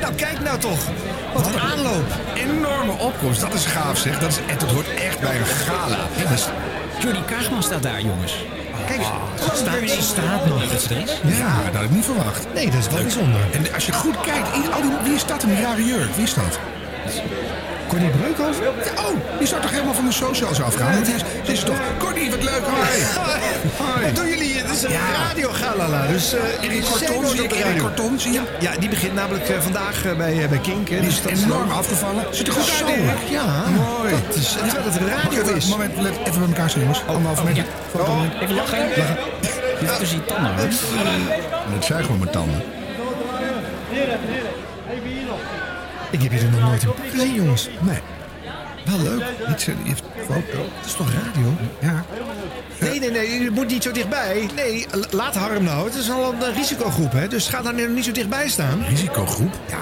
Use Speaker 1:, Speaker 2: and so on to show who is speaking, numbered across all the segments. Speaker 1: Nou, kijk nou toch. Wat een aanloop.
Speaker 2: Enorme opkomst, dat is gaaf zeg. Dat, is, echt- dat hoort echt bij een gala. Dat is-
Speaker 3: Jordi Kaagman staat daar, jongens.
Speaker 1: Kijk eens.
Speaker 2: Ah,
Speaker 3: Ze
Speaker 1: Oh,
Speaker 3: staat, ze staat nog niet steeds.
Speaker 2: ja, dat had ik niet verwacht.
Speaker 1: Nee, dat is wel
Speaker 2: Leuk.
Speaker 1: bijzonder.
Speaker 2: En als je goed kijkt, i- al die, wie is dat in die rare jurk? Wie is dat?
Speaker 1: Corny Breukhoff?
Speaker 2: Ja, oh, die zou toch helemaal van de socials afgaan? Want die is, die is toch... Corny, wat leuk, hoi!
Speaker 1: Wat doen jullie hier? Dit is een
Speaker 2: Ja.
Speaker 1: radiogalala. Dus eh er
Speaker 2: Erik
Speaker 1: is
Speaker 2: Kortom,
Speaker 1: zeeloos
Speaker 2: zie
Speaker 1: op
Speaker 2: ik
Speaker 1: de
Speaker 2: Erik
Speaker 1: radio.
Speaker 2: Kortom, zie je?
Speaker 1: Ja, die begint namelijk eh, vandaag eh, bij, eh, bij Kink. Hè,
Speaker 2: Die
Speaker 1: dus
Speaker 2: is
Speaker 1: dat
Speaker 2: enorm afgevallen. Zit er goed
Speaker 1: Ja,
Speaker 2: uit,
Speaker 1: Erik.
Speaker 2: Erik?
Speaker 1: Ja.
Speaker 2: Mooi.
Speaker 1: Dat is- terwijl het een radio
Speaker 2: Wacht even,
Speaker 1: is. Oh,
Speaker 2: Moment, let even bij elkaar staan, jongens. Anderhalve meter. Vooral-
Speaker 3: Even lachen. Je hebt tussen dus die tanden, hoor.
Speaker 2: Dat zijn gewoon mijn tanden.
Speaker 1: Ik heb jullie nog nooit in gezien, jongens.
Speaker 2: Nee. Wel leuk. Niet zo, je heeft foto.
Speaker 1: Het is toch radio?
Speaker 2: Ja.
Speaker 1: Nee, nee, nee. Je moet niet zo dichtbij. Nee, la- laat Harm nou. Het is al een eh, risicogroep, hè. Dus ga daar nu niet zo dichtbij staan.
Speaker 2: Risicogroep?
Speaker 1: Ja.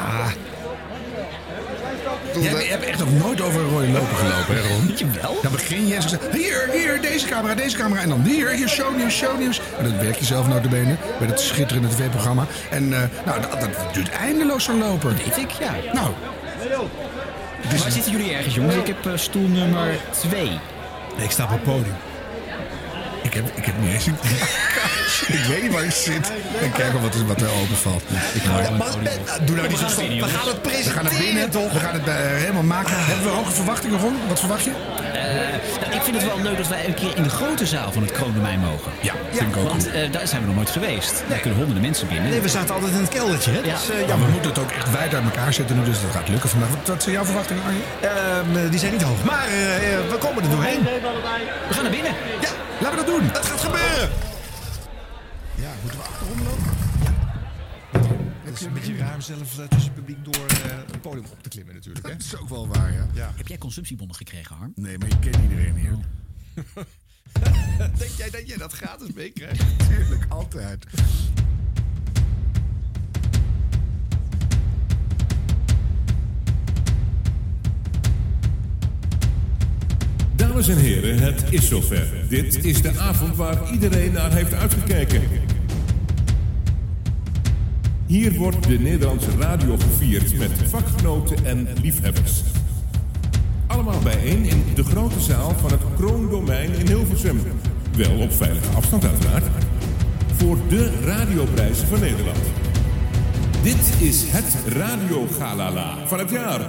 Speaker 2: Jij je hebt echt nog nooit over een rode loper gelopen, hè Ron?
Speaker 3: Weet je wel?
Speaker 2: Dan begin je en ze zeggen, hier, hier, deze camera, deze camera. En dan hier, hier, shownieuws, shownieuws. En dat werk je zelf notabene bij dat schitterende tv-programma. En eh, nou, dat, dat duurt eindeloos zo'n loper.
Speaker 3: Weet ik, ja.
Speaker 2: Nou,
Speaker 3: Dus Waar zitten jullie ergens, jongens? Ik heb eh, stoel nummer 2.
Speaker 1: Ik sta op het podium.
Speaker 2: ik heb, ik heb niet eens een Ik weet niet waar ik zit. En kijk wel wat, er- wat er openvalt. Ik hou
Speaker 1: Ja,
Speaker 2: het.
Speaker 1: maar- ben- doe nou niet zo
Speaker 3: gaan
Speaker 1: stom.
Speaker 3: binnen,
Speaker 1: We
Speaker 3: jongens.
Speaker 1: gaan het
Speaker 2: We gaan
Speaker 1: presenteren,
Speaker 2: naar binnen,
Speaker 1: toch?
Speaker 2: we gaan het eh, helemaal maken. Hebben we hoge verwachtingen, Ron? Wat verwacht je?
Speaker 3: Eh, nou, ik vind het wel leuk dat wij een keer in de grote zaal van het Kroondomein mogen.
Speaker 2: Ja, vind ik ook
Speaker 3: Want eh, daar zijn we nog nooit geweest. Daar kunnen honderden mensen binnen.
Speaker 1: Nee, we zaten altijd in het keldertje, hè.
Speaker 3: Ja.
Speaker 1: Dus, eh,
Speaker 2: Ja, we
Speaker 1: jammer.
Speaker 2: moeten het ook echt wijd uit elkaar zetten nu, dus dat gaat lukken vandaag. Wat, wat zijn jouw verwachtingen, Arjen?
Speaker 1: Ehm, eh, die zijn niet hoog. Maar eh, eh, we komen er doorheen.
Speaker 3: We gaan naar binnen.
Speaker 1: Ja,
Speaker 2: Laten we dat doen.
Speaker 1: dat gaat gebeuren.
Speaker 2: Ja, moeten we achterom lopen?
Speaker 1: Het is een beetje raar om zelf eh, tussen het publiek door eh, het podium op te klimmen natuurlijk. Hè?
Speaker 2: Dat is ook wel waar, ja.
Speaker 3: Heb jij consumptiebonnen gekregen, Harm?
Speaker 2: Nee, maar je kent iedereen hier.
Speaker 1: Denk jij dat je dat gratis meekrijgt?
Speaker 2: Tuurlijk, altijd.
Speaker 4: Dames en heren, het is zover. Dit is de avond waar iedereen naar heeft uitgekeken. Hier wordt de Nederlandse radio gevierd met vakgenoten en liefhebbers. Allemaal bijeen in de grote zaal van het Kroondomein in Hilversum. Wel op veilige afstand uiteraard. Voor de radioprijs van Nederland. Dit is het Radio Galala van het jaar.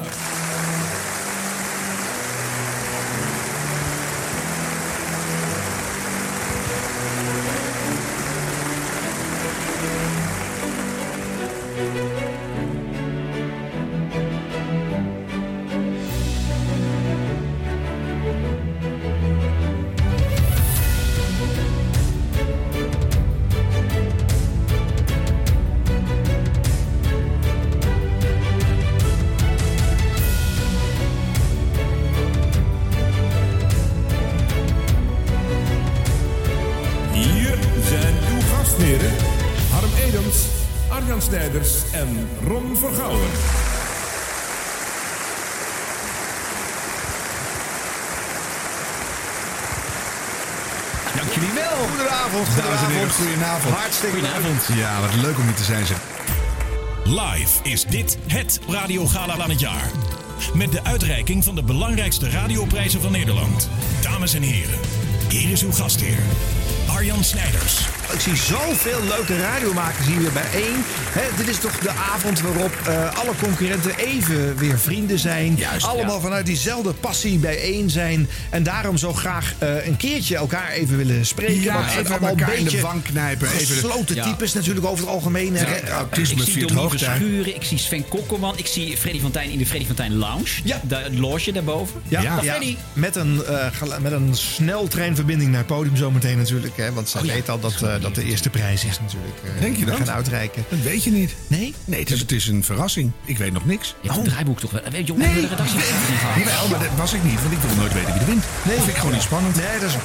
Speaker 4: Hier zijn uw gastheren Harm Edens, Arjan Snijders en Ron Vergouwen.
Speaker 3: Dank jullie wel.
Speaker 1: Goedenavond,
Speaker 2: Dames en heren,
Speaker 1: goedenavond.
Speaker 2: goedenavond.
Speaker 1: Hartstikke leuk.
Speaker 3: Goedenavond.
Speaker 2: Ja, wat leuk om hier te zijn, zeg.
Speaker 5: Live is dit het Radiogala van het jaar. Met de uitreiking van de belangrijkste radioprijzen van Nederland. Dames en heren, hier is uw gastheer, Arjan
Speaker 2: Eh,
Speaker 5: Snijders.
Speaker 1: Ik zie zoveel leuke radiomakers hier weer bijeen. Hè, dit is toch de avond waarop eh, alle concurrenten even weer vrienden zijn.
Speaker 2: Juist,
Speaker 1: Allemaal vanuit diezelfde passie bijeen zijn. En daarom zo graag eh, een keertje elkaar even willen spreken.
Speaker 2: Ja,
Speaker 1: Want het zijn
Speaker 2: even
Speaker 1: allemaal
Speaker 2: elkaar
Speaker 1: een
Speaker 2: in de
Speaker 1: beetje
Speaker 2: wang knijpen, even de-
Speaker 1: Gesloten
Speaker 3: Ja.
Speaker 1: types natuurlijk over het algemeen. hè.
Speaker 2: Ja, autisme
Speaker 3: Ik zie
Speaker 2: viert
Speaker 3: Dominique
Speaker 2: hoogtijd.
Speaker 3: Schuren, ik zie Sven Kokkelman, ik zie Freddy van Tijn in de Freddy van Tijn Lounge.
Speaker 1: Ja.
Speaker 3: De loge daarboven.
Speaker 1: Ja,
Speaker 3: Dag,
Speaker 1: ja.
Speaker 3: Freddy.
Speaker 1: Met, een, eh, gel- met een sneltreinverbinding naar het podium zometeen natuurlijk. Hè? Want ze
Speaker 3: Oh ja.
Speaker 1: weet al dat, eh, dat de eerste prijs is natuurlijk. eh,
Speaker 2: Denk je
Speaker 1: die we
Speaker 2: dat?
Speaker 1: gaan uitreiken.
Speaker 2: Dat weet je niet.
Speaker 1: Nee?
Speaker 2: Nee, het is, het is een verrassing. Ik weet nog niks.
Speaker 3: Je hebt het draaiboek toch wel. Eh, Weet je, jongen,
Speaker 2: Oh. Nee,
Speaker 3: we hebben de redactie gehad.
Speaker 2: Jawel, maar dat was ik niet, want ik wil nooit weten wie er wint. Nee, dat vind ik gewoon niet spannend.
Speaker 1: Nee, dat is...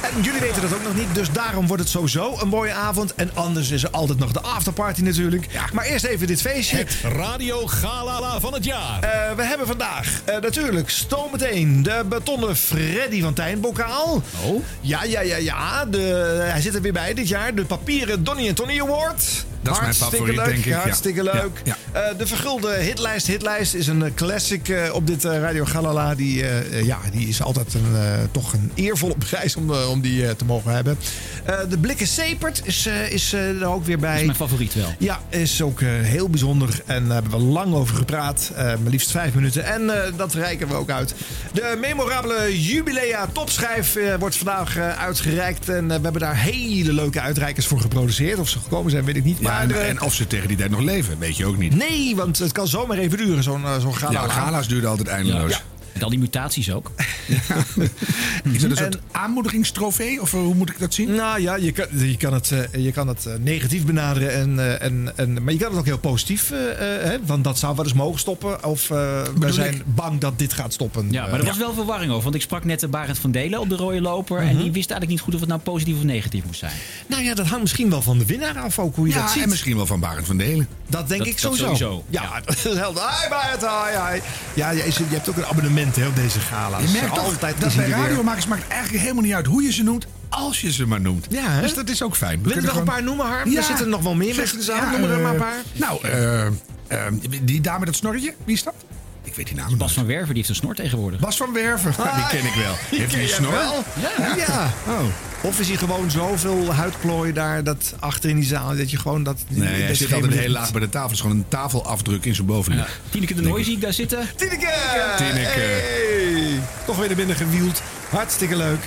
Speaker 1: En jullie weten dat ook nog niet, dus daarom wordt het sowieso een mooie avond. En anders is er altijd nog de afterparty natuurlijk. Maar eerst even dit feestje.
Speaker 5: Radio Galala van het jaar.
Speaker 1: Eh, we hebben vandaag eh, natuurlijk stoommeteen de betonnen Freddy van Tijn bokaal.
Speaker 3: Oh.
Speaker 1: Ja, ja, ja, ja. De, hij zit er weer bij dit jaar. De papieren Donnie en Tony Award.
Speaker 2: Dat is mijn
Speaker 1: Hartstikke
Speaker 2: favoriet,
Speaker 1: leuk,
Speaker 2: denk ik. ja.
Speaker 1: Hartstikke
Speaker 2: Ja,
Speaker 1: leuk.
Speaker 2: ja.
Speaker 1: Eh, de vergulde hitlijst. Hitlijst is een eh, classic eh, op dit eh, Radio Galala. Die, eh, eh, ja, die is altijd een, eh, toch een eervolle prijs om, eh, om die eh, te mogen hebben. Eh, de blikken sepert is, eh, is eh, er ook weer bij.
Speaker 3: is mijn favoriet wel.
Speaker 1: Ja, is ook eh, heel bijzonder. En daar hebben we lang over gepraat. Eh, maar liefst vijf minuten. En eh, dat reiken we ook uit. De memorabele Jubilea topschijf eh, wordt vandaag eh, uitgereikt. En eh, we hebben daar hele leuke uitreikers voor geproduceerd. Of ze gekomen zijn, weet ik niet.
Speaker 2: Ja,
Speaker 1: Maar,
Speaker 2: en,
Speaker 1: eh,
Speaker 2: en of ze tegen die tijd nog leven, weet je ook niet.
Speaker 1: nee, want het kan zomaar even duren, zo'n eh, zo'n gala.
Speaker 2: Ja, gala's duurden altijd eindeloos.
Speaker 3: Met al die mutaties ook.
Speaker 2: Is dat een soort aanmoedigingstrofee? Of eh, hoe moet ik dat zien?
Speaker 1: Mhm. Nou ja, je kan, je kan het, eh, je kan het eh, negatief benaderen. En, eh, en, en, maar je kan het ook heel positief. eh, eh, hè, want dat zou wel eens mogen stoppen. Of eh we
Speaker 2: Bedoel
Speaker 1: zijn
Speaker 2: ik-
Speaker 1: bang dat dit gaat stoppen.
Speaker 3: Ja, maar er was wel verwarring over. Want ik sprak net de Barend van Delen op de rode loper.
Speaker 2: Mhm.
Speaker 3: En die wist eigenlijk niet goed of het nou positief of negatief moest zijn.
Speaker 1: Nou ja, dat hangt misschien wel van de winnaar af ook hoe je dat
Speaker 2: Ja,
Speaker 1: ziet.
Speaker 2: en misschien wel van Barend van Delen.
Speaker 1: Dat denk
Speaker 3: Dat-
Speaker 1: ik
Speaker 3: dat
Speaker 1: sowieso.
Speaker 3: sowieso.
Speaker 1: Ja, dat is helder. Hi Barend, hi, hi. Ja, je, je hebt ook een abonnement hè, op deze gala's.
Speaker 2: Je merkt toch
Speaker 1: Altijd
Speaker 2: dat
Speaker 1: is hij
Speaker 2: bij
Speaker 1: er weer.
Speaker 2: radiomakers maakt het eigenlijk helemaal niet uit hoe je ze noemt, als je ze maar noemt.
Speaker 1: Ja, hè?
Speaker 2: Dus dat is ook fijn.
Speaker 1: Wil je er nog
Speaker 2: kunnen
Speaker 1: een paar noemen, Harm? Er zitten nog wel meer
Speaker 2: Zeg,
Speaker 1: mensen in de zaal.
Speaker 2: ja,
Speaker 1: Noem er
Speaker 2: eh,
Speaker 1: maar een paar.
Speaker 2: Nou, eh, eh, die dame met dat snorretje, wie is dat? Ik weet die naam niet.
Speaker 3: Bas van Werven die heeft een snor tegenwoordig.
Speaker 2: Bas van Werven. die
Speaker 1: Ah,
Speaker 2: ken ik wel. Heeft hij een snor?
Speaker 1: Ja. ja.
Speaker 2: Oh.
Speaker 1: Of is hij gewoon zoveel huidplooien daar dat achter in die zaal dat je gewoon dat. dat
Speaker 2: Nee, hij zit
Speaker 1: geen
Speaker 2: altijd
Speaker 1: blik-
Speaker 2: heel laag bij de tafel. Het is gewoon een tafelafdruk in zijn
Speaker 3: Ja.
Speaker 2: bovenlip.
Speaker 3: Tineke de Nooi zie ik daar zitten.
Speaker 1: Tineke!
Speaker 2: Tineke.
Speaker 1: Hey! Toch weer naar binnen gewield. Hartstikke leuk.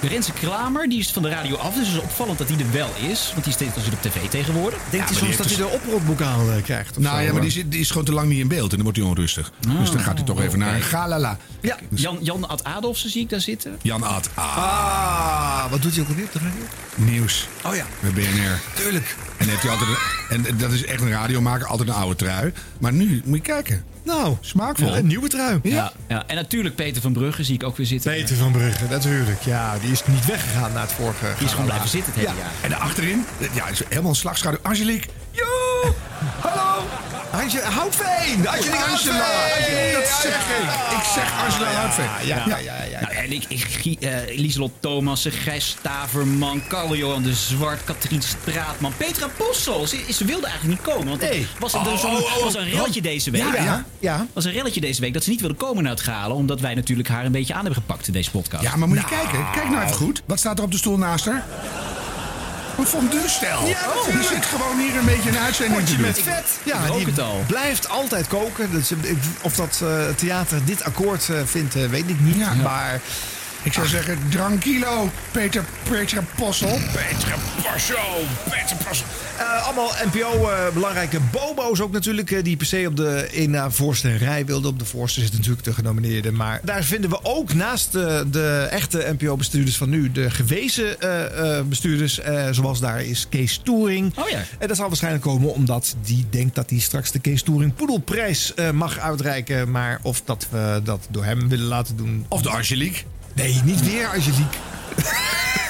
Speaker 3: De Renze Kramer, die is van de radio af. Dus het is opvallend dat hij er wel is. Want die is steeds als hij op tv tegenwoordig.
Speaker 1: Denkt
Speaker 2: maar
Speaker 1: hij
Speaker 2: die
Speaker 1: soms
Speaker 2: heeft
Speaker 1: dat
Speaker 2: dus-
Speaker 1: hij de oprotbokaal eh, krijgt? of zo,
Speaker 2: Nou ja, maar
Speaker 1: hoor.
Speaker 2: die, zit- die is gewoon te lang niet in beeld en dan wordt hij onrustig.
Speaker 3: Ah.
Speaker 2: dus dan gaat hij toch
Speaker 1: Oh,
Speaker 2: even naar een galala.
Speaker 1: Ja.
Speaker 3: Jan, Jan Ad Adolfsen zie ik daar zitten.
Speaker 2: Jan Ad, ah,
Speaker 1: Ah, wat doet hij ook alweer op de radio?
Speaker 2: nieuws.
Speaker 1: Oh ja.
Speaker 2: Met BNR.
Speaker 1: Tuurlijk.
Speaker 2: En, heeft hij altijd een- en dat is echt een radiomaker, altijd een oude trui. Maar nu, moet je kijken.
Speaker 1: Nou,
Speaker 2: Smaakvol.
Speaker 1: Een nieuwe trui.
Speaker 3: Ja. ja. En natuurlijk Peter van Brugge zie ik ook weer zitten.
Speaker 1: Peter van Brugge, natuurlijk. Ja, die is niet weggegaan na het vorige.
Speaker 3: Die is gewoon blijven zitten het hele jaar.
Speaker 2: En daarachterin, ja, is helemaal een slagschaduw. Angelique.
Speaker 1: Joe! Hallo! Handje, Houtveen! Angelique
Speaker 2: Angela.
Speaker 1: Houtveen!
Speaker 2: Dat zeg ik. Ik zeg Angela Hartveen.
Speaker 1: Ah, Ja, ja, ja. ja.
Speaker 3: Nou, en ik, ik, Gie- eh, Lieselot Thomas, Gijs Staverman, Carl-Johan de Zwart, Katrien Straatman, Petra Possel. Ze, ze wilde eigenlijk niet komen, want
Speaker 1: Nee. Oh,
Speaker 3: het was, er was een- was een relletje deze week.
Speaker 2: Oh, Ja, ja.
Speaker 1: Ja.
Speaker 3: was een relletje deze week dat ze niet wilde komen naar het galen, omdat wij natuurlijk haar een beetje aan hebben gepakt in deze podcast.
Speaker 2: Ja, maar moet je kijken. Kijk nou even goed. Wat staat er op de stoel naast haar? Een fondue-stel.
Speaker 1: Ja,
Speaker 2: Oh, die
Speaker 1: natuurlijk.
Speaker 2: zit gewoon hier een beetje een uitzending te doen.
Speaker 1: Met vet.
Speaker 3: ik rook
Speaker 1: die
Speaker 3: het al.
Speaker 1: blijft altijd koken. Dus, eh, of dat eh, theater dit akkoord eh, vindt, eh, weet ik niet.
Speaker 2: Ja.
Speaker 1: Maar Ah.
Speaker 2: Ik zou zeggen, tranquilo, Peter, Peter Possel.
Speaker 4: Petra Passo, Petra Passo.
Speaker 1: eh, allemaal NPO-belangrijke eh, bobo's ook natuurlijk. eh, die per se op de in naar voorste rij wilden. Op de voorste zit natuurlijk de genomineerde. Maar daar vinden we ook naast de, de echte NPO-bestuurders van nu... de gewezen eh, eh, bestuurders. eh, zoals daar is Kees Toering.
Speaker 3: Oh ja.
Speaker 1: En dat zal waarschijnlijk komen omdat die denkt dat hij straks de Kees Toering Poedelprijs eh, mag uitreiken. Maar of dat we dat door hem willen laten doen.
Speaker 2: Of de Angelique.
Speaker 1: Nee, niet weer Angelique.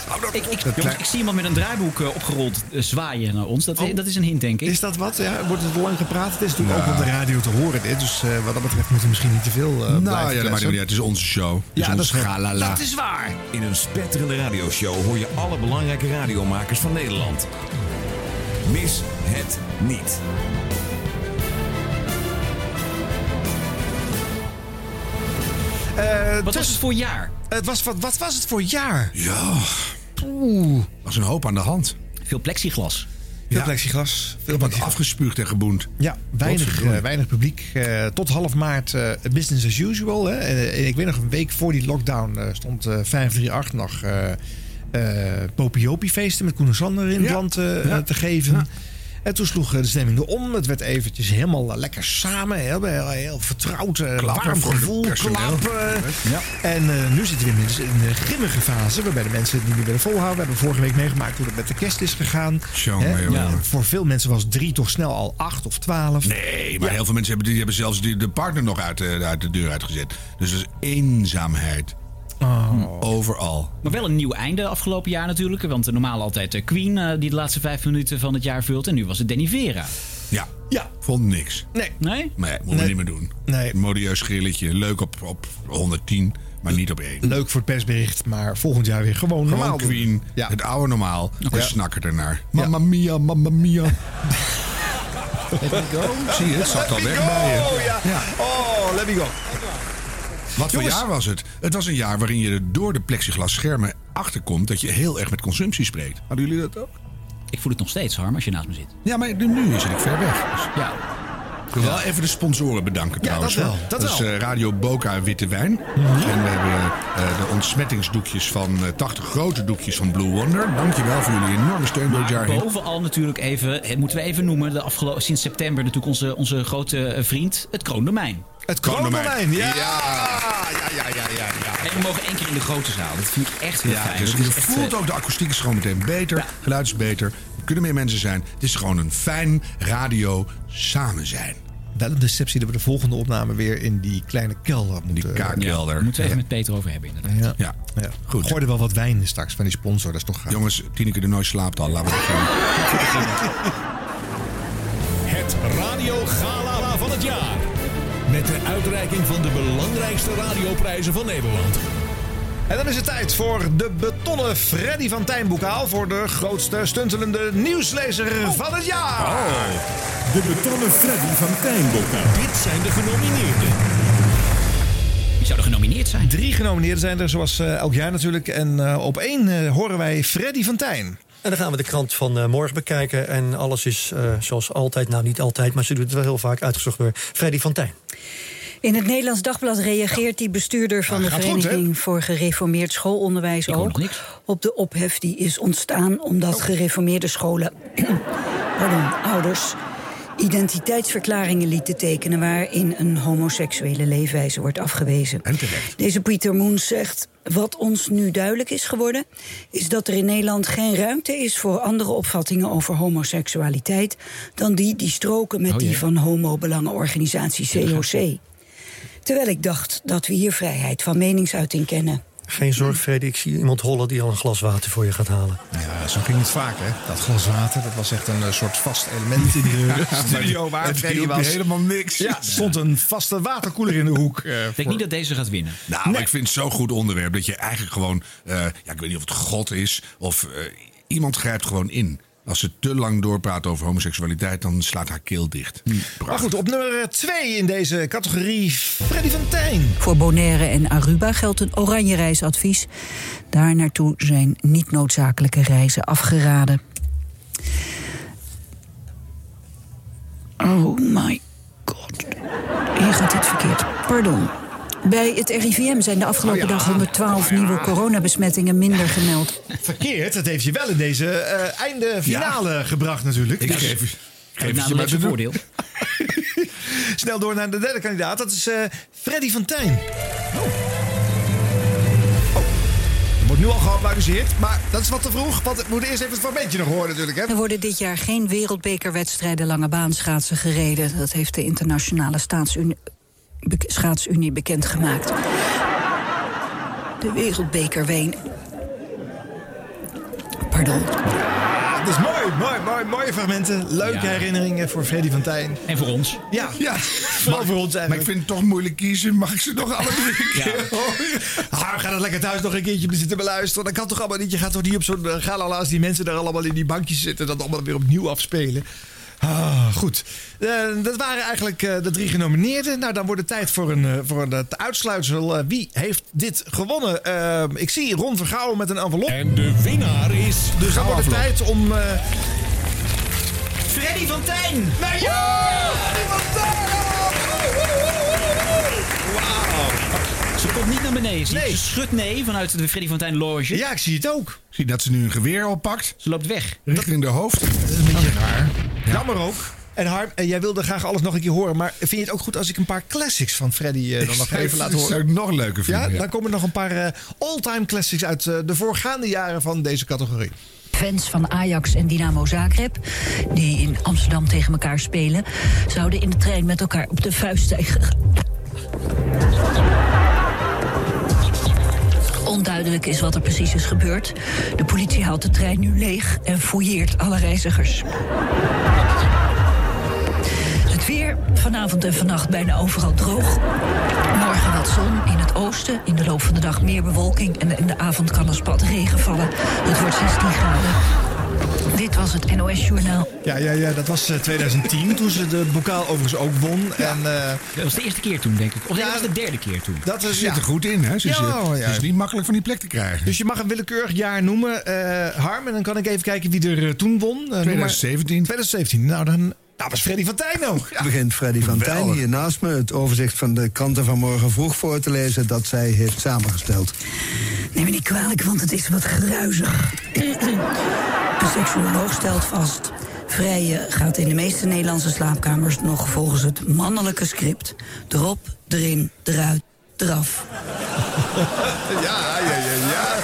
Speaker 1: Nou,
Speaker 3: ik, ik,
Speaker 2: klein-
Speaker 3: jongens, ik zie iemand met een draaiboek eh, opgerold eh, zwaaien naar ons. Dat, dat is een hint, denk ik.
Speaker 1: Oh. Is dat wat? Ja, wordt het lang gepraat? Het is natuurlijk ook op de radio te horen. Dit, dus eh, wat dat betreft moet hij misschien niet te veel eh blijven
Speaker 2: Nou ja, dat maakt
Speaker 1: kletsen.
Speaker 2: niet uit. Het is onze show. Het is
Speaker 1: Ja, dat
Speaker 2: ons
Speaker 1: is waar.
Speaker 2: galala.
Speaker 3: Dat is waar.
Speaker 6: In een spetterende radioshow hoor je alle belangrijke radiomakers van Nederland. Mis het niet.
Speaker 1: Eh,
Speaker 3: Wat was het voor jaar?
Speaker 1: het was, wat, wat was het voor jaar?
Speaker 2: Ja. Oeh. Was een hoop aan de hand.
Speaker 3: Veel plexiglas.
Speaker 1: Veel plexiglas. Veel
Speaker 2: Heel wat
Speaker 1: plexiglas.
Speaker 2: afgespuugd en geboend.
Speaker 1: Ja, weinig,
Speaker 2: Godverdomme.
Speaker 1: eh, weinig publiek. Eh, tot half maart eh, business as usual. Hè. Eh, en ik weet nog, een week voor die lockdown eh, stond eh 538 nog eh eh, Popiopi-feesten met Koen en Sander in het
Speaker 2: Ja.
Speaker 1: land eh,
Speaker 2: Ja.
Speaker 1: te geven. En toen sloeg eh, de stemming om. Het werd eventjes helemaal eh, lekker samen. Heel, heel, heel vertrouwd, eh,
Speaker 2: Klappen
Speaker 1: warm
Speaker 2: voor het
Speaker 1: gevoel,
Speaker 2: personeel.
Speaker 1: klappen. En eh, nu zitten we inmiddels in een grimmige fase... waarbij de mensen het niet meer willen volhouden. We hebben vorige week meegemaakt hoe het met de kerst is gegaan.
Speaker 2: Tjonge,
Speaker 1: Hè?
Speaker 2: jonge.
Speaker 1: En Voor veel mensen was drie toch snel al acht of twaalf.
Speaker 2: Nee, maar heel veel mensen hebben, die hebben zelfs die- de partner nog uit de, uit de deur uitgezet. Dus dat is eenzaamheid. Oh. Overal.
Speaker 3: Maar wel een nieuw einde afgelopen jaar natuurlijk. Want eh, normaal altijd eh, Queen eh, die de laatste vijf minuten van het jaar vult. En nu was het Danny Vera.
Speaker 2: Ja.
Speaker 1: Ja.
Speaker 2: Vond niks.
Speaker 1: Nee.
Speaker 3: Nee?
Speaker 2: Nee, moeten we
Speaker 1: Nee.
Speaker 2: niet meer doen.
Speaker 1: Nee.
Speaker 2: Modieus grilletje. Leuk op, op 110, maar niet op één.
Speaker 1: Leuk voor het persbericht, maar volgend jaar weer gewoon, normaal.
Speaker 2: Gewoon
Speaker 1: doen.
Speaker 2: Queen,
Speaker 1: Ja.
Speaker 2: het oude normaal. We
Speaker 1: Ja.
Speaker 2: snakken ernaar. Mamma mia, mamma mia. Let me go. Zie je, het zat al weg bij
Speaker 1: Oh
Speaker 2: je.
Speaker 1: ja.
Speaker 2: Ja.
Speaker 1: Oh, let me go.
Speaker 2: Wat voor
Speaker 1: Jongens.
Speaker 2: jaar was het? Het was een jaar waarin je door de plexiglas schermen achterkomt dat je heel erg met consumptie spreekt. Hadden jullie dat ook?
Speaker 3: Ik voel het nog steeds, Harm, als je naast me zit.
Speaker 2: Ja, maar nu zit ik ver weg. Dus
Speaker 3: Ja.
Speaker 2: ik wil wel even de sponsoren bedanken trouwens.
Speaker 1: dat
Speaker 2: hoor.
Speaker 1: wel, dat
Speaker 2: is
Speaker 1: wel.
Speaker 2: eh, Radio Boca Witte Wijn. En we hebben eh, de ontsmettingsdoekjes van eh, 80 grote doekjes van Blue Wonder. Dankjewel voor jullie enorme steun door het jaar
Speaker 3: Maar
Speaker 2: heen.
Speaker 3: bovenal natuurlijk even, eh, moeten we even noemen, de afgelo- sinds september natuurlijk onze, onze grote eh, vriend, het Kroondomein.
Speaker 1: Het Kroondomein. Ja.
Speaker 2: ja, ja, ja, ja. ja.
Speaker 3: En we mogen één keer in de grote zaal. Nou, Dat vind ik echt heel
Speaker 2: Ja,
Speaker 3: fijn.
Speaker 2: dus
Speaker 3: Dat is
Speaker 2: je
Speaker 3: echt,
Speaker 2: voelt
Speaker 3: eh,
Speaker 2: ook de akoestiek is gewoon meteen beter.
Speaker 3: Ja.
Speaker 2: Geluid is beter. Er kunnen meer mensen zijn. Het is gewoon een fijn radio samen zijn.
Speaker 1: Wel een deceptie dat we de volgende opname weer in die kleine kelder moeten.
Speaker 2: Die kaakkelder.
Speaker 3: Moeten we even met Peter over hebben inderdaad.
Speaker 1: Ja.
Speaker 2: Ja.
Speaker 1: Ja.
Speaker 2: Goed.
Speaker 1: Gooi er wel wat wijn in straks van die sponsor. Dat is toch gaaf.
Speaker 2: Jongens, Tineke de Nooi slaapt al. Laten we dat gaan.
Speaker 5: Het Radio Gala van het jaar. Met de uitreiking van de belangrijkste radioprijzen van Nederland.
Speaker 1: En dan is het tijd voor de betonnen Freddy van Tijn boekaal voor de grootste stuntelende nieuwslezer van het jaar.
Speaker 4: Oh. De betonnen Freddy van Tijnbokka.
Speaker 5: Dit zijn de genomineerden.
Speaker 3: Die zouden genomineerd zijn.
Speaker 1: Drie genomineerden zijn er, zoals eh, elk jaar natuurlijk. En eh, op één eh, horen wij Freddy van Tijn.
Speaker 7: En dan gaan we de krant van eh, morgen bekijken. En alles is eh, zoals altijd, nou niet altijd, maar ze doet het wel heel vaak uitgezocht door Freddy van Tijn.
Speaker 8: In het Nederlands Dagblad reageert die bestuurder van
Speaker 2: Ja,
Speaker 8: de
Speaker 2: gaat goed, hè?
Speaker 8: Vereniging voor Gereformeerd Schoolonderwijs
Speaker 3: hoor
Speaker 8: ook
Speaker 3: nog niks. Oh.
Speaker 8: op de ophef die is ontstaan omdat gereformeerde scholen, pardon, ouders, identiteitsverklaringen lieten tekenen waarin een homoseksuele leefwijze wordt afgewezen.
Speaker 2: En terecht.
Speaker 8: Deze Pieter Moens zegt: Wat ons nu duidelijk is geworden, is dat er in Nederland geen ruimte is voor andere opvattingen over homoseksualiteit dan die die stroken met
Speaker 3: Oh jee.
Speaker 8: die van homobelangenorganisatie COC. Terwijl ik dacht dat we hier vrijheid van meningsuiting kennen.
Speaker 7: Geen zorg, Freddy, ik zie iemand hollen die al een glas water voor je gaat halen.
Speaker 1: Ja, zo ging het vaak, hè? Dat glas water, dat was echt een eh, soort vast element in de studio waar
Speaker 2: het
Speaker 1: Freddy
Speaker 2: hielp
Speaker 1: was.
Speaker 2: helemaal niks.
Speaker 1: Ja, er stond een vaste waterkoeler in de hoek. eh,
Speaker 3: Ik denk niet dat deze gaat winnen.
Speaker 2: Nou, maar ik vind het zo'n goed onderwerp dat je eigenlijk gewoon... eh, ja, ik weet niet of het God is of eh, iemand grijpt gewoon in. Als ze te lang doorpraat over homoseksualiteit, dan slaat haar keel dicht.
Speaker 1: Maar goed, op nummer 2 in deze categorie, Freddy van Tijn.
Speaker 8: Voor Bonaire en Aruba geldt een oranje reisadvies. Daar naartoe zijn niet noodzakelijke reizen afgeraden. Oh my god. Hier gaat het verkeerd. Pardon. Bij het RIVM zijn de
Speaker 1: Oh
Speaker 8: afgelopen dag 112 nieuwe coronabesmettingen minder gemeld.
Speaker 1: Verkeerd, dat heeft je wel in deze eh, einde finale gebracht natuurlijk.
Speaker 2: Ik
Speaker 1: Dus
Speaker 2: geef, geef
Speaker 3: Geef
Speaker 2: het je
Speaker 3: namelijk
Speaker 2: maar te
Speaker 3: zijn
Speaker 2: doen.
Speaker 3: voordeel.
Speaker 1: Snel door naar de derde kandidaat, dat is eh, Freddy van Tijn. Oh. Oh. Er Wordt nu al geapplaudisseerd, maar dat is wat te vroeg. Want we moeten eerst even het fragmentje nog horen natuurlijk. Hè?
Speaker 8: Er worden dit jaar geen wereldbekerwedstrijden lange baanschaatsen gereden. Dat heeft de internationale Staatsunie, Bek- schaatsunie bekendgemaakt. De wereldbekerween. Pardon.
Speaker 1: Ja, Ah, dat is mooi, mooi, mooi, mooie fragmenten. Leuke
Speaker 3: Ja.
Speaker 1: herinneringen voor Freddy van Tijn.
Speaker 3: En voor ons.
Speaker 1: Ja,
Speaker 2: Ja,
Speaker 1: vooral voor ons
Speaker 2: maar ik
Speaker 1: eigenlijk.
Speaker 2: vind het toch moeilijk kiezen. Mag ik ze nog alle drie een keer horen?
Speaker 1: Ah, ga dat lekker thuis nog een keertje zitten beluisteren. Dat kan toch allemaal niet. Je gaat toch niet op zo'n eh, galala's die mensen daar allemaal in die bankjes zitten. Dat allemaal weer opnieuw afspelen. Ah, goed. Eh, dat waren eigenlijk eh, de drie genomineerden. Nou, dan wordt het tijd voor, een, eh, voor het uitsluitsel. Eh, wie heeft dit gewonnen? Eh, ik zie Ron Vergouwen met een envelop.
Speaker 5: En de winnaar is...
Speaker 1: Dus dan wordt het tijd om... eh,
Speaker 3: Freddy van Tijn!
Speaker 1: Nou ja! Die was daar!
Speaker 3: Ze komt niet naar beneden. Ze
Speaker 1: Nee.
Speaker 3: ze schudt nee vanuit de Freddy van Tijn loge.
Speaker 1: Ja, ik zie het ook.
Speaker 2: Zie dat ze nu een geweer oppakt.
Speaker 3: Ze loopt weg.
Speaker 2: Richting de hoofd.
Speaker 1: Jammer ook. En Harm, eh, jij wilde graag alles nog een keer horen. Maar vind je het ook goed als ik een paar classics van Freddy eh, dan nog even laat
Speaker 2: Dat
Speaker 1: horen?
Speaker 2: zou ik dus nog leuker
Speaker 1: Ja,
Speaker 2: vinden. ja.
Speaker 1: dan komen nog een paar eh, all-time classics uit eh, de voorgaande jaren van deze categorie.
Speaker 8: Fans van Ajax en Dynamo Zagreb, die in Amsterdam tegen elkaar spelen, zouden in de trein met elkaar op de vuist zijn gegaan. Onduidelijk is wat er precies is gebeurd. De politie haalt de trein nu leeg en fouilleert alle reizigers. Het weer vanavond en vannacht bijna overal droog. Morgen wat zon in het oosten. In de loop van de dag meer bewolking. En in de avond kan er spat regen vallen. Het wordt 16 graden.
Speaker 9: Dit was het NOS Journaal.
Speaker 1: Ja, ja, ja, dat was eh, 2010 toen ze de bokaal overigens ook won. En, eh,
Speaker 3: Dat was de eerste keer toen, denk ik. Of nee,
Speaker 1: Ja,
Speaker 3: dat was de derde keer toen.
Speaker 1: dat is,
Speaker 2: Ze zit
Speaker 1: ja.
Speaker 2: er goed in, hè? Ze is,
Speaker 1: Ja,
Speaker 2: eh,
Speaker 1: oh, ja.
Speaker 2: ze is niet makkelijk van die plek te krijgen.
Speaker 1: Dus je mag een willekeurig jaar noemen, eh, Harm. En dan kan ik even kijken wie er eh, toen won. Eh, noem maar-
Speaker 2: 2017.
Speaker 1: 2017. Nou, dan nou, dat was Freddy van Tijn ook. Ja.
Speaker 10: begint Freddy van Tijn
Speaker 2: Geweldig.
Speaker 10: hier naast me het overzicht van de kranten van morgen vroeg voor te lezen dat zij heeft samengesteld.
Speaker 8: Neem me niet kwalijk, want het is wat gruizig. Een seksuoloog stelt vast. Vrije gaat in de meeste Nederlandse slaapkamers nog volgens het mannelijke script. Erop, erin, eruit, eraf.
Speaker 1: Ja, ja, ja,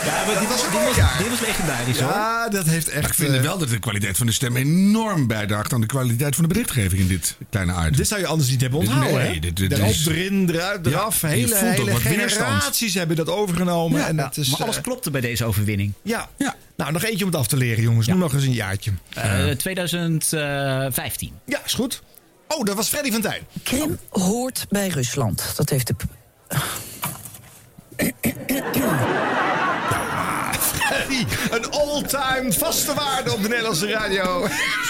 Speaker 1: ja.
Speaker 3: maar dit
Speaker 1: was
Speaker 3: was,
Speaker 1: een
Speaker 3: dit was,
Speaker 1: jaar.
Speaker 3: dit was legendarisch, hoor.
Speaker 1: Ja, dat heeft echt...
Speaker 2: Ik vind
Speaker 1: eh,
Speaker 2: wel dat de kwaliteit van de stem enorm bijdraagt aan de kwaliteit van de berichtgeving in dit kleine item.
Speaker 1: Dit zou je anders niet hebben
Speaker 2: Dit-
Speaker 1: onthouden,
Speaker 2: nee,
Speaker 1: hè?
Speaker 2: dit- dit
Speaker 1: Erop,
Speaker 2: is-
Speaker 1: erin, eruit,
Speaker 2: Ja,
Speaker 1: eraf.
Speaker 2: je
Speaker 1: hele
Speaker 2: voelt ook
Speaker 1: hele
Speaker 2: wat weerstand.
Speaker 1: generaties hebben dat overgenomen. en
Speaker 3: Ja,
Speaker 1: dat is,
Speaker 3: maar alles
Speaker 1: eh,
Speaker 3: klopte bij deze overwinning.
Speaker 1: ja.
Speaker 2: Ja.
Speaker 1: Nou, nog eentje om het af te leren, jongens. Noem nog eens een jaartje.
Speaker 3: Eh, 2015.
Speaker 1: Ja, is goed. Oh, dat was Freddy van Tijn.
Speaker 9: Krim hoort bij Rusland. Dat heeft de... p-
Speaker 2: eh.
Speaker 1: Freddy, Nou, ah. een all-time vaste waarde op de Nederlandse radio.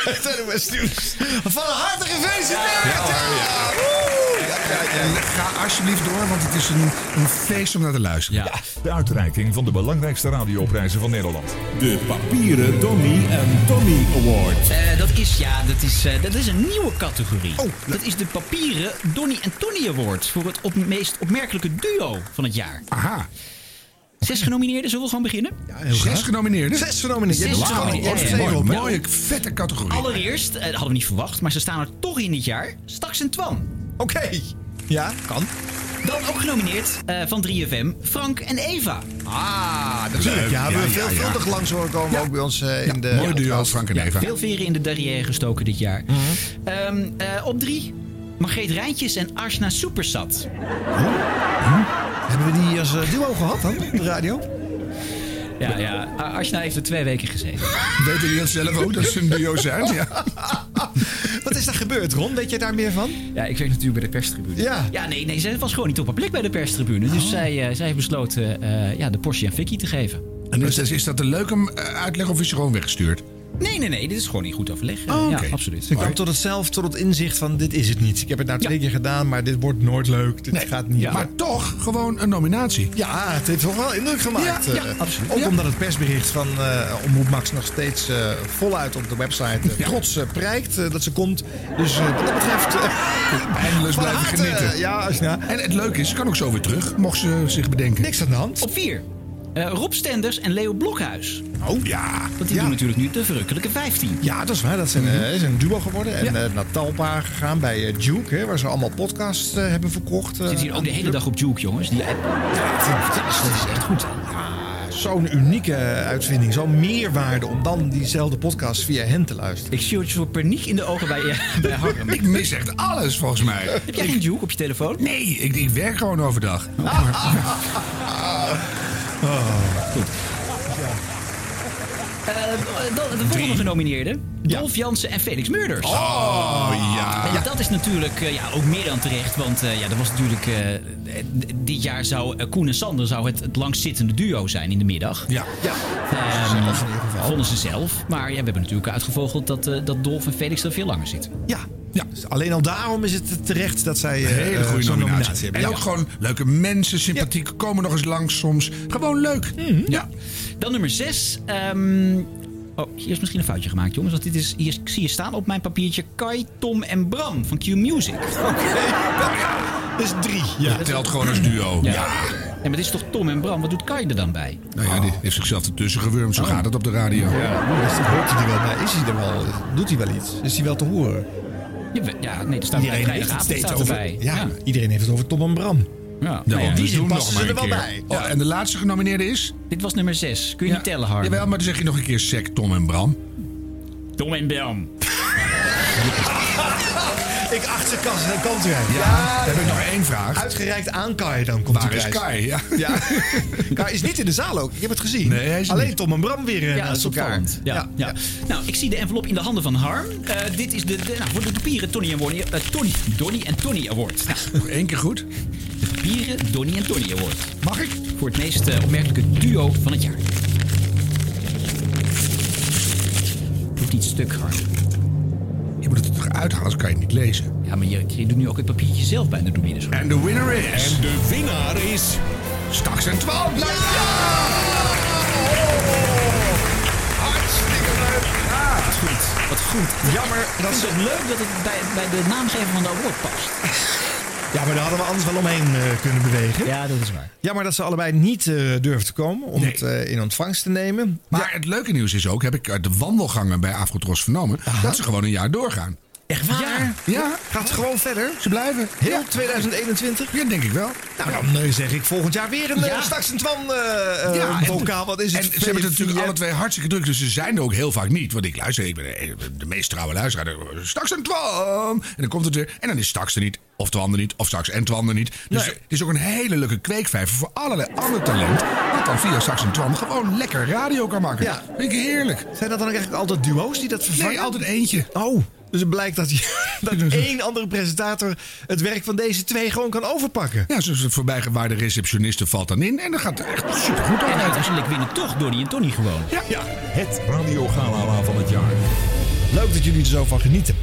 Speaker 1: Het NOS Nieuws. Van harte gefeliciteerd! Woe! Ja, ja, ja.
Speaker 2: En ga alsjeblieft door, want het is een, een feest om naar te luisteren.
Speaker 3: Ja.
Speaker 5: De uitreiking van de belangrijkste radioprijzen van Nederland.
Speaker 4: De papieren Donny en Tommy Award.
Speaker 3: Eh, dat is, ja, dat is, eh, dat is een nieuwe categorie.
Speaker 1: Oh,
Speaker 3: dat is de papieren Donny en Tony Award voor het op meest opmerkelijke duo van het jaar.
Speaker 1: Ah,
Speaker 2: Aha,
Speaker 3: Zes genomineerden, zullen we gewoon beginnen?
Speaker 2: zes genomineerden.
Speaker 1: Zes genomineerden. Je
Speaker 3: Zes
Speaker 1: hebt er
Speaker 2: Wauw,
Speaker 1: gewoon-
Speaker 3: genomineerden.
Speaker 2: wat
Speaker 1: je
Speaker 2: een
Speaker 1: hebt er
Speaker 2: mooie,
Speaker 1: zeven op, ja.
Speaker 2: mooie, vette categorie.
Speaker 3: Allereerst, eh, dat hadden we niet verwacht, maar ze staan er toch in dit jaar. Straks en Twan.
Speaker 1: Oké. Ja, kan.
Speaker 3: Dan ook genomineerd eh, van 3FM, Frank en Eva.
Speaker 1: Ah, natuurlijk.
Speaker 2: Leuk.
Speaker 1: Ja, we hebben
Speaker 2: Ja, ja,
Speaker 1: veelvuldig langs horen komen, ook bij ons eh, in de...
Speaker 2: Mooi duo, Frank en Eva. Mhm.
Speaker 3: Veel veren in de derrière gestoken dit jaar. Ehm, eh, op drie, Margreet Rijntjes en Arsna Supersat.
Speaker 1: Hebben we die als eh, duo gehad dan, op de radio?
Speaker 3: Ja, ja. A- Arsna heeft er twee weken gezeten.
Speaker 2: Weten jullie dat zelf ook, dat ze een duo zijn? Ja.
Speaker 1: Wat is daar gebeurd, Ron? Weet jij daar meer van?
Speaker 3: Ja, ik werk natuurlijk bij de perstribune.
Speaker 1: Ja.
Speaker 3: Ja, nee, nee, zij was gewoon niet op haar plek bij de perstribune.
Speaker 2: Oh.
Speaker 3: Dus zij, eh, zij heeft besloten eh, ja, de Porsche aan Vicky te geven.
Speaker 2: En dus is dat een leuke eh, uitleg of is je gewoon weggestuurd?
Speaker 3: Nee, nee, nee, dit is gewoon niet goed overleg. Eh,
Speaker 2: Oh, oké.
Speaker 3: Ja, absoluut.
Speaker 1: Ze kwam tot het zelf, tot het inzicht van dit is het niet. Ik heb het nou twee keer gedaan, maar dit wordt nooit leuk. Dit gaat niet.
Speaker 2: Maar toch gewoon een nominatie.
Speaker 1: Ja, het heeft toch wel indruk gemaakt.
Speaker 2: Ja, ja,
Speaker 1: Eh,
Speaker 2: absoluut.
Speaker 1: Ook
Speaker 2: Ja.
Speaker 1: omdat het persbericht van eh Omroep Max nog steeds eh, voluit op de website eh, trots eh, prijkt eh, dat ze komt. Dus eh, wat dat betreft... eh,
Speaker 2: Eindeloos
Speaker 1: van
Speaker 2: dus blijven
Speaker 1: harte,
Speaker 2: genieten.
Speaker 1: eh, Ja, als je nou...
Speaker 2: En het leuke is, ze kan ook zo weer terug, mocht ze zich bedenken.
Speaker 1: Niks aan de hand.
Speaker 3: Op vier, eh, Rob Stenders en Leo Blokhuis.
Speaker 2: Oh ja.
Speaker 3: Want die
Speaker 1: Ja.
Speaker 3: doen natuurlijk nu de verrukkelijke Mhm. 15.
Speaker 1: Ja, dat is waar. Dat zijn, eh, is een duo geworden. En eh, naar Talpa gegaan bij eh, Duke, hè, waar ze allemaal podcasts eh, hebben verkocht. eh,
Speaker 3: Zit hier ook de hele dag op Juke, jongens. Die app. dat is echt goed. hè?
Speaker 1: Zo'n unieke eh, uitvinding, zo'n meerwaarde om dan diezelfde podcast via hen te luisteren.
Speaker 3: Ik zie het soort paniek in de ogen bij, eh, bij Harm.
Speaker 2: Ik mis echt alles volgens mij.
Speaker 3: Heb jij geen Juke op je telefoon?
Speaker 2: Nee, ik, ik werk gewoon overdag.
Speaker 1: Ah,
Speaker 2: Ah. Oh.
Speaker 3: Eh, dan, de volgende genomineerde. Dolf Jansen en Felix Murders.
Speaker 2: Oh ja.
Speaker 3: En dat is natuurlijk eh, ja, ook meer dan terecht. Want eh, ja, dat was natuurlijk. eh, eh, dit jaar zou eh, Koen en Sander zou het, het langstzittende duo zijn in de middag.
Speaker 2: Ja.
Speaker 3: Ehm, vonden ze zelf. Maar ja, we hebben natuurlijk uitgevogeld dat, eh, dat Dolf en Felix er veel langer zitten.
Speaker 1: Ja. ja. Dus alleen al daarom is het terecht dat zij eh,
Speaker 2: Een hele
Speaker 1: eh,
Speaker 2: goede
Speaker 1: zo'n
Speaker 2: nominatie.
Speaker 1: hebben.
Speaker 2: En ook gewoon leuke mensen, sympathiek, komen nog eens langs soms. Gewoon leuk. Ja.
Speaker 3: Mhm. Dan nummer 6. ehm oh, hier is misschien een foutje gemaakt, jongens. Want dit is, hier is- ik zie je staan op mijn papiertje Kai, Tom en Bram van Q Music.
Speaker 1: Dat is drie. Ja.
Speaker 2: Dat telt gewoon als duo.
Speaker 3: Ja.
Speaker 2: Ja.
Speaker 3: En maar dit is toch Tom en Bram? Wat doet Kai er dan bij?
Speaker 2: Nou ja, die
Speaker 1: Oh.
Speaker 2: heeft zichzelf ertussen gewurmd. Zo gaat het op de radio.
Speaker 1: Dus dan hoort hij er wel bij. Is hij er wel? Doet hij wel iets? Is hij wel te horen?
Speaker 3: Ja, we- Ja, nee, er staat bij vrijdagavond staat erbij.
Speaker 1: Ja, iedereen heeft het over Tom en Bram.
Speaker 3: Ja,
Speaker 2: Ja,
Speaker 3: nou ja,
Speaker 2: dus
Speaker 1: die zin
Speaker 2: doe hem
Speaker 1: passen
Speaker 2: nog
Speaker 1: ze
Speaker 2: maar
Speaker 1: er
Speaker 2: een
Speaker 1: wel
Speaker 2: keer.
Speaker 1: bij.
Speaker 2: Oh, en de laatste genomineerde is?
Speaker 3: Dit was nummer 6. Kun je niet tellen, Harm?
Speaker 2: Jawel, maar dan zeg je nog een keer Sek, Tom en Bram.
Speaker 3: Tom en Bram.
Speaker 1: Ik acht zijn kans en kans rijden.
Speaker 2: Ja, dan heb ik nog één vraag.
Speaker 1: Uitgereikt aan Kai dan komt
Speaker 2: Waar
Speaker 1: die
Speaker 2: is
Speaker 1: prijs.
Speaker 2: Kai? Ja.
Speaker 1: Ja. Kai is niet in de zaal ook. Ik heb het gezien.
Speaker 2: Nee, hij is er
Speaker 1: Alleen
Speaker 2: niet.
Speaker 1: Tom en Bram weer eh,
Speaker 3: Ja, dat
Speaker 1: naast
Speaker 3: is
Speaker 1: elkaar.
Speaker 3: opvallend. Ja, ja. Nou, ik zie de envelop in de handen van Harm. Eh, dit is de, de- nou, voor de papieren Tony en Wonnie, eh, Tony, Donnie en Tony Award. Nou,
Speaker 2: Nog één keer goed.
Speaker 3: de papieren Donnie en Tony Award.
Speaker 2: Mag ik?
Speaker 3: Voor het meest eh, opmerkelijke duo van het jaar. of niet stuk hard.
Speaker 2: Je moet het er toch uithalen, anders kan je het niet lezen.
Speaker 3: Ja, maar je, je doet nu ook het papiertje zelf bijna door binnen.
Speaker 2: En de winner is... En
Speaker 5: de winnaar is...
Speaker 2: Staks en Twan! Ja! Hartstikke leuk!
Speaker 3: Wat goed, wat goed. Jammer. Dat is het leuk dat het bij, bij de naamgever van de award past.
Speaker 1: Ja, maar daar hadden we anders wel omheen eh, kunnen bewegen.
Speaker 3: Ja, dat is waar.
Speaker 1: Jammer dat ze allebei niet eh durfden te komen om
Speaker 2: Nee.
Speaker 1: het eh, in ontvangst te nemen.
Speaker 2: Maar het leuke nieuws is ook, heb ik uit de wandelgangen bij Afrotros vernomen... dat ze gewoon een jaar doorgaan.
Speaker 1: Echt waar? Ja,
Speaker 2: Ja,
Speaker 1: gaat gewoon verder.
Speaker 2: ze blijven.
Speaker 1: Heel 2021.
Speaker 2: Ja, denk ik wel.
Speaker 1: Nou, dan eh, zeg ik volgend jaar weer een
Speaker 3: Ja.
Speaker 1: eh, straks een Twan eh eh,
Speaker 2: Ja, en-
Speaker 1: bokaal. Wat is het?
Speaker 2: En ze hebben het natuurlijk alle twee hartstikke druk, dus ze zijn er ook heel vaak niet. Want ik luister, ik ben eh, de, de meest trouwe luisteraar. eh, Straks en Twan! En dan komt het weer. En dan is straks er niet, of Twan er niet, of straks en Twan er niet. Dus het is ook een hele leuke kweekvijver voor allerlei ander talent. Wat dan via straks en Twan gewoon lekker radio kan maken.
Speaker 1: Ja.
Speaker 2: Vind ik heerlijk.
Speaker 1: Zijn dat dan eigenlijk altijd duo's die dat vervangen?
Speaker 2: Nee, altijd eentje.
Speaker 1: Oh, dus het blijkt dat, dat één andere presentator het werk van deze twee gewoon kan overpakken.
Speaker 2: Ja, zoals de voorbijgewaarde receptioniste valt dan in. En dan gaat het echt supergoed
Speaker 3: En
Speaker 2: aan.
Speaker 3: uiteindelijk winnen toch Donnie en Tony gewoon.
Speaker 6: Het radiogala van het jaar.
Speaker 1: Leuk dat jullie er zo van genieten.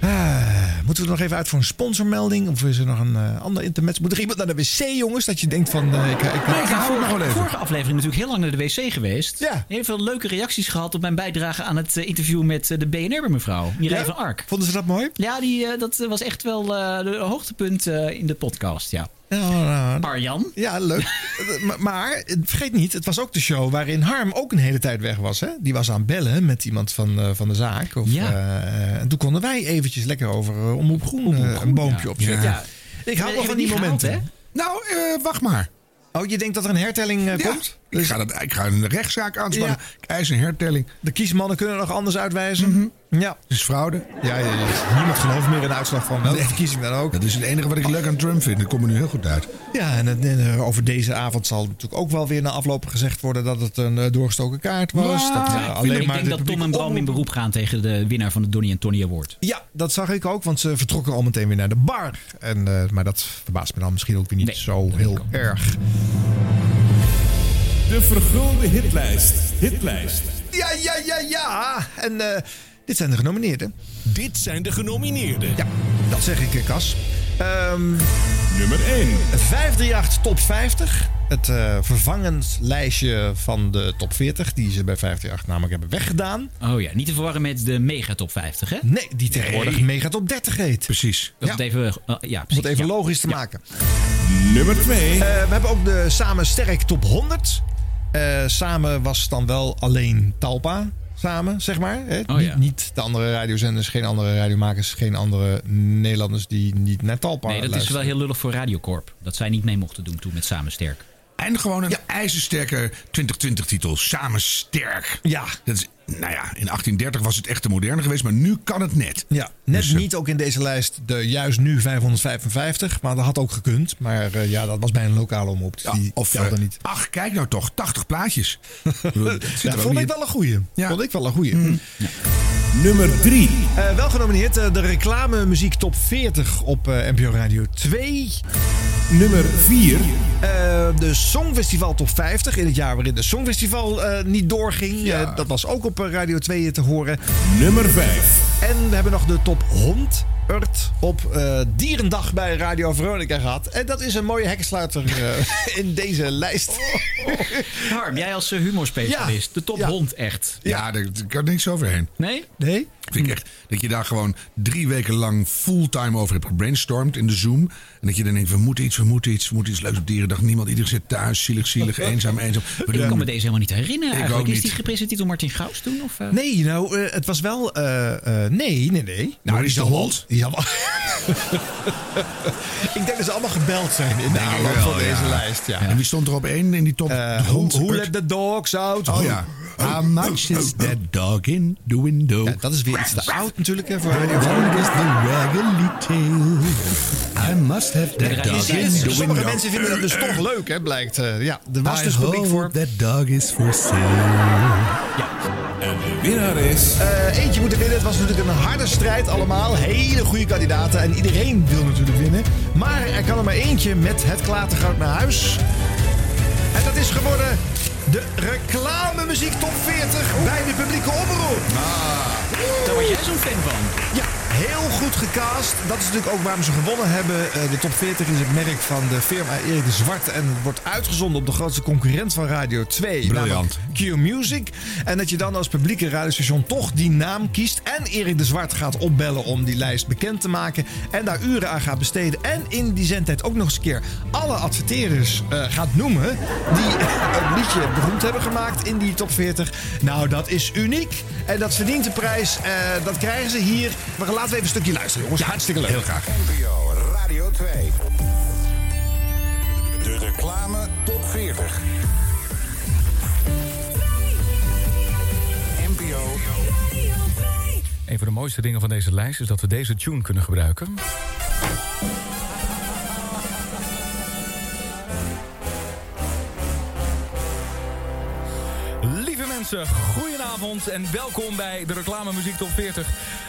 Speaker 1: Ah, moeten we er nog even uit voor een sponsormelding? Of is er nog een eh, ander internet? Moet er iemand naar de wc, jongens? Dat je denkt van... eh, ik, ik,
Speaker 3: ik
Speaker 2: hou het nog wel
Speaker 3: vorige,
Speaker 2: even.
Speaker 3: vorige aflevering natuurlijk heel lang naar de wc geweest.
Speaker 1: Ja.
Speaker 3: Heel veel leuke reacties gehad op mijn bijdrage aan het eh, interview met eh, de BNR-mevrouw, Mireille van Ark.
Speaker 1: Vonden ze dat mooi?
Speaker 3: Ja, die, eh, dat eh, was echt wel eh de hoogtepunt eh, in de podcast, ja. Dus
Speaker 1: Ja, nou,
Speaker 3: Arjan.
Speaker 1: ja leuk. maar, maar eh, vergeet niet, het was ook de show waarin Harm ook een hele tijd weg was. Hè? Die was aan het bellen met iemand van, eh, van de zaak. Of,
Speaker 3: Ja.
Speaker 1: eh, en toen konden wij eventjes lekker over eh, Omroep Groen eh, een boompje
Speaker 3: ja.
Speaker 1: opzetten.
Speaker 3: Ja.
Speaker 1: Ik hou
Speaker 3: Eh,
Speaker 1: wel
Speaker 3: heb
Speaker 1: van
Speaker 3: je
Speaker 1: die
Speaker 3: niet
Speaker 1: momenten.
Speaker 3: gehaald,
Speaker 2: Nou, eh, wacht maar.
Speaker 1: oh, je denkt dat er een hertelling eh,
Speaker 2: Ja,
Speaker 1: komt?
Speaker 2: ik, ga dat, ik ga een rechtszaak aanspannen.
Speaker 1: Ja.
Speaker 2: Ik eis een hertelling. Mhm.
Speaker 1: De kiesmannen kunnen nog anders uitwijzen. Ja.
Speaker 2: Het is fraude.
Speaker 1: Ja, ja, ja. niemand gelooft meer in de uitslag van welke
Speaker 2: Nee.
Speaker 1: verkiezing dan ook.
Speaker 2: Dat is het enige wat ik leuk aan Trump vind. Dat komt me nu heel goed uit.
Speaker 1: Ja, en, het- en, eh, over deze avond zal natuurlijk ook wel weer na afloop gezegd worden dat het een eh, doorgestoken kaart was.
Speaker 2: Ja,
Speaker 1: Dat, eh,
Speaker 2: ik vind-
Speaker 1: alleen
Speaker 3: ik
Speaker 1: maar
Speaker 3: denk
Speaker 1: de
Speaker 3: dat Tom en
Speaker 1: publieke
Speaker 3: Bram in
Speaker 1: omroep-
Speaker 3: beroep gaan tegen de winnaar van de Donnie en Tony Award.
Speaker 1: Ja, dat zag ik ook, want ze vertrokken al meteen weer naar de bar. En, eh, maar dat verbaast me dan misschien ook weer niet
Speaker 3: Nee,
Speaker 1: zo heel erg.
Speaker 4: De vergulde hitlijst. Hitlijst.
Speaker 1: Ja, ja, ja, ja. En eh, dit zijn de genomineerden.
Speaker 5: Dit zijn de genomineerden.
Speaker 1: Ja, dat zeg ik, eh, Cas. Ehm
Speaker 4: Nummer 1.
Speaker 1: 538 top 50. Het eh, vervangend lijstje van de top 40, die ze bij 538 namelijk hebben weggedaan.
Speaker 3: Oh ja, niet te verwarren met de mega top 50, hè?
Speaker 1: Nee, die tegenwoordig mega top 30 heet.
Speaker 2: Precies.
Speaker 3: Dat het even, eh, ja,
Speaker 1: Om
Speaker 3: precies.
Speaker 1: het even
Speaker 3: ja.
Speaker 1: logisch te maken.
Speaker 4: Nummer 2.
Speaker 1: Eh, we hebben ook de Samen Sterk top 100. Eh, samen was dan wel alleen Talpa. Samen, zeg maar. Hè?
Speaker 3: Oh,
Speaker 1: niet,
Speaker 3: ja.
Speaker 1: niet de andere radiozenders, geen andere radiomakers, geen andere Nederlanders die niet naar Talpa
Speaker 3: Nee, dat is wel
Speaker 1: luisteren.
Speaker 3: heel lullig voor Radiocorp. Dat zij niet mee mochten doen toen met Samen Sterk.
Speaker 2: En gewoon een ijzersterke 2020-titel. Samen sterk.
Speaker 1: Ja.
Speaker 2: Dat is, nou ja, in 1830 was het echt te moderne geweest, maar nu kan het net.
Speaker 1: Ja, net
Speaker 2: Dus, eh,
Speaker 1: niet ook in deze lijst de juist nu 555, maar dat had ook gekund. Maar eh, ja, dat was bij een lokale omroep. Dus
Speaker 2: Ja,
Speaker 1: die
Speaker 2: of,
Speaker 1: telde
Speaker 2: eh,
Speaker 1: niet.
Speaker 2: ach, kijk nou toch, 80 plaatjes. Dat zit er
Speaker 1: Dat
Speaker 2: ook
Speaker 1: vond
Speaker 2: niet
Speaker 1: ik
Speaker 2: in.
Speaker 1: wel een goeie.
Speaker 2: Ja. Mm.
Speaker 1: Vond ik wel een goeie.
Speaker 4: Nummer 3.
Speaker 1: Eh, wel genomineerd eh, de reclame muziek top 40 op eh, NPO Radio 2.
Speaker 4: Nummer 4.
Speaker 1: Eh, de Songfestival top 50 in het jaar waarin de Songfestival eh, niet doorging. Eh, dat was ook op eh, Radio 2 te horen.
Speaker 4: Nummer 5.
Speaker 1: En we hebben nog de top 100 op eh, Dierendag bij Radio Veronica gehad. En dat is een mooie hekkensluiter eh, in deze lijst.
Speaker 3: Oh, Harm, jij als eh, humorspecialist,
Speaker 1: Ja.
Speaker 3: de top
Speaker 1: Ja.
Speaker 3: 100 echt.
Speaker 2: Ja, daar daar kan niks overheen.
Speaker 3: Nee?
Speaker 1: Nee?
Speaker 2: Vind ik echt dat je daar gewoon drie weken lang fulltime over hebt gebrainstormd in de Zoom. En dat je dan denkt, we moeten iets, we moeten iets, we moeten iets leuks op Dierendag. Niemand, iedereen zit thuis, zielig, zielig, eenzaam, eenzaam. We
Speaker 3: Ik
Speaker 2: doen-
Speaker 3: kan me deze helemaal niet herinneren eigenlijk.
Speaker 2: ook
Speaker 3: Is die
Speaker 2: niet.
Speaker 3: gepresenteerd door Martin Gauws toen? Of, eh?
Speaker 1: Nee, nou, eh, het was wel... eh, eh, nee, nee, nee.
Speaker 2: Nou, die is
Speaker 1: de
Speaker 2: de hond.
Speaker 1: Die is allemaal... Ik denk dat ze allemaal gebeld zijn in de
Speaker 2: ik
Speaker 1: aanloop
Speaker 2: Nou, wel,
Speaker 1: van
Speaker 2: ja.
Speaker 1: deze lijst. Ja.
Speaker 2: En wie stond er op één in die top
Speaker 1: Eh, who,
Speaker 2: 100?
Speaker 1: who let the dogs out? Oh,
Speaker 2: Oh ja. How much is that dog in the window?
Speaker 1: Ja, dat is weer iets te oud natuurlijk hè, voor Radio
Speaker 2: What
Speaker 1: Veronica.
Speaker 2: is the waggly tail? I must have that
Speaker 3: Je
Speaker 2: dog
Speaker 3: ziet
Speaker 2: in
Speaker 3: het,
Speaker 2: the window.
Speaker 1: Sommige mensen vinden dat dus toch leuk, hè, blijkt. Eh, ja, er was
Speaker 2: I
Speaker 1: dus publiek
Speaker 2: hope
Speaker 1: voor.
Speaker 2: that dog is for sale.
Speaker 4: En de winnaar is...
Speaker 1: Eh, eentje moeten winnen. Het was natuurlijk een harde strijd allemaal. Hele goede kandidaten. En iedereen wil natuurlijk winnen. Maar er kan er maar eentje met het klatergoud naar huis. En dat is geworden De reclamemuziek top 40 bij de publieke omroep.
Speaker 11: Ah,
Speaker 3: Daar word jij zo'n fan van.
Speaker 1: Ja, heel goed gecast. Dat is natuurlijk ook waarom ze gewonnen hebben. Eh, De top 40 is het merk van de firma Erik de Zwart. En het wordt uitgezonden op de grootste concurrent van Radio 2.
Speaker 2: Briljant.
Speaker 1: namelijk Q Music. En dat je dan als publieke radiostation toch die naam kiest. En Erik de Zwart gaat opbellen om die lijst bekend te maken. En daar uren aan gaat besteden. En in die zendtijd ook nog eens een keer alle adverteerders eh, gaat noemen. Die een liedje beroemd hebben gemaakt in die top 40. Nou, dat is uniek. En dat verdient de prijs. Eh, dat krijgen ze hier. Maar laten we even een stukje luisteren, jongens. Hartstikke leuk. Heel graag.
Speaker 12: NPO Radio 2. De reclame top 40. NPO.
Speaker 13: Een van de mooiste dingen van deze lijst is dat we deze tune kunnen gebruiken. Lieve mensen, goedenavond en welkom bij de Reclame Muziek Top 40.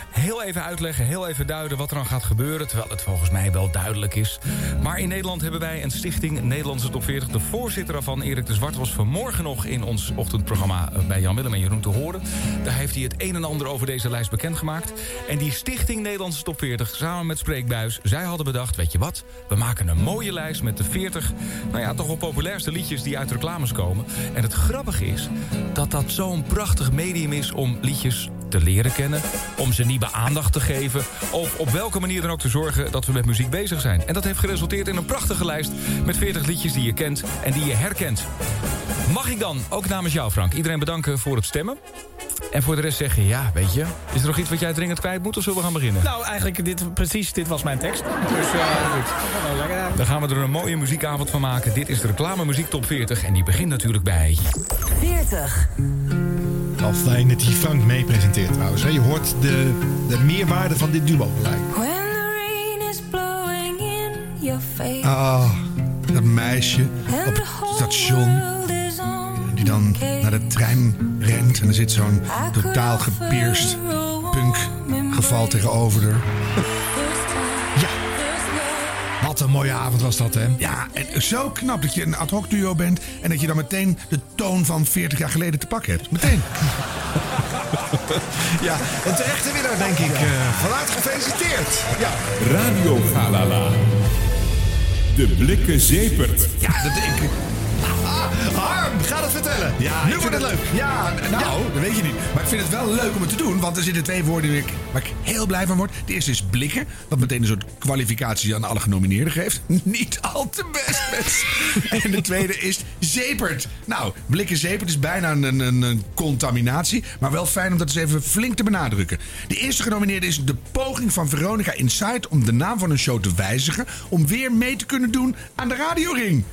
Speaker 13: Heel even uitleggen, heel even duiden wat er dan gaat gebeuren... terwijl het volgens mij wel duidelijk is. Maar in Nederland hebben wij een stichting Nederlandse Top 40. De voorzitter daarvan, Erik de Zwart, was vanmorgen nog... in ons ochtendprogramma eh, bij Jan Willem en Jeroen te horen. Daar heeft hij het een en ander over deze lijst bekendgemaakt. En die stichting Nederlandse Top 40, samen met Spreekbuis... zij hadden bedacht, weet je wat, we maken een mooie lijst met de 40... nou ja, toch wel populairste liedjes die uit reclames komen. En het grappige is dat dat zo'n prachtig medium is om liedjes te leren kennen, om ze nieuwe aandacht te geven... of op welke manier dan ook te zorgen dat we met muziek bezig zijn. En dat heeft geresulteerd in een prachtige lijst met 40 liedjes die je kent en die je herkent. Mag ik dan, ook namens jou Frank, iedereen bedanken voor het stemmen? En voor de rest zeggen, ja, weet je, is er nog iets wat jij dringend kwijt moet... of zullen we gaan beginnen?
Speaker 11: Nou, eigenlijk dit, precies, dit was mijn tekst. Dus eh goed. Gaan we lekker aan.
Speaker 13: Daar gaan we er een mooie muziekavond van maken. Dit is de reclame muziek top 40 en die begint natuurlijk bij...
Speaker 14: 40.
Speaker 1: Al fijn dat hij Frank mee presenteert trouwens. hè. Je hoort de, de meerwaarde van dit duo gelijk.
Speaker 15: When the rain is blowing in your face.
Speaker 1: Ah,
Speaker 2: Oh, dat meisje
Speaker 15: and the whole
Speaker 2: station
Speaker 15: world is on
Speaker 2: die dan naar de trein rent. En er zit zo'n totaal gepierst punkgeval tegenover haar.
Speaker 1: Wat een mooie avond was dat, hè?
Speaker 2: Ja, en zo knap dat je een ad hoc duo bent... en dat je dan meteen de toon van 40 jaar geleden te pakken hebt. Meteen.
Speaker 1: ja, een terechte winnaar, denk ik. eh, Vanuit gefeliciteerd. Ja.
Speaker 16: Radio Galala. De blikken zepert.
Speaker 2: Ja, dat denk ik.
Speaker 1: Ah, Harm, ga dat vertellen.
Speaker 2: Ja,
Speaker 1: nu
Speaker 2: ik
Speaker 1: wordt het
Speaker 2: vind
Speaker 1: leuk. Ja,
Speaker 2: nou, dat weet je niet. Maar ik vind het wel leuk om het te doen, want er zitten twee woorden waar ik, waar ik heel blij van word. De eerste is blikken, wat meteen een soort kwalificatie aan alle genomineerden geeft. Niet al te best, mensen. En de tweede is zepert. Nou, blikken zepert is bijna een, een- een, een contaminatie, maar wel fijn om dat eens even flink te benadrukken. De eerste genomineerde is de poging van Veronica Insight om de naam van een show te wijzigen om weer mee te kunnen doen aan de radioring. dus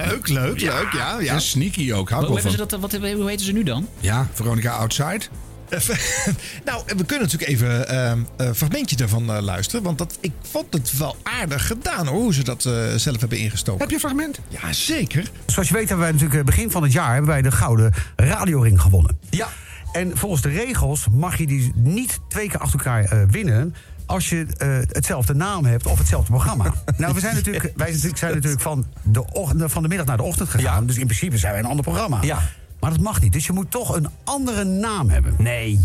Speaker 1: Leuk, leuk, leuk. Ja, ja.
Speaker 2: En sneaky ook, hou ik
Speaker 3: Hoe,
Speaker 2: wel
Speaker 3: hebben
Speaker 2: van.
Speaker 3: ze dat, wat, hebben- hoe heten ze nu dan?
Speaker 2: Ja, Veronica Outside.
Speaker 1: Eh, nou, we kunnen natuurlijk even ehm, een fragmentje daarvan eh, luisteren. Want dat, ik vond het wel aardig gedaan hoor, hoe ze dat eh, zelf hebben ingestoken. Heb
Speaker 2: je een fragment?
Speaker 1: Ja, zeker.
Speaker 6: Zoals je weet hebben wij natuurlijk eh, begin van het jaar hebben wij de gouden radioring gewonnen. Ja. En volgens de regels mag je die niet twee keer achter elkaar eh, winnen als je eh, hetzelfde naam hebt of hetzelfde programma. nou, we zijn natuurlijk, wij zijn natuurlijk- zijn natuurlijk van de, ochtend, van de middag naar de ochtend gegaan. Dus in principe zijn wij een ander programma. Ja. Maar dat mag niet. Dus je moet toch een andere naam hebben. Nee.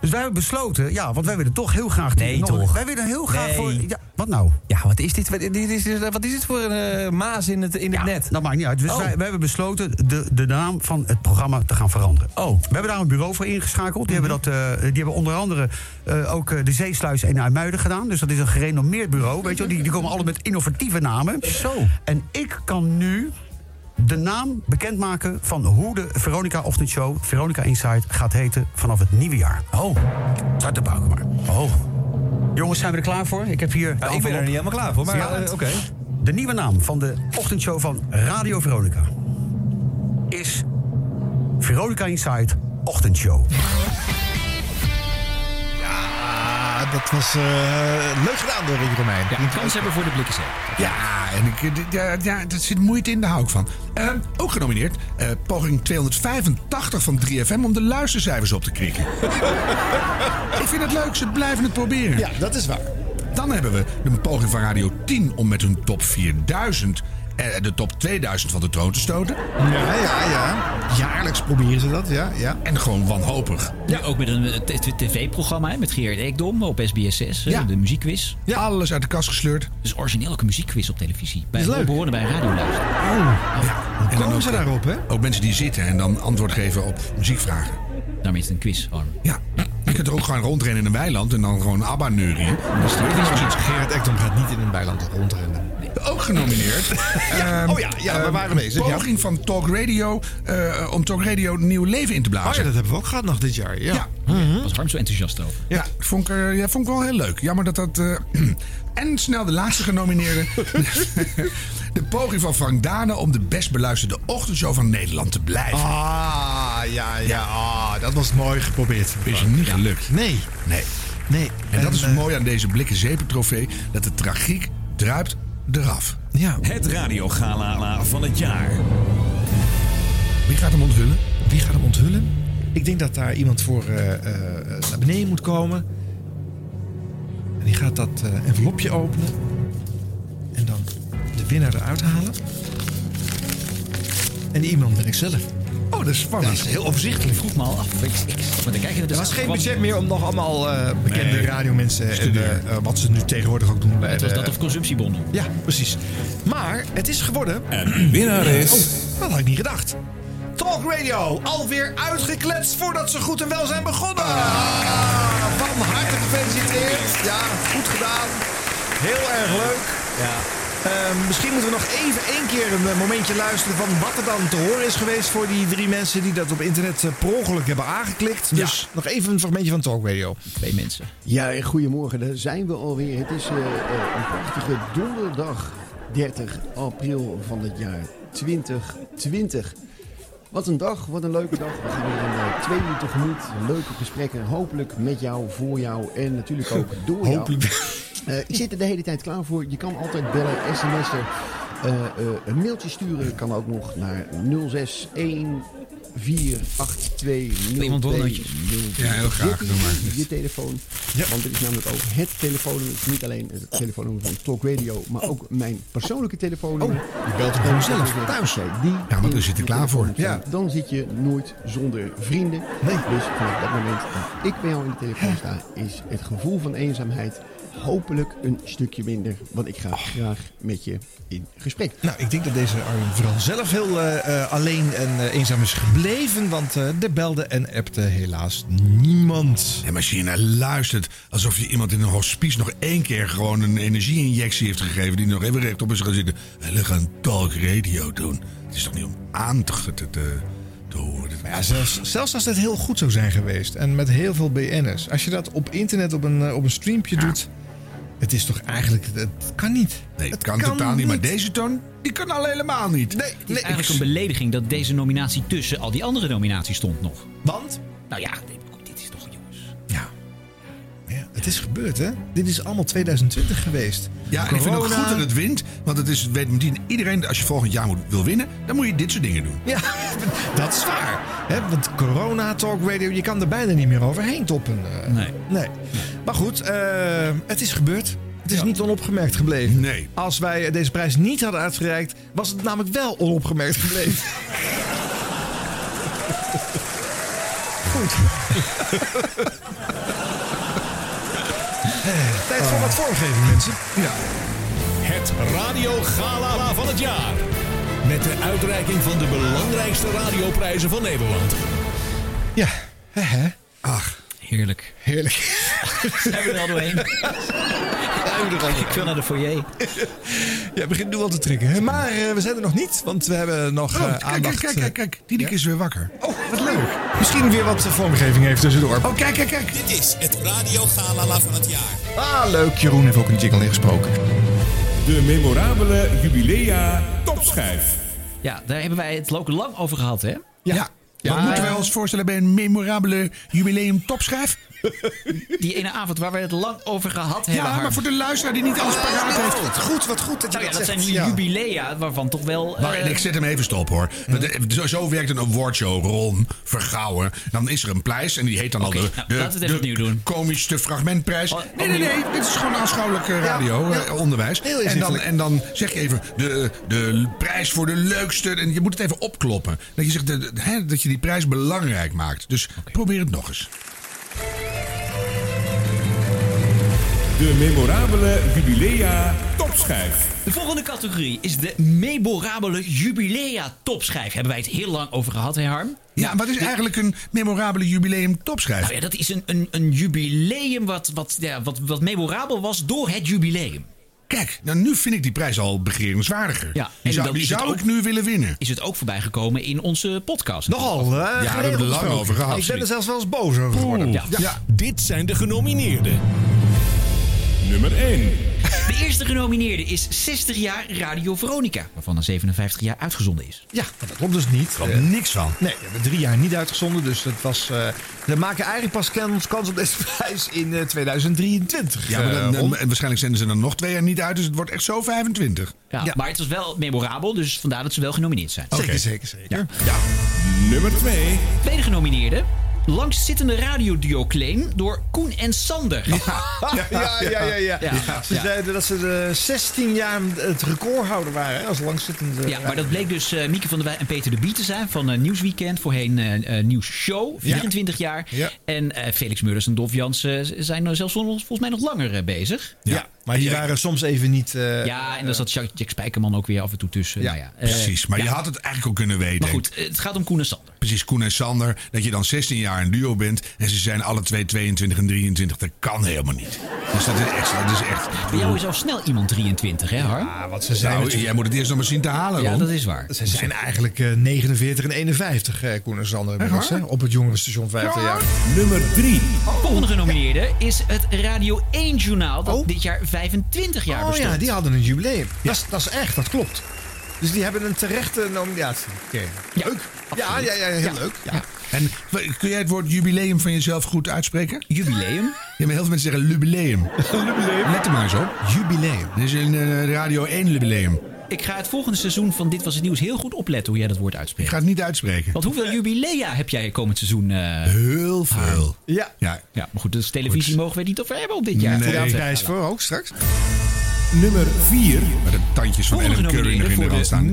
Speaker 6: Dus wij hebben besloten, ja, want wij willen toch heel graag... die-
Speaker 17: Nee,
Speaker 6: nog-
Speaker 17: toch?
Speaker 6: Wij willen heel graag
Speaker 17: Nee.
Speaker 6: voor... Ja, wat nou?
Speaker 17: Ja, wat is dit? Wat, dit is, wat is dit voor een eh, maas in het, in het net?
Speaker 6: Dat maakt niet uit. Dus
Speaker 17: Oh.
Speaker 6: wij, wij hebben besloten de, de naam van het programma te gaan veranderen. We hebben daar een bureau voor ingeschakeld. Die, hebben, dat, eh, die hebben onder andere eh, ook eh, de Zeesluis en IJmuiden gedaan. Dus dat is een gerenommeerd bureau. Weet je, wel. die, die komen alle met innovatieve namen. Zo. En ik kan nu de naam bekendmaken van hoe de Veronica Ochtendshow... Veronica Insight gaat heten vanaf het nieuwe jaar. Oh. Start de bouwen maar. Oh. Jongens, zijn we er klaar voor? Ik heb hier... de
Speaker 17: Nou, ben er
Speaker 6: envelop.
Speaker 17: niet helemaal klaar voor, maar, eh, oké.
Speaker 6: De nieuwe naam van de ochtendshow van Radio Veronica is Veronica Inside Ochtendshow.
Speaker 1: Ah, dat was eh, leuk gedaan door Rick Romein. Ja,
Speaker 3: kans hebben voor de blikken
Speaker 2: Ja, en ik, d- ja, ja, dat zit moeite in, daar hou ik van. Eh, ook genomineerd, eh, poging 285 van 3FM om de luistercijfers op te krikken. ik vind het leuk, ze blijven het proberen. Ja,
Speaker 1: dat is waar.
Speaker 2: Dan hebben we de poging van Radio 10 om met hun top 4000 eh, de top 2000 van de troon te stoten.
Speaker 1: Ja, ja, ja. Jaarlijks proberen ze dat, ja. ja.
Speaker 2: En gewoon wanhopig.
Speaker 3: Ja. Ook met een eh, t- t- tv-programma hè, met Gerard Ekdom op SBS6. eh,
Speaker 2: Ja.
Speaker 3: De muziekquiz.
Speaker 2: Ja. Alles uit de kast gesleurd.
Speaker 3: Dus origineel ook een muziekquiz op televisie. Bij
Speaker 2: Is leuk.
Speaker 3: horen bij radio luisteren.
Speaker 2: En dan
Speaker 1: Oh. komen ze daarop, hè?
Speaker 2: Ook mensen die zitten en dan antwoord geven op muziekvragen.
Speaker 3: Daarmee is het een quiz, Harm.
Speaker 2: Ja. Je kunt er ook gewoon rondrennen in een weiland en dan gewoon ABBA neurien. Dat is het ook nog eens iets.
Speaker 1: Gerard Ekdom gaat niet in een bijland rondrennen.
Speaker 2: Ook genomineerd. Ehm,
Speaker 1: oh ja, ja, we
Speaker 2: ehm,
Speaker 1: waren bezig, ja.
Speaker 2: Poging van Talk Radio eh, om Talk Radio nieuw leven in te blazen.
Speaker 1: Oh ja, dat hebben we ook gehad nog dit jaar. Ja. Mhm.
Speaker 2: Ja.
Speaker 3: Was Harm zo enthousiast over?
Speaker 2: Ja, vond ik, eh, ja, vond ik wel heel leuk. Jammer dat dat... eh, en snel de laatste genomineerde. de poging van Frank Dane om de best beluisterde ochtendshow van Nederland te blijven.
Speaker 1: Ah, ja, ja. Ah, dat was mooi geprobeerd.
Speaker 2: Is niet gelukt.
Speaker 1: Nee.
Speaker 2: Nee.
Speaker 1: Nee.
Speaker 2: En dat is
Speaker 1: eh,
Speaker 2: mooi aan deze blikken zeepentrofee. Dat de tragiek druipt eraf.
Speaker 1: Ja.
Speaker 5: Het radiogala van het jaar.
Speaker 2: Wie gaat hem onthullen?
Speaker 1: Wie gaat hem onthullen? Ik denk dat daar iemand voor eh, eh, naar beneden moet komen. En die gaat dat eh, envelopje openen. En dan de winnaar eruit halen. En die iemand ben ik zelf.
Speaker 2: Oh, dat is spannend.
Speaker 1: Dat is heel overzichtelijk.
Speaker 3: Vroeg me al af. Ik, ik zat maar te kijken.
Speaker 1: Er was geen budget
Speaker 3: meer.
Speaker 1: meer om nog allemaal eh, bekende
Speaker 2: Nee.
Speaker 1: radiomensen... en
Speaker 2: Studeren.
Speaker 1: eh, eh, wat ze nu tegenwoordig ook doen bij
Speaker 3: Het was
Speaker 1: de-
Speaker 3: dat of consumptiebonnen.
Speaker 1: Ja, precies. Maar het is geworden...
Speaker 4: En winnaar is...
Speaker 1: Oh, dat had ik niet gedacht. Talk Radio, alweer uitgekletst voordat ze goed en wel zijn begonnen. van harte gefeliciteerd. Ja, goed gedaan. Heel erg leuk. Eh, misschien moeten we nog even één keer een eh, momentje luisteren van wat er dan te horen is geweest voor die drie mensen die dat op internet eh, per ongeluk hebben aangeklikt. Dus nog even een fragmentje van Talk Radio.
Speaker 3: Twee mensen.
Speaker 18: Ja, goedemorgen, daar zijn we alweer. Het is eh, eh, een prachtige donderdag 30 april van het jaar 2020. Wat een dag, wat een leuke dag. We gaan weer een eh, twee uur tegemoet. Leuke gesprekken, hopelijk met jou, voor jou en natuurlijk ook door jou. Eh, ik zit er de hele tijd klaar voor. Je kan altijd bellen, sms'en. Eh, eh, een mailtje sturen kan ook nog naar 061 482
Speaker 3: Iemand wil een nootje.
Speaker 2: Ja, heel graag,
Speaker 18: Dit
Speaker 2: doe maar.
Speaker 18: is je telefoon. Want dit is namelijk ook het telefoonnummer. Het is niet alleen het telefoonnummer van Talk Radio, maar ook mijn persoonlijke telefoonnummer.
Speaker 1: Oh, Je belt hem gewoon zelf thuis.
Speaker 18: Die
Speaker 2: Ja, want we
Speaker 18: in
Speaker 2: zitten
Speaker 18: je
Speaker 2: klaar voor.
Speaker 18: telefoon staat. Dan zit je nooit zonder vrienden. Dus vanaf dat moment dat ik bij jou in de telefoon sta, is het gevoel van eenzaamheid hopelijk een stukje minder. Want ik ga graag met je in gesprek.
Speaker 1: Nou, ik denk dat deze Arjen vooral zelf heel eh, eh, alleen en eh, eenzaam is gebleven. Want eh er belde en appte helaas niemand.
Speaker 2: En Machina luistert alsof je iemand in een hospice nog één keer gewoon een energieinjectie heeft gegeven. Die nog even rechtop is gaan zitten. En we gaan talk radio doen. Het is toch niet om aan te, te, te, te horen.
Speaker 1: Ja, zelfs, zelfs als dat heel goed zou zijn geweest en met heel veel BN'ers. Als je dat op internet op een, eh, op een streampje doet, het is toch eigenlijk... Het kan niet.
Speaker 2: Nee, het kan, totaal niet. Maar deze toon, die kan al helemaal niet. Nee,
Speaker 3: Het is eigenlijk een belediging dat deze nominatie tussen al die andere nominaties stond nog.
Speaker 1: Want?
Speaker 3: Nou ja,
Speaker 2: oh,
Speaker 3: dit- dit is toch jongens.
Speaker 1: Ja. ja. Het is gebeurd, hè? Dit is allemaal 2020 geweest.
Speaker 2: Ja, en ik vind het ook goed dat het wint. Want het is, weet meteen iedereen, als je volgend jaar moet, wil winnen, dan moet je dit soort dingen doen.
Speaker 1: Ja, dat is waar. Hè, want corona, talk radio, je kan er bijna niet meer overheen toppen. eh.
Speaker 3: Nee.
Speaker 1: Nee. Maar goed, eh, het is gebeurd. Het is niet onopgemerkt gebleven.
Speaker 2: Nee.
Speaker 1: Als wij deze prijs niet hadden uitgereikt, was het namelijk wel onopgemerkt gebleven. Goed. Tijd voor wat vormgeving, mensen.
Speaker 2: Ja.
Speaker 5: Het Radio Gala van het jaar. Met de uitreiking van de belangrijkste radioprijzen van Nederland.
Speaker 1: Ja, hè, hè.
Speaker 3: Heerlijk.
Speaker 1: heerlijk.
Speaker 3: Zijn we er al doorheen? Ik wil naar de foyer.
Speaker 1: Ja, begint nu al te trekken. hè? Maar eh, we zijn er nog niet, want we hebben nog eh,
Speaker 2: Oh, kijk, kijk,
Speaker 1: aandacht.
Speaker 2: kijk, kijk, kijk. Diederik is weer wakker.
Speaker 1: Oh, wat leuk. Misschien weer wat eh, vormgeving heeft tussendoor.
Speaker 2: Oh, kijk, kijk, kijk.
Speaker 5: Dit is het Radio Gala van het jaar.
Speaker 1: Ah, leuk. Jeroen heeft ook een jingle ingesproken.
Speaker 4: De memorabele Jubilea Topschijf.
Speaker 3: Ja, daar hebben wij het ook lang over gehad, hè?
Speaker 2: Ja. Wat moeten wij ons voorstellen bij een memorabele jubileum topschijf?
Speaker 3: Die ene avond waar we het lang over gehad hebben.
Speaker 2: Ja, maar
Speaker 3: Harm.
Speaker 2: voor de luisteraar die niet alles
Speaker 3: Oh,
Speaker 2: paraat
Speaker 3: nee,
Speaker 2: heeft.
Speaker 3: goed,
Speaker 1: goed, wat goed dat
Speaker 3: Nou ja, dat zijn
Speaker 2: die
Speaker 3: die jubilea waarvan toch wel...
Speaker 2: Maar
Speaker 3: eh, Hm?
Speaker 2: ik zet hem even stop hoor. Want, eh, Zo, zo werkt een awardshow. Ron Vergouwen. Dan is er een prijs en die heet dan
Speaker 3: Oké,
Speaker 2: al de,
Speaker 3: nou,
Speaker 2: de,
Speaker 3: laten we het even
Speaker 2: de
Speaker 3: opnieuw doen. Oh,
Speaker 2: komischste fragmentprijs. nee, nee,
Speaker 3: opnieuw.
Speaker 2: nee. Dit is gewoon aanschouwelijk eh, radio, eh, onderwijs.
Speaker 1: Heel
Speaker 2: En dan,
Speaker 1: inzichtelijk.
Speaker 2: en dan zeg je even de, de prijs voor de leukste. En je moet het even opkloppen. Dat je, zegt, de- de- hè, dat je die prijs belangrijk maakt. Dus probeer het nog eens.
Speaker 4: De memorabele Jubilea Topschijf.
Speaker 3: De volgende categorie is de memorabele jubilea topschijf. Hebben wij het heel lang over gehad, hè Harm?
Speaker 2: Ja, wat is eigenlijk een memorabele jubileum topschrijf?
Speaker 3: Nou ja, dat is een, een, een jubileum wat, wat, ja, wat, wat memorabel was door het jubileum.
Speaker 2: Kijk, nou nu vind ik die prijs al begerenswaardiger.
Speaker 3: Ja,
Speaker 2: Die zou, die
Speaker 3: is het
Speaker 2: zou
Speaker 3: ook-
Speaker 2: ik nu willen winnen.
Speaker 3: Is het ook voorbij gekomen in onze podcast?
Speaker 1: Nogal, hè?
Speaker 2: Ja, daar hebben we het lang over gehad.
Speaker 1: Ik ben er
Speaker 2: Absoluut.
Speaker 1: zelfs wel eens boos over geworden.
Speaker 3: Ja.
Speaker 5: Dit zijn de genomineerden.
Speaker 4: Nummer 1.
Speaker 3: De eerste genomineerde is 60 jaar Radio Veronica, waarvan er 57 jaar uitgezonden is.
Speaker 1: Ja, dat klopt dus niet.
Speaker 2: klopt niks van.
Speaker 1: Nee, we hebben drie jaar niet uitgezonden. Dus dat was. eh we maken eigenlijk pas kans, kans op deze prijs in eh, 2023.
Speaker 2: Ja, maar dan,
Speaker 1: eh, Ron.
Speaker 2: en waarschijnlijk zenden ze er nog twee jaar niet uit. Dus het wordt echt zo 25.
Speaker 3: Ja, Maar het was wel memorabel, dus vandaar dat ze wel genomineerd zijn.
Speaker 1: Zeker, zeker, zeker.
Speaker 4: Nummer 2.
Speaker 3: Tweede genomineerde, langzittende radioduo claim door Koen en Sander.
Speaker 1: Ja, ja, ja, ja, ja. Ze zeiden dat ze de 16 jaar het recordhouder waren hè, als langzittende.
Speaker 3: Ja, maar dat bleek dus eh, Mieke van der Wij en Peter de Bie te zijn van eh, Nieuwsweekend, voorheen eh eh, Nieuwsshow, 24 jaar.
Speaker 1: Ja.
Speaker 3: En eh, Felix Murders en Dolf Jansen eh, zijn er zelfs nog- volgens mij nog langer eh, bezig.
Speaker 1: Ja, maar die waren soms even niet. eh,
Speaker 3: ja, en daar zat Jack, Jack Spijkerman ook weer af en toe tussen. nou ja, eh,
Speaker 2: Precies, maar je
Speaker 3: ja.
Speaker 2: had het eigenlijk al kunnen weten.
Speaker 3: Maar goed, eh, het gaat om Koen en Sander.
Speaker 2: Precies, Koen en Sander, dat je dan 16 jaar een duo bent en ze zijn alle twee 22 en 23. Dat kan helemaal niet. Dus dat is echt. Dat is echt
Speaker 3: Bij jou is al snel iemand 23, hè Harm?
Speaker 1: Ja, wat ze zijn
Speaker 2: Nou,
Speaker 1: natuurlijk-
Speaker 2: jij moet het eerst nog maar zien te halen.
Speaker 3: Ja,
Speaker 2: Ron.
Speaker 3: dat is waar.
Speaker 1: Ze zijn eigenlijk eh, 49 en 51, eh Koen en Sander. inmiddels, hè, op het jongerenstation 50 jaar.
Speaker 4: Nummer 3.
Speaker 2: Oh,
Speaker 3: Volgende genomineerde is het Radio 1-journaal dat dit jaar 25 jaar
Speaker 1: Oh
Speaker 3: bestond.
Speaker 1: ja, die hadden een jubileum. Dat, is, dat is echt, dat klopt. Dus die hebben een terechte nominatie. Oké. Leuk. Ja, ja, ja, heel leuk. Ja.
Speaker 2: En w- kun jij het woord jubileum van jezelf goed uitspreken?
Speaker 3: Jubileum?
Speaker 2: Ja, maar heel veel mensen zeggen jubileum. jubileum. Let er maar eens op.
Speaker 1: Jubileum.
Speaker 2: Dit is een eh, Radio 1 jubileum.
Speaker 3: Ik ga het volgende seizoen van Dit Was Het Nieuws heel goed opletten hoe jij dat woord
Speaker 2: Ik
Speaker 3: uitspreekt.
Speaker 2: ga het niet uitspreken.
Speaker 3: Want hoeveel jubilea heb jij komend seizoen? eh?
Speaker 2: Heel veel.
Speaker 1: Ja.
Speaker 2: Ja.
Speaker 3: Ja, maar goed, dus televisie mogen we het niet over hebben op dit jaar.
Speaker 2: Nee.
Speaker 1: Daar
Speaker 2: Ja,
Speaker 1: prijs voor ook straks.
Speaker 4: Nummer 4.
Speaker 2: Met de tandjes van
Speaker 3: Volgende
Speaker 2: Ellen Curry nog
Speaker 3: genomineerde
Speaker 2: in de
Speaker 3: voor
Speaker 2: rand
Speaker 3: de
Speaker 2: staan.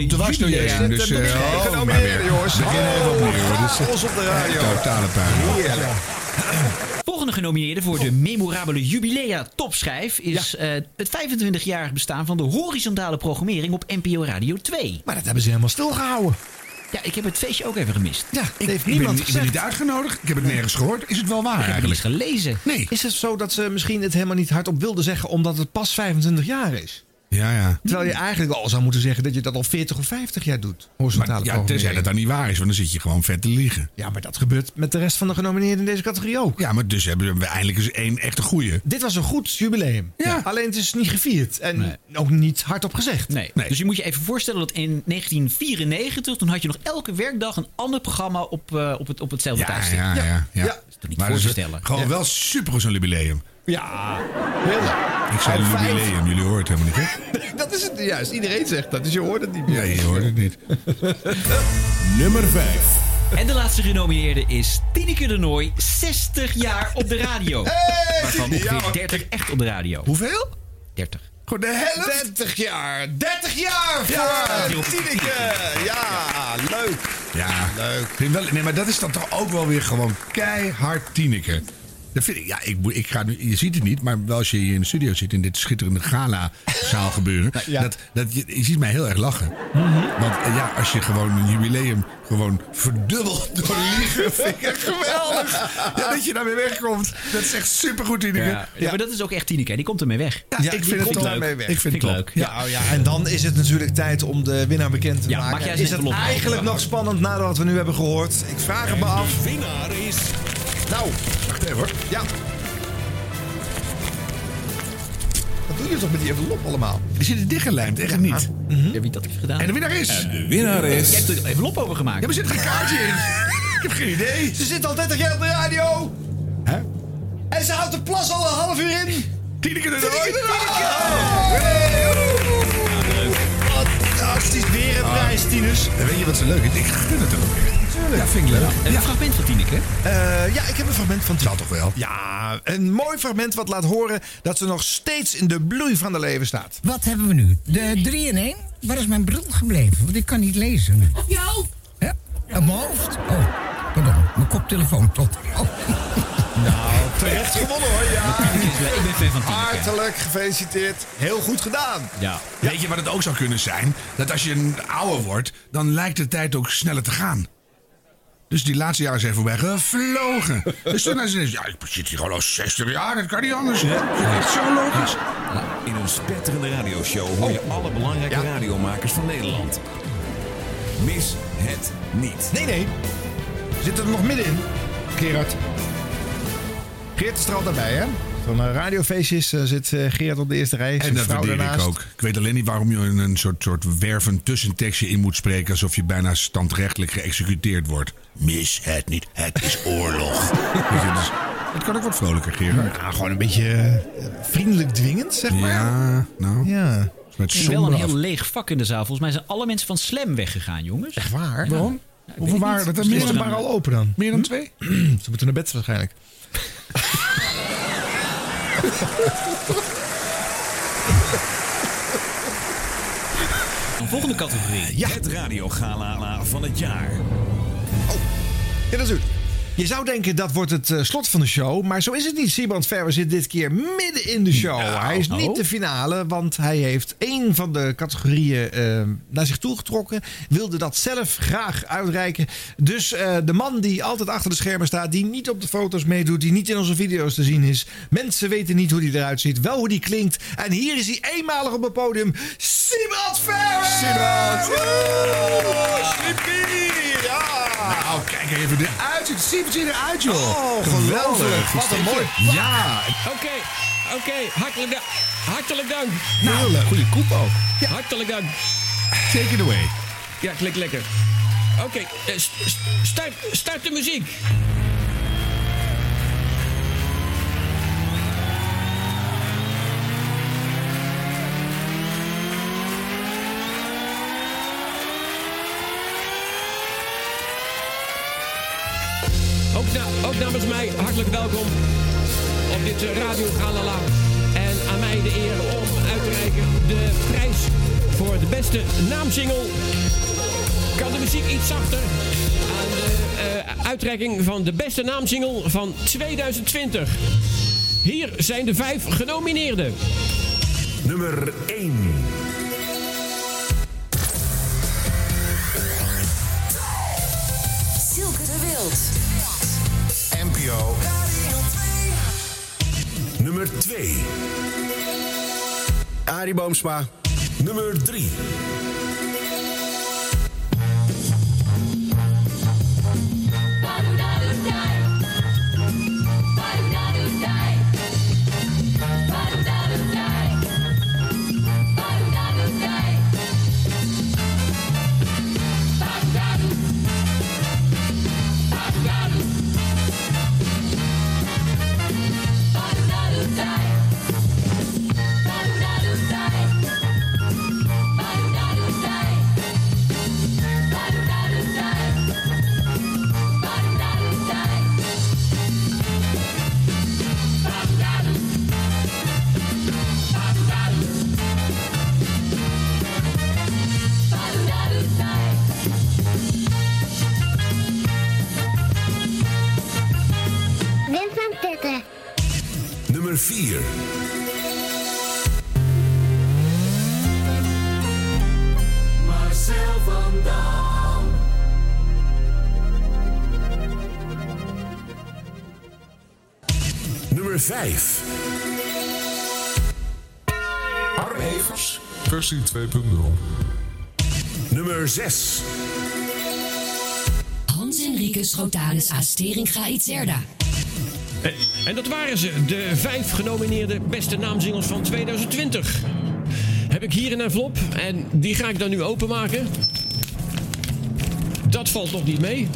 Speaker 2: Ik loop dwars door je
Speaker 3: jubileum.
Speaker 2: heen. Dus, eh,
Speaker 1: Zet hem
Speaker 2: oh,
Speaker 1: begin.
Speaker 2: maar
Speaker 1: Genomineerd,
Speaker 2: weer.
Speaker 1: jongens.
Speaker 2: Begin even
Speaker 1: Oh,
Speaker 2: opnieuw. hoor. Dit is
Speaker 1: gaaf, ons op de radio.
Speaker 2: Totale puin.
Speaker 1: Heerlijk.
Speaker 3: Volgende genomineerde voor de memorabele jubilea topschijf is eh, het 25-jarig bestaan van de horizontale programmering op NPO Radio 2.
Speaker 1: Maar dat hebben ze helemaal stilgehouden.
Speaker 3: Ja, ik heb het feestje ook even gemist.
Speaker 1: Ja, dat heeft
Speaker 2: Ik ben,
Speaker 1: niemand
Speaker 2: niet- ik ben niet
Speaker 1: gezegd.
Speaker 2: uitgenodigd. Ik heb het nergens gehoord. Is het wel
Speaker 3: Ik
Speaker 2: waar
Speaker 3: heb het niet
Speaker 2: eigenlijk?
Speaker 3: gelezen.
Speaker 2: Nee.
Speaker 1: Is het zo dat ze misschien het helemaal niet hardop wilden zeggen omdat het pas 25 jaar is?
Speaker 2: Ja, ja.
Speaker 1: Terwijl je eigenlijk al zou moeten zeggen dat je dat al 40 of 50 jaar doet. Horizontale
Speaker 2: Maar, ja, tenzij dat
Speaker 1: programmering.
Speaker 2: dan niet waar is, want dan zit je gewoon vet te liegen.
Speaker 1: Ja, maar dat gebeurt met de rest van de genomineerden in deze categorie ook.
Speaker 2: Ja, maar dus hebben we eindelijk eens één echte goeie.
Speaker 1: Dit was een goed jubileum.
Speaker 2: Ja.
Speaker 1: Alleen het is niet gevierd. En
Speaker 3: Nee.
Speaker 1: ook niet hardop gezegd.
Speaker 3: Nee.
Speaker 2: Nee.
Speaker 3: Dus je moet je even voorstellen dat in 1994, toen had je nog elke werkdag een ander programma op, eh, op, het, op hetzelfde
Speaker 2: Ja,
Speaker 3: tijdstip.
Speaker 2: ja, ja. ja.
Speaker 1: Ja. Dat
Speaker 3: is toch niet
Speaker 2: Maar
Speaker 3: voor te
Speaker 2: is
Speaker 3: stellen.
Speaker 2: Gewoon
Speaker 1: Ja.
Speaker 2: wel super zo'n jubileum.
Speaker 1: dus- Ja, heel leuk.
Speaker 2: Ik zei
Speaker 1: Al vijf.
Speaker 2: jubileum, jullie hoort het helemaal niet, hè?
Speaker 1: Dat is het juist. Iedereen zegt dat, dus je hoort het niet meer.
Speaker 2: Ja, je hoort het niet.
Speaker 4: Nummer 5.
Speaker 3: En de laatste genomineerde is Tineke de Nooi, 60 jaar op de radio. Waarvan ongeveer 30 echt op de radio.
Speaker 1: Hoeveel?
Speaker 3: 30.
Speaker 2: Gewoon de helft.
Speaker 1: 30 jaar. 30 jaar voor
Speaker 2: Ja,
Speaker 1: eh, Tineke. Ja, leuk.
Speaker 2: Ja, leuk. Nee, maar dat is dan toch ook wel weer gewoon keihard Tineke. Dat vind ik, ja, ik, moet- ik ga nu, je ziet het niet, maar wel als je hier in de studio zit in dit schitterende galazaal gebeuren.
Speaker 1: Ja. Mhm.
Speaker 2: Dat, dat, je, je ziet mij heel erg lachen. Want eh, ja, als je gewoon een jubileum gewoon verdubbelt door liegen, vind ik het geweldig. Ja, dat je daarmee wegkomt, dat is echt supergoed Tineke.
Speaker 3: Ja, maar dat is ook echt Tineke. Die komt ermee weg.
Speaker 2: Ja, ik
Speaker 1: die
Speaker 2: vind het
Speaker 1: komt
Speaker 2: top.
Speaker 1: daarmee weg.
Speaker 2: Ik vind het
Speaker 3: Vind ik
Speaker 2: top.
Speaker 3: leuk.
Speaker 2: Ja.
Speaker 1: Ja, oh ja, en dan is het natuurlijk tijd om de winnaar bekend te
Speaker 3: Ja,
Speaker 1: maken.
Speaker 3: mag jij eens
Speaker 1: is
Speaker 3: een
Speaker 1: het
Speaker 3: envelop
Speaker 1: eigenlijk
Speaker 3: open?
Speaker 1: nog spannend nadat wat we nu hebben gehoord? Ik vraag het me af.
Speaker 5: De winnaar is
Speaker 1: Nou,
Speaker 2: Wacht even hoor.
Speaker 1: ja. Wat doe je toch met die envelop allemaal?
Speaker 2: Die zitten dichtgelijmd, echt niet.
Speaker 3: Ja, wie dat heeft gedaan.
Speaker 2: En de winnaar is... Ja,
Speaker 4: De winnaar
Speaker 3: Jij
Speaker 4: is...
Speaker 3: hebt er even lop over gemaakt.
Speaker 2: maar er zit geen kaartje in. Ik heb geen idee.
Speaker 1: Ze zit al 30 jaar op de radio.
Speaker 2: Hij
Speaker 1: En ze houdt de plas al een half uur in.
Speaker 2: Tineke de
Speaker 1: Oh. Fantastisch, weer een prijs, Tinus.
Speaker 2: En weet je wat zo Ah. leuk is? Ik gun het hem ook weer.
Speaker 1: Tuurlijk.
Speaker 2: Ja, vind ik leuk.
Speaker 3: Een
Speaker 2: Ja.
Speaker 3: fragment van Tineke.
Speaker 1: Eh, ja, ik heb een fragment van Tineke.
Speaker 2: toch wel?
Speaker 1: Ja, een mooi fragment wat laat horen dat ze nog steeds in de bloei van haar leven staat.
Speaker 19: Wat hebben we nu? De 3 in 1? Waar is mijn bril gebleven? Want ik kan niet lezen.
Speaker 20: Op je hoofd.
Speaker 19: Hè? Op mijn hoofd? Oh, pardon. Mijn koptelefoon Oh. tot.
Speaker 1: Nou, terecht gewonnen hoor. Ja.
Speaker 3: Ik ben fan van Tineke.
Speaker 1: Hartelijk gefeliciteerd. Heel goed gedaan.
Speaker 3: Ja.
Speaker 2: Weet je wat het ook zou kunnen zijn? Dat als je een ouder wordt, dan lijkt de tijd ook sneller te gaan. Dus die laatste jaren zijn voorbij gevlogen. dus toen is het ja, ik zit hier gewoon al 60 jaar, dat kan niet anders. Dat is echt zo logisch.
Speaker 6: In een spetterende radioshow hoor je alle belangrijke radiomakers van Nederland. Mis het niet.
Speaker 1: Nee, nee. Zit er nog middenin, Gerard. Geert is er altijd bij, hè? Van eh, radiofeestjes eh, zit eh, Gerard op de eerste rij.
Speaker 2: En
Speaker 1: zijn
Speaker 2: dat
Speaker 1: vrouw
Speaker 2: waardeer ik
Speaker 1: daarnaast.
Speaker 2: ook. Ik weet alleen niet waarom je een een soort, soort wervend tussentekstje in moet spreken... alsof je bijna standrechtelijk geëxecuteerd wordt. Mis het niet, het is oorlog. Weet je, dus het kan ook wat vrolijker, Gerard.
Speaker 1: Ja, gewoon een beetje eh, vriendelijk dwingend, zeg maar.
Speaker 2: Ja, nou.
Speaker 1: Ja.
Speaker 2: Met
Speaker 3: Er is wel
Speaker 2: sombere
Speaker 3: een
Speaker 2: af-
Speaker 3: heel leeg vak in de zaal. Volgens mij zijn alle mensen van Slam weggegaan, jongens. Echt
Speaker 1: waar?
Speaker 2: Waarom? Hoeveel waren dat er?
Speaker 1: Is
Speaker 2: Meer
Speaker 1: de
Speaker 2: dan,
Speaker 1: bar al open dan?
Speaker 2: meer dan twee?
Speaker 1: Ze moeten naar bed waarschijnlijk.
Speaker 3: Een volgende categorie.
Speaker 6: Het radiogala van het jaar.
Speaker 1: Ja, dat is het. Je zou denken dat wordt het eh, slot van de show, maar zo is het niet. Siebrand Verwe zit dit keer midden in de show. hij is niet de finale, want hij heeft één van de categorieën eh, naar zich toe getrokken. Wilde dat zelf graag uitreiken. Dus eh, de man die altijd achter de schermen staat, die niet op de foto's meedoet, die niet in onze video's te zien is. Mensen weten niet hoe die eruit ziet, wel hoe die klinkt. En hier is hij eenmalig op het podium. Siebrand Verwe!
Speaker 2: Siebrand!
Speaker 1: Woe! Slippie! Ja!
Speaker 2: Nou, kijk even eruit. Het ziet eruit, joh.
Speaker 1: Oh, geweldig. Wat een mooi.
Speaker 2: Ja,
Speaker 21: Oké, oké. Hartelijk, da- hartelijk dank.
Speaker 2: nou, goede koep ook.
Speaker 21: Hartelijk dank.
Speaker 2: Take it away.
Speaker 21: Ja, klik lekker. Oké, eh, st- st- start, start de muziek. Ook, na- ook namens mij hartelijk welkom op dit eh, Radio Galala. En aan mij de eer om uit te reiken de prijs voor de beste naamsingel. Kan de muziek iets zachter? Aan de eh, uitreiking van de beste naamsingel van 2020. Hier zijn de vijf genomineerden.
Speaker 5: Nummer 1.
Speaker 22: Silke de Wild.
Speaker 23: NPO
Speaker 5: Nummer 2.
Speaker 23: Arie Boomsma.
Speaker 5: Nummer 3.
Speaker 12: Wim van Putten.
Speaker 5: Nummer 4.
Speaker 20: Marcel van Dam.
Speaker 5: Nummer 5. Armhevers. Versie 2.0. Nummer 6.
Speaker 16: Hans-Enrique Schrotalis Asteringa Itzerda.
Speaker 21: En, Eh, en dat waren ze, de vijf genomineerde beste naamzingels van 2020. Heb ik hier een envelop en die ga ik dan nu openmaken. Dat valt nog niet mee.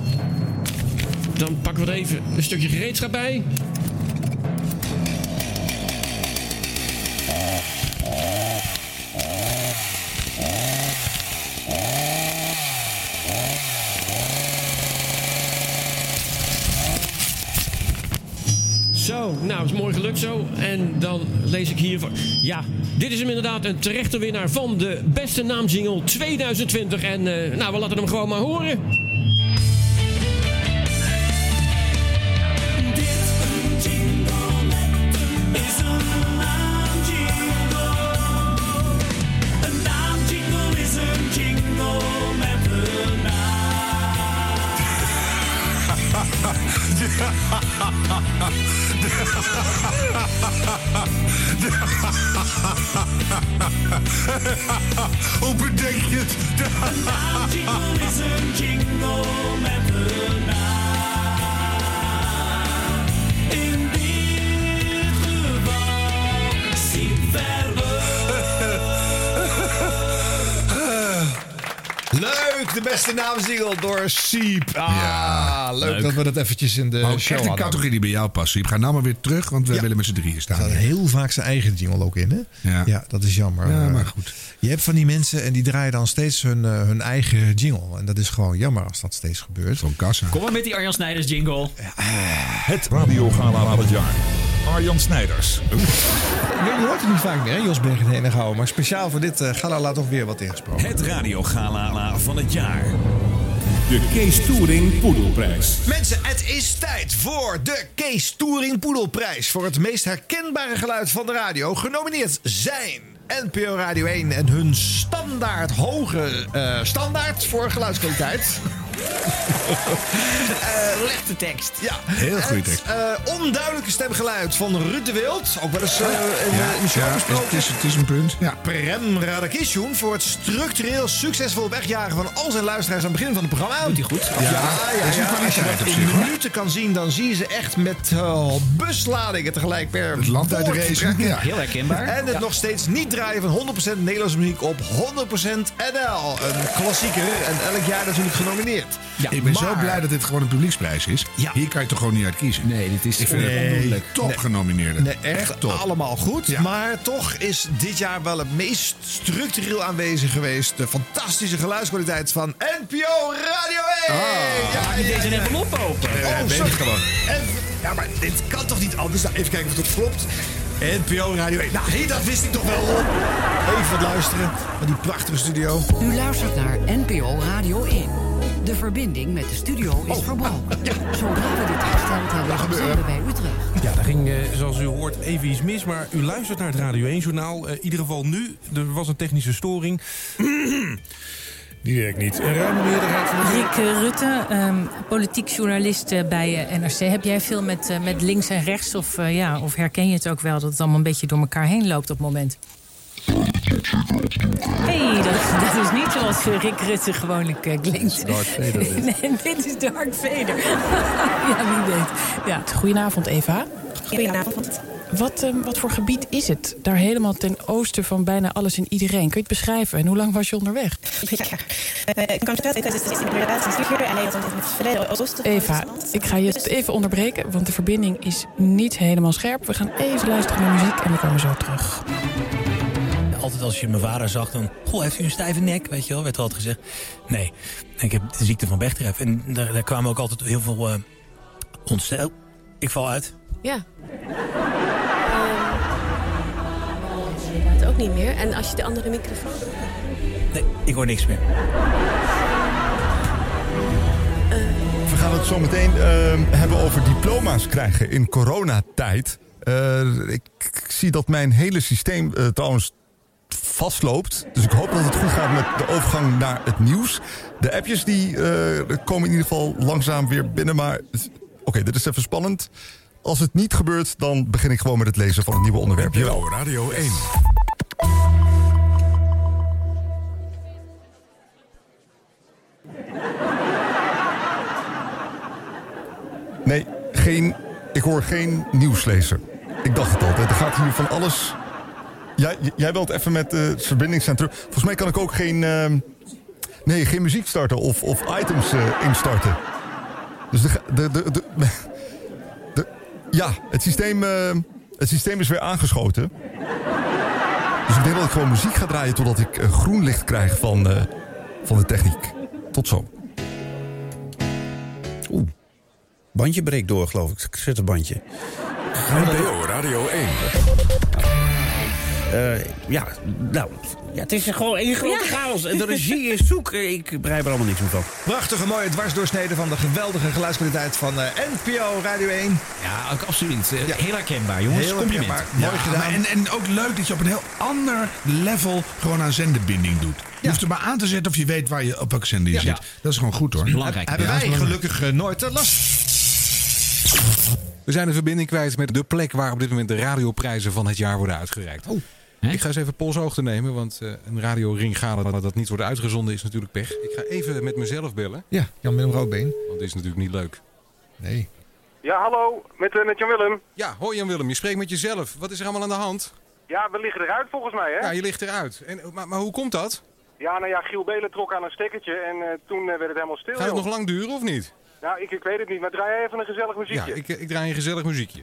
Speaker 21: Dan pakken we er even een stukje gereedschap bij. Nou, is mooi gelukt zo. En dan lees ik hier van... Ja, dit is hem inderdaad een terechte winnaar van de beste naamzingel 2020. En eh, nou, we laten hem gewoon maar horen.
Speaker 7: Hoe bedenk je het? Een naamjingle is een jingle met een naam. In dit geval Sietverbe.
Speaker 1: Leuk, de beste naamsingel door Siep. Ah, leuk,
Speaker 2: leuk.
Speaker 1: dat we dat eventjes in de
Speaker 2: Maar ook
Speaker 1: show
Speaker 2: echt een
Speaker 1: hadden.
Speaker 2: categorie die bij jou past. Siep. Ga nou maar weer terug, want we willen met z'n drieën
Speaker 1: Er
Speaker 2: staan.
Speaker 1: staat heel vaak zijn eigen jingle ook in, hè?
Speaker 2: Ja.
Speaker 1: dat is jammer.
Speaker 2: Ja,
Speaker 1: Eh,
Speaker 2: maar goed.
Speaker 1: Je hebt van die mensen en die draaien dan steeds hun, eh, hun eigen jingle. En dat is gewoon jammer als dat steeds gebeurt. Zo'n
Speaker 2: kassa.
Speaker 3: Kom maar met die Arjan Snijders jingle.
Speaker 5: Het radiogala van het jaar. Arjan Snijders.
Speaker 1: Je hoort het niet vaak meer, hè, Jos Bergen en houden. Maar speciaal voor dit eh, gala laat toch weer wat ingesproken.
Speaker 5: Het radiogala van het jaar.
Speaker 4: De Kees Touring Poedelprijs.
Speaker 1: Mensen, het is tijd voor de Kees Touring Poedelprijs. Voor het meest herkenbare geluid van de radio. Genomineerd zijn NPO Radio 1 en hun standaard hoge eh, standaard voor geluidskwaliteit. Eh, Lichte tekst. Ja.
Speaker 2: Heel goede
Speaker 1: Het,
Speaker 2: tekst.
Speaker 1: eh, onduidelijke stemgeluid van Ruud de Wild. Ook wel eens eh, in,
Speaker 2: Ja,
Speaker 1: eh, in de show
Speaker 2: ja,
Speaker 1: besproken.
Speaker 2: het, is, het is een punt. Ja.
Speaker 1: Prem Radakishun voor het structureel succesvol wegjagen van al zijn luisteraars aan het begin van het programma. Doet hij goed? Ja, ja, ja,
Speaker 2: Dat is een
Speaker 1: Als je
Speaker 2: kwaliteit
Speaker 1: dat
Speaker 2: op
Speaker 1: in
Speaker 2: zich, hoor.
Speaker 1: minuten kan zien, dan zie je ze echt met eh, busladingen tegelijk per
Speaker 2: Het land uit de
Speaker 1: woord
Speaker 2: race,
Speaker 1: vertrekken.
Speaker 2: ja. Heel herkenbaar.
Speaker 1: En het
Speaker 2: Ja.
Speaker 1: nog steeds niet draaien van 100% Nederlandse muziek op 100% NL. Een klassieker en elk jaar natuurlijk genomineerd.
Speaker 2: ik ben zo
Speaker 1: Maar-
Speaker 2: blij dat dit gewoon een publieksprijs is. Hier kan je toch gewoon niet uit kiezen? Nee, dit is ik vind
Speaker 1: Nee.
Speaker 2: het top
Speaker 1: Nee.
Speaker 2: genomineerde.
Speaker 1: Nee, echt, allemaal goed. Maar toch is dit jaar wel het meest structureel aanwezig geweest. De fantastische geluidskwaliteit van
Speaker 2: Oh,
Speaker 1: NPO Radio
Speaker 2: E-
Speaker 12: Ah.
Speaker 1: 1. ja,
Speaker 3: Maak je deze een envelop open?
Speaker 1: oh, sorry. Even- ja, maar dit kan toch niet anders? Nou, even kijken of het klopt. NPO Radio 1. Nou, hé, dat wist ik toch wel. Rob. Even wat luisteren naar die prachtige studio.
Speaker 10: U luistert naar NPO Radio 1. De verbinding met de studio
Speaker 1: Oh.
Speaker 10: is verbroken. Zodra we dit hersteld hebben, zijn we bij u terug.
Speaker 24: Ja, daar ging, eh, zoals u hoort, even iets mis. Maar u luistert naar het Radio 1-journaal. in ieder geval nu. Er was een technische storing. Die werkt niet. Een ruime meerderheid van de...
Speaker 25: Rick eh, Rutte, ehm, politiek journalist eh, bij eh, NRC. Heb jij veel met, eh, met links en rechts? Of, eh, ja, of herken je het ook wel dat het allemaal een beetje door elkaar heen loopt op het moment? hey, dat, dat is niet zoals eh, Rick Rutte gewoonlijk eh, klinkt.
Speaker 10: Darth Vader dit.
Speaker 25: nee, dit is Darth Vader. ja, wie weet. Ja.
Speaker 26: Goedenavond, Eva. Goedenavond. Wat, ehm, wat voor gebied is het? Daar helemaal ten oosten van bijna alles en iedereen. Kun je het beschrijven? En hoe lang was je onderweg?
Speaker 27: Ik kan vertellen dat het inderdaad een uur alleen het verleden oosten.
Speaker 26: Eva, ik ga je even onderbreken, want de verbinding is niet helemaal scherp. We gaan even luisteren naar muziek en we komen zo terug.
Speaker 15: Altijd als je mijn vader zag, dan... Goh, heeft u een stijve nek? Weet je wel, werd er altijd gezegd. Nee, ik heb de ziekte van Bechterew. En daar, daar kwamen ook altijd heel veel eh ontstel... Ik val uit.
Speaker 28: Ja. Ehm, het ook niet meer. En als je de andere microfoon...
Speaker 15: Nee, ik hoor niks meer.
Speaker 29: We gaan het zo meteen ehm, hebben over diploma's krijgen in coronatijd. Eh, ik, ik zie dat mijn hele systeem eh, trouwens vastloopt. Dus ik hoop dat het goed gaat met de overgang naar het nieuws. De appjes die eh, komen in ieder geval langzaam weer binnen. Maar het- oké, dit is even spannend. Als het niet gebeurt, dan begin ik gewoon met het lezen van het nieuwe onderwerp. Jawel.
Speaker 5: Radio 1.
Speaker 29: Nee, geen, ik hoor geen nieuwslezer. Ik dacht het altijd. Er gaat hier van alles. Jij, j- jij wilt even met eh, het verbindingscentrum. Volgens mij kan ik ook geen, ehm, nee, geen muziek starten of, of items eh, instarten. Dus de, ga- de, de, de, de- ja, het systeem, eh, het systeem is weer aangeschoten. Dus ik denk dat ik gewoon muziek ga draaien totdat ik eh, groen licht krijg van, eh, van de techniek. Tot zo.
Speaker 30: Bandje breekt door, geloof ik. Zet een bandje.
Speaker 31: NPO Radio 1.
Speaker 6: Eh, ja, nou, ja, het is gewoon een grote chaos. En de regie is zoek. Eh, Ik begrijp er allemaal niks meer van.
Speaker 1: Prachtige mooie dwarsdoorsnede van de geweldige geluidskwaliteit van eh, NPO Radio 1.
Speaker 3: Ja, ook absoluut. Eh, Heel herkenbaar, jongens.
Speaker 1: Heel
Speaker 3: Compliment.
Speaker 1: herkenbaar. Mooi gedaan.
Speaker 2: maar En, en ook leuk dat je op een heel ander level gewoon aan zenderbinding doet. Je hoeft er maar aan te zetten of je weet waar je op welke zender je
Speaker 1: Ja.
Speaker 2: zit. Dat is gewoon goed hoor.
Speaker 1: Hebben wij gelukkig eh, nooit te last.
Speaker 9: We zijn de verbinding kwijt met de plek waar op dit moment de radioprijzen van het jaar worden uitgereikt. ik ga eens even polshoogte nemen, want eh, een radioring gaan dat dat niet wordt uitgezonden is natuurlijk pech. Ik ga even met mezelf bellen,
Speaker 1: Ja, Jan-Willem Roodbeen.
Speaker 9: want dit is natuurlijk niet leuk.
Speaker 1: Nee.
Speaker 9: Ja, hallo, met,
Speaker 13: eh,
Speaker 9: met Jan-Willem. Ja, hoi Jan-Willem, je spreekt met jezelf. Wat is er allemaal aan de hand?
Speaker 13: Ja, we liggen eruit volgens mij, hè?
Speaker 9: Ja, je ligt eruit. En, eh, maar, maar hoe komt dat?
Speaker 13: Ja, nou ja, Giel Belen trok aan een stekkertje en eh, toen eh, werd het helemaal stil.
Speaker 9: Gaat het
Speaker 13: joh.
Speaker 9: nog lang duren of niet?
Speaker 13: Nou, ik, ik weet het niet, maar draai jij even een gezellig
Speaker 9: Ja,
Speaker 13: muziekje.
Speaker 9: ik, ik draai een gezellig muziekje.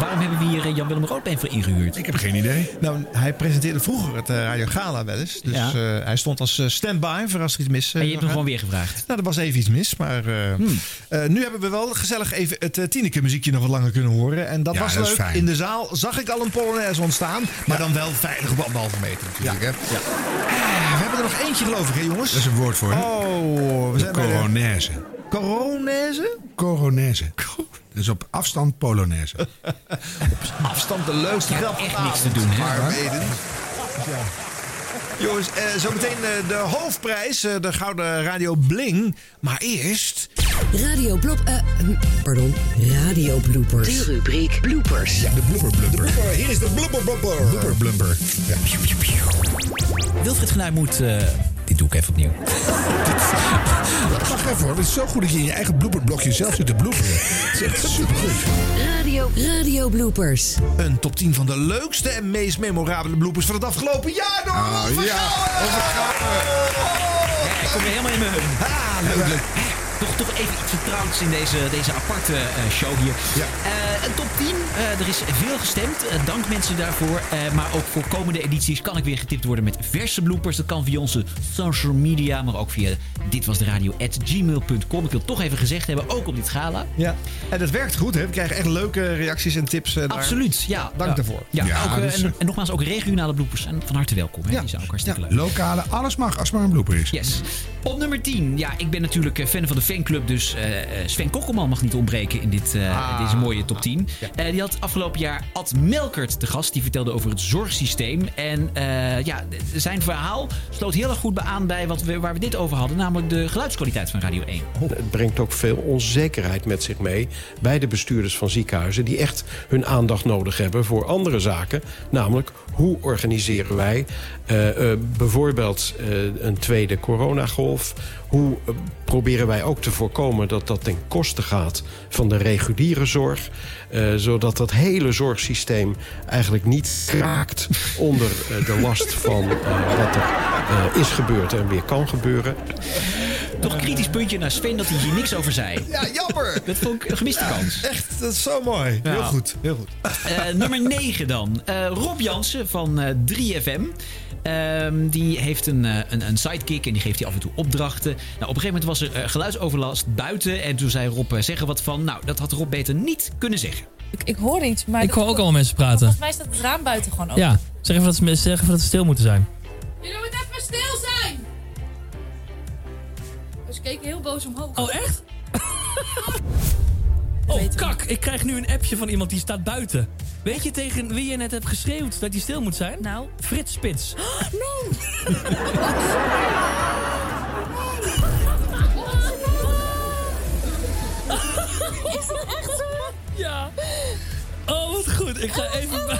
Speaker 3: Waarom hebben we hier eh, Jan-Willem Roodbeen voor ingehuurd?
Speaker 2: Ik heb geen idee.
Speaker 1: Nou, hij presenteerde vroeger het eh, Radio Gala wel eens. Dus
Speaker 3: Ja.
Speaker 1: eh, hij stond als eh, stand-by voor als er iets mis eh,
Speaker 3: En je
Speaker 1: zou
Speaker 3: hebt hem
Speaker 1: gaan.
Speaker 3: gewoon Hmm. weer gevraagd.
Speaker 1: Nou, er was even iets mis, maar eh, eh, nu hebben we wel gezellig even het eh, Tineke muziekje nog wat langer kunnen horen. En dat
Speaker 2: Ja,
Speaker 1: was
Speaker 2: dat is
Speaker 1: leuk.
Speaker 2: fijn.
Speaker 1: In de zaal zag ik al een polonaise ontstaan, maar dan wel veilig op anderhalve meter natuurlijk. Hè? Eh, we hebben er nog eentje geloof ik, hè jongens? Dat is
Speaker 2: een woord voor. hè?
Speaker 1: Oh, we
Speaker 2: De
Speaker 1: zijn bij de-
Speaker 2: Coronaise.
Speaker 1: Coronaise?
Speaker 2: Coronaise. Dus op afstand Polonaise.
Speaker 1: Afstand de leukste grap van
Speaker 2: echt niks te
Speaker 1: avond,
Speaker 2: doen, hè?
Speaker 1: maar
Speaker 2: Ja.
Speaker 1: weten. Ja. Jongens, eh, zometeen eh, de hoofdprijs, eh, de Gouden Radio Bling. Maar eerst...
Speaker 12: Radio Blop... pardon, Radio Bloopers. De rubriek Bloopers.
Speaker 2: de blooper blumper.
Speaker 1: Hier is de blubber blubber.
Speaker 2: Blooper blumper.
Speaker 32: Wilfried Genuij moet... eh, dit doe ik even opnieuw.
Speaker 2: Wacht even hoor, het is zo goed dat je in je eigen blooperblokje zelf zit te bloeperen. Het is echt supergoed.
Speaker 12: Radio, Radio Bloopers.
Speaker 1: Een top 10 van de leukste en meest memorabele bloepers van het afgelopen jaar door
Speaker 2: Ah,
Speaker 1: Rolf van
Speaker 2: ja.
Speaker 1: Gouwen.
Speaker 3: Ik kom weer helemaal in mijn hum. leuk, leuk. Toch, toch even iets vertrouwds in deze, deze aparte eh, show hier. Eh, een top 10. eh, er is veel gestemd. Eh, dank mensen daarvoor. Eh, maar ook voor komende edities kan ik weer getipt worden met verse bloopers. Dat kan via onze social media, maar ook via ditwasderadio.gmail.com. Ik wil het toch even gezegd hebben, ook op dit gala.
Speaker 1: Ja, en dat werkt goed, hè? We krijgen echt leuke reacties en tips. eh, daar.
Speaker 3: Absoluut, ja.
Speaker 1: Dank
Speaker 3: Ja.
Speaker 1: daarvoor.
Speaker 3: Ja, ook, eh,
Speaker 2: dus,
Speaker 3: en, en nogmaals, ook regionale bloepers. En van harte welkom. Hè? Die zijn ook hartstikke leuk.
Speaker 2: Lokale, alles mag als het maar een blooper is.
Speaker 3: Yes. Op nummer 10. Ja, ik ben natuurlijk eh, fan van de fanclub. Dus eh, eh, Sven Kokkelman mag niet ontbreken in dit, eh,
Speaker 33: Ah.
Speaker 3: deze mooie top 10. Eh, die had afgelopen jaar Ad Melkert te gast. Die vertelde over het zorgsysteem. En eh, ja, d- zijn verhaal sloot heel erg goed bij aan bij wat we, waar we dit over hadden. Namelijk de geluidskwaliteit van Radio 1.
Speaker 18: Het brengt ook veel onzekerheid met zich mee bij de bestuurders van ziekenhuizen... die echt hun aandacht nodig hebben voor andere zaken. Namelijk, hoe organiseren wij eh, eh, bijvoorbeeld eh, een tweede coronagolf? Hoe eh, proberen wij ook te voorkomen dat dat ten koste gaat van de reguliere zorg? eh, zodat dat hele zorgsysteem eigenlijk niet kraakt onder eh, de last van eh, wat er eh, is gebeurd en weer kan gebeuren.
Speaker 3: Toch kritisch puntje naar Sven dat hij hier niks over zei.
Speaker 1: Ja, jammer.
Speaker 3: Dat vond ik een gemiste kans.
Speaker 1: Echt, dat is zo mooi.
Speaker 3: Ja.
Speaker 1: Heel goed, heel goed.
Speaker 3: Eh, nummer 9 dan. Eh, Rob Jansen van eh, 3FM. Ehm, die heeft een, eh, een, een sidekick en die geeft hij af en toe opdrachten. Nou, op een gegeven moment was er eh, geluidsoverlast buiten. En toen zei Rob, eh, zeg er wat van. Nou, dat had Rob beter niet kunnen zeggen.
Speaker 25: Ik, ik hoor iets, maar...
Speaker 33: Ik hoor ook allemaal mensen praten.
Speaker 25: Volgens mij staat het raam buiten gewoon open.
Speaker 33: Ja, zeg even dat ze, zeg even dat ze stil moeten zijn.
Speaker 25: Jullie moeten even stil zijn! Dus ik keek heel boos omhoog.
Speaker 33: Oh, echt? Oh, kak, ik krijg nu een appje van iemand die staat buiten. Weet je tegen wie je net hebt geschreeuwd dat hij stil moet zijn? Nou? Frits Spits.
Speaker 25: No!
Speaker 33: Is dat echt zo? Ja. Oh, wat goed. Ik ga even...
Speaker 25: Oh,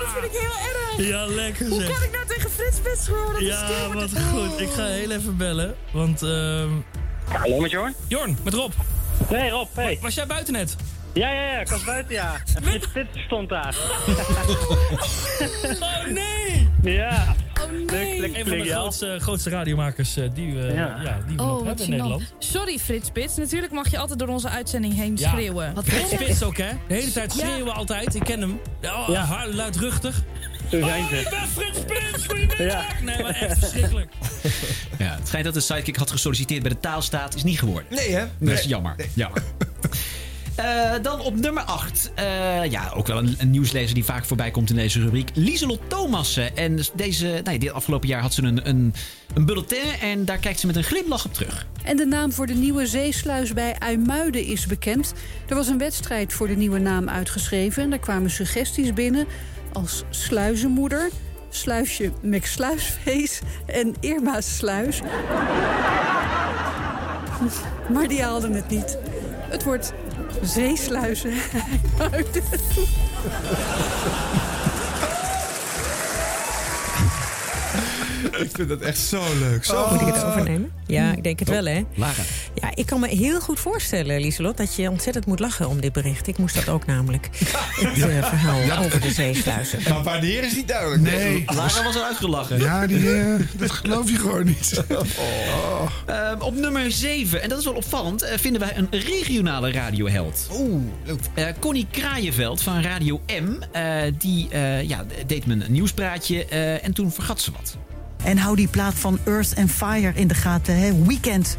Speaker 25: dat vind ik heel erg.
Speaker 33: Ja, lekker
Speaker 25: Hoe
Speaker 33: zeg.
Speaker 25: kan ik nou tegen Frits Spits horen dat hij stil
Speaker 33: Ja,
Speaker 25: moet?
Speaker 33: wat goed. Ik ga heel even bellen, want... ehm Hallo, met Jorn? Jorn, met Rob. Hey Rob, hey. Was jij buiten net?
Speaker 6: Ja, ja, ja, ik was buiten, ja. Dit, dit stond daar.
Speaker 33: Oh nee!
Speaker 6: Ja.
Speaker 33: Oh nee! Een van de grootste, grootste radiomakers eh, die we, ja.
Speaker 6: Ja.
Speaker 33: die we
Speaker 25: Oh,
Speaker 33: nog hebben in
Speaker 7: gênant.
Speaker 33: Nederland.
Speaker 7: Sorry Frits Spits, natuurlijk mag je altijd door onze uitzending heen
Speaker 33: Ja.
Speaker 7: schreeuwen.
Speaker 33: Wat Frits Spits ook, hè? De hele tijd schreeuwen we altijd. Ik ken hem. Oh,
Speaker 6: Ja.
Speaker 33: haar- luidruchtig.
Speaker 6: Zo zijn
Speaker 33: oh,
Speaker 6: ze.
Speaker 33: ik ben Frits Spits! Goedemiddag!
Speaker 6: Ja.
Speaker 33: Nee, maar echt verschrikkelijk.
Speaker 3: Ja, het schijnt dat de sidekick had gesolliciteerd bij de taalstaat. Is niet geworden.
Speaker 1: Nee, hè?
Speaker 3: Dat is jammer. jammer. Eh, dan op nummer 8. eh, ja, ook wel een, een nieuwslezer die vaak voorbij komt in deze rubriek. Lieselot Thomassen. En deze, nee, dit afgelopen jaar had ze een, een, een bulletin. En daar kijkt ze met een glimlach op terug.
Speaker 23: En de naam voor de nieuwe zeesluis bij IJmuiden is bekend. Er was een wedstrijd voor de nieuwe naam uitgeschreven. En daar kwamen suggesties binnen als sluizenmoeder, sluisje McSluisfees en Irma Sluis. maar die haalden het niet. Het wordt zeesluizen. IJmuiden.
Speaker 1: Ik vind dat echt zo leuk. Zo
Speaker 22: Oh. Moet ik
Speaker 1: goed. Oh.
Speaker 22: het overnemen? Ja, ik denk het wel, hè?
Speaker 3: Lara.
Speaker 22: Ja, ik kan me heel goed voorstellen, Lieselot, dat je ontzettend moet lachen om dit bericht. Ik moest dat ook namelijk. Het eh, verhaal over de zeesluizen.
Speaker 1: Maar wanneer is niet duidelijk.
Speaker 2: Nee.
Speaker 3: Lara was er uitgelachen.
Speaker 2: Ja, die, eh, dat geloof je gewoon niet.
Speaker 3: Eh, op nummer 7, en dat is wel opvallend, eh, vinden wij een regionale radioheld. Eh,
Speaker 1: Oeh, leuk.
Speaker 3: Connie Kraaienveld van Radio M, eh, die eh, ja, deed me een nieuwspraatje eh, en toen vergat ze wat.
Speaker 19: En hou die plaat van Earth and Fire in de gaten, hè? Weekend.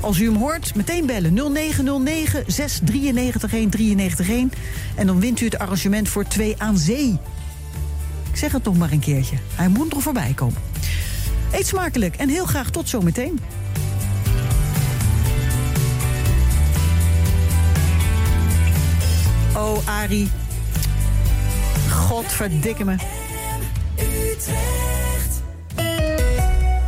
Speaker 19: Als u hem hoort, meteen bellen. 0909 693 1991. En dan wint u het arrangement voor twee aan zee. Ik zeg het toch maar een keertje. Hij moet er voorbij komen. Eet smakelijk en heel graag tot zometeen. Oh, Arie. Godverdikke me.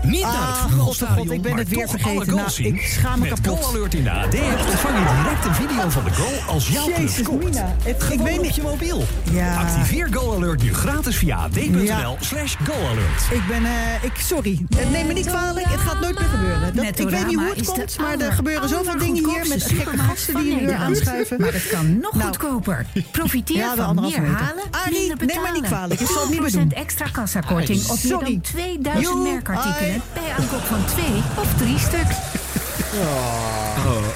Speaker 20: Niet naar het
Speaker 19: Ah,
Speaker 20: voetbalstadion,
Speaker 19: god, ik ben
Speaker 20: maar
Speaker 19: het weer
Speaker 20: toch
Speaker 19: vergeten.
Speaker 20: alle goals
Speaker 19: Nou,
Speaker 20: zien.
Speaker 19: ik schaam me
Speaker 20: Met
Speaker 19: kapot.
Speaker 20: Goal Alert in de AD ontvang je direct een video van de goal als jouw club
Speaker 19: Jezus,
Speaker 20: scoort.
Speaker 19: Mina, het- ik
Speaker 20: Gewoon
Speaker 19: weet
Speaker 20: op
Speaker 19: niet-
Speaker 20: je mobiel.
Speaker 19: Ja.
Speaker 20: Activeer Goal Alert nu gratis via ad.nl
Speaker 19: Ja.
Speaker 20: slash goalalert.
Speaker 19: Ik ben, eh, ik, sorry. Eh, Neem me niet kwalijk, het gaat nooit meer gebeuren. Dat, ik weet niet hoe het komt, maar er gebeuren zoveel dingen hier met gekke gasten die hier aanschuiven.
Speaker 21: Maar dat kan nog goedkoper. Profiteer
Speaker 19: Ja, de
Speaker 21: van
Speaker 19: anderhalve
Speaker 21: meer
Speaker 19: meter.
Speaker 21: halen,
Speaker 19: Arie, neem
Speaker 21: minder
Speaker 19: maar
Speaker 21: betalen.
Speaker 19: niet kwalijk, ik zal het niet meer doen.
Speaker 21: 10% extra kassakorting op meer
Speaker 19: Sorry.
Speaker 21: dan 2000
Speaker 19: Joe,
Speaker 21: merkartikelen...
Speaker 19: I-
Speaker 21: bij aankoop van twee of drie stuks.
Speaker 3: Oh,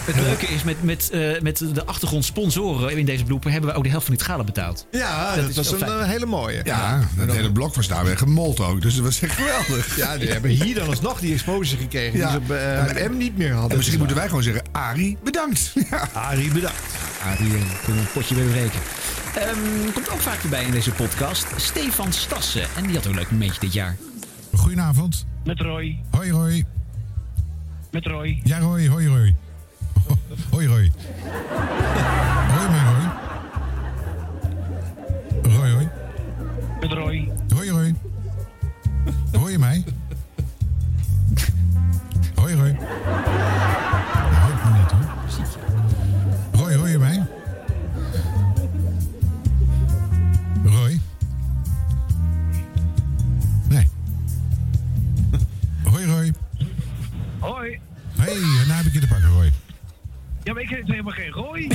Speaker 3: het leuke is, met, met, eh, met de achtergrond sponsoren in deze blooper hebben we ook de helft van die schalen betaald.
Speaker 1: Ja, dat,
Speaker 3: is
Speaker 1: was
Speaker 3: heel
Speaker 1: een
Speaker 3: fijn.
Speaker 1: eh, hele mooie.
Speaker 2: Oh Ja, dat hele blok was daar weer gemold ook. Dus dat was echt geweldig.
Speaker 1: Ja, die hebben hier dan alsnog die exposure gekregen die ze op, eh,
Speaker 2: En-
Speaker 1: M niet meer hadden.
Speaker 2: En misschien moeten wij gewoon zeggen, Arie, bedankt. Ja.
Speaker 1: Arie, bedankt.
Speaker 3: Arie, eh, kunnen we een potje weer breken. Ehm, komt ook vaak voorbij in deze podcast. Stefan Stassen. En die had ook een leuk momentje dit jaar.
Speaker 12: Goedenavond.
Speaker 13: Met Roy.
Speaker 12: Hoi Roy.
Speaker 13: Met Roy.
Speaker 12: Ja Roy, hoi Roy. Hoi Roy. Hoi mijn Roy. Roy hoi.
Speaker 13: Met Roy.
Speaker 12: Hoi Roy. Hoor je mij? Hoi Roy. Nou, hoor ik me niet hoor. Roy, hoor je mij? Roy? Nee. Hoi Roy.
Speaker 13: Hoi.
Speaker 12: Hé, hey, nou heb ik je te pakken Roy.
Speaker 13: Ja, maar ik heet helemaal geen Roy.
Speaker 12: ja,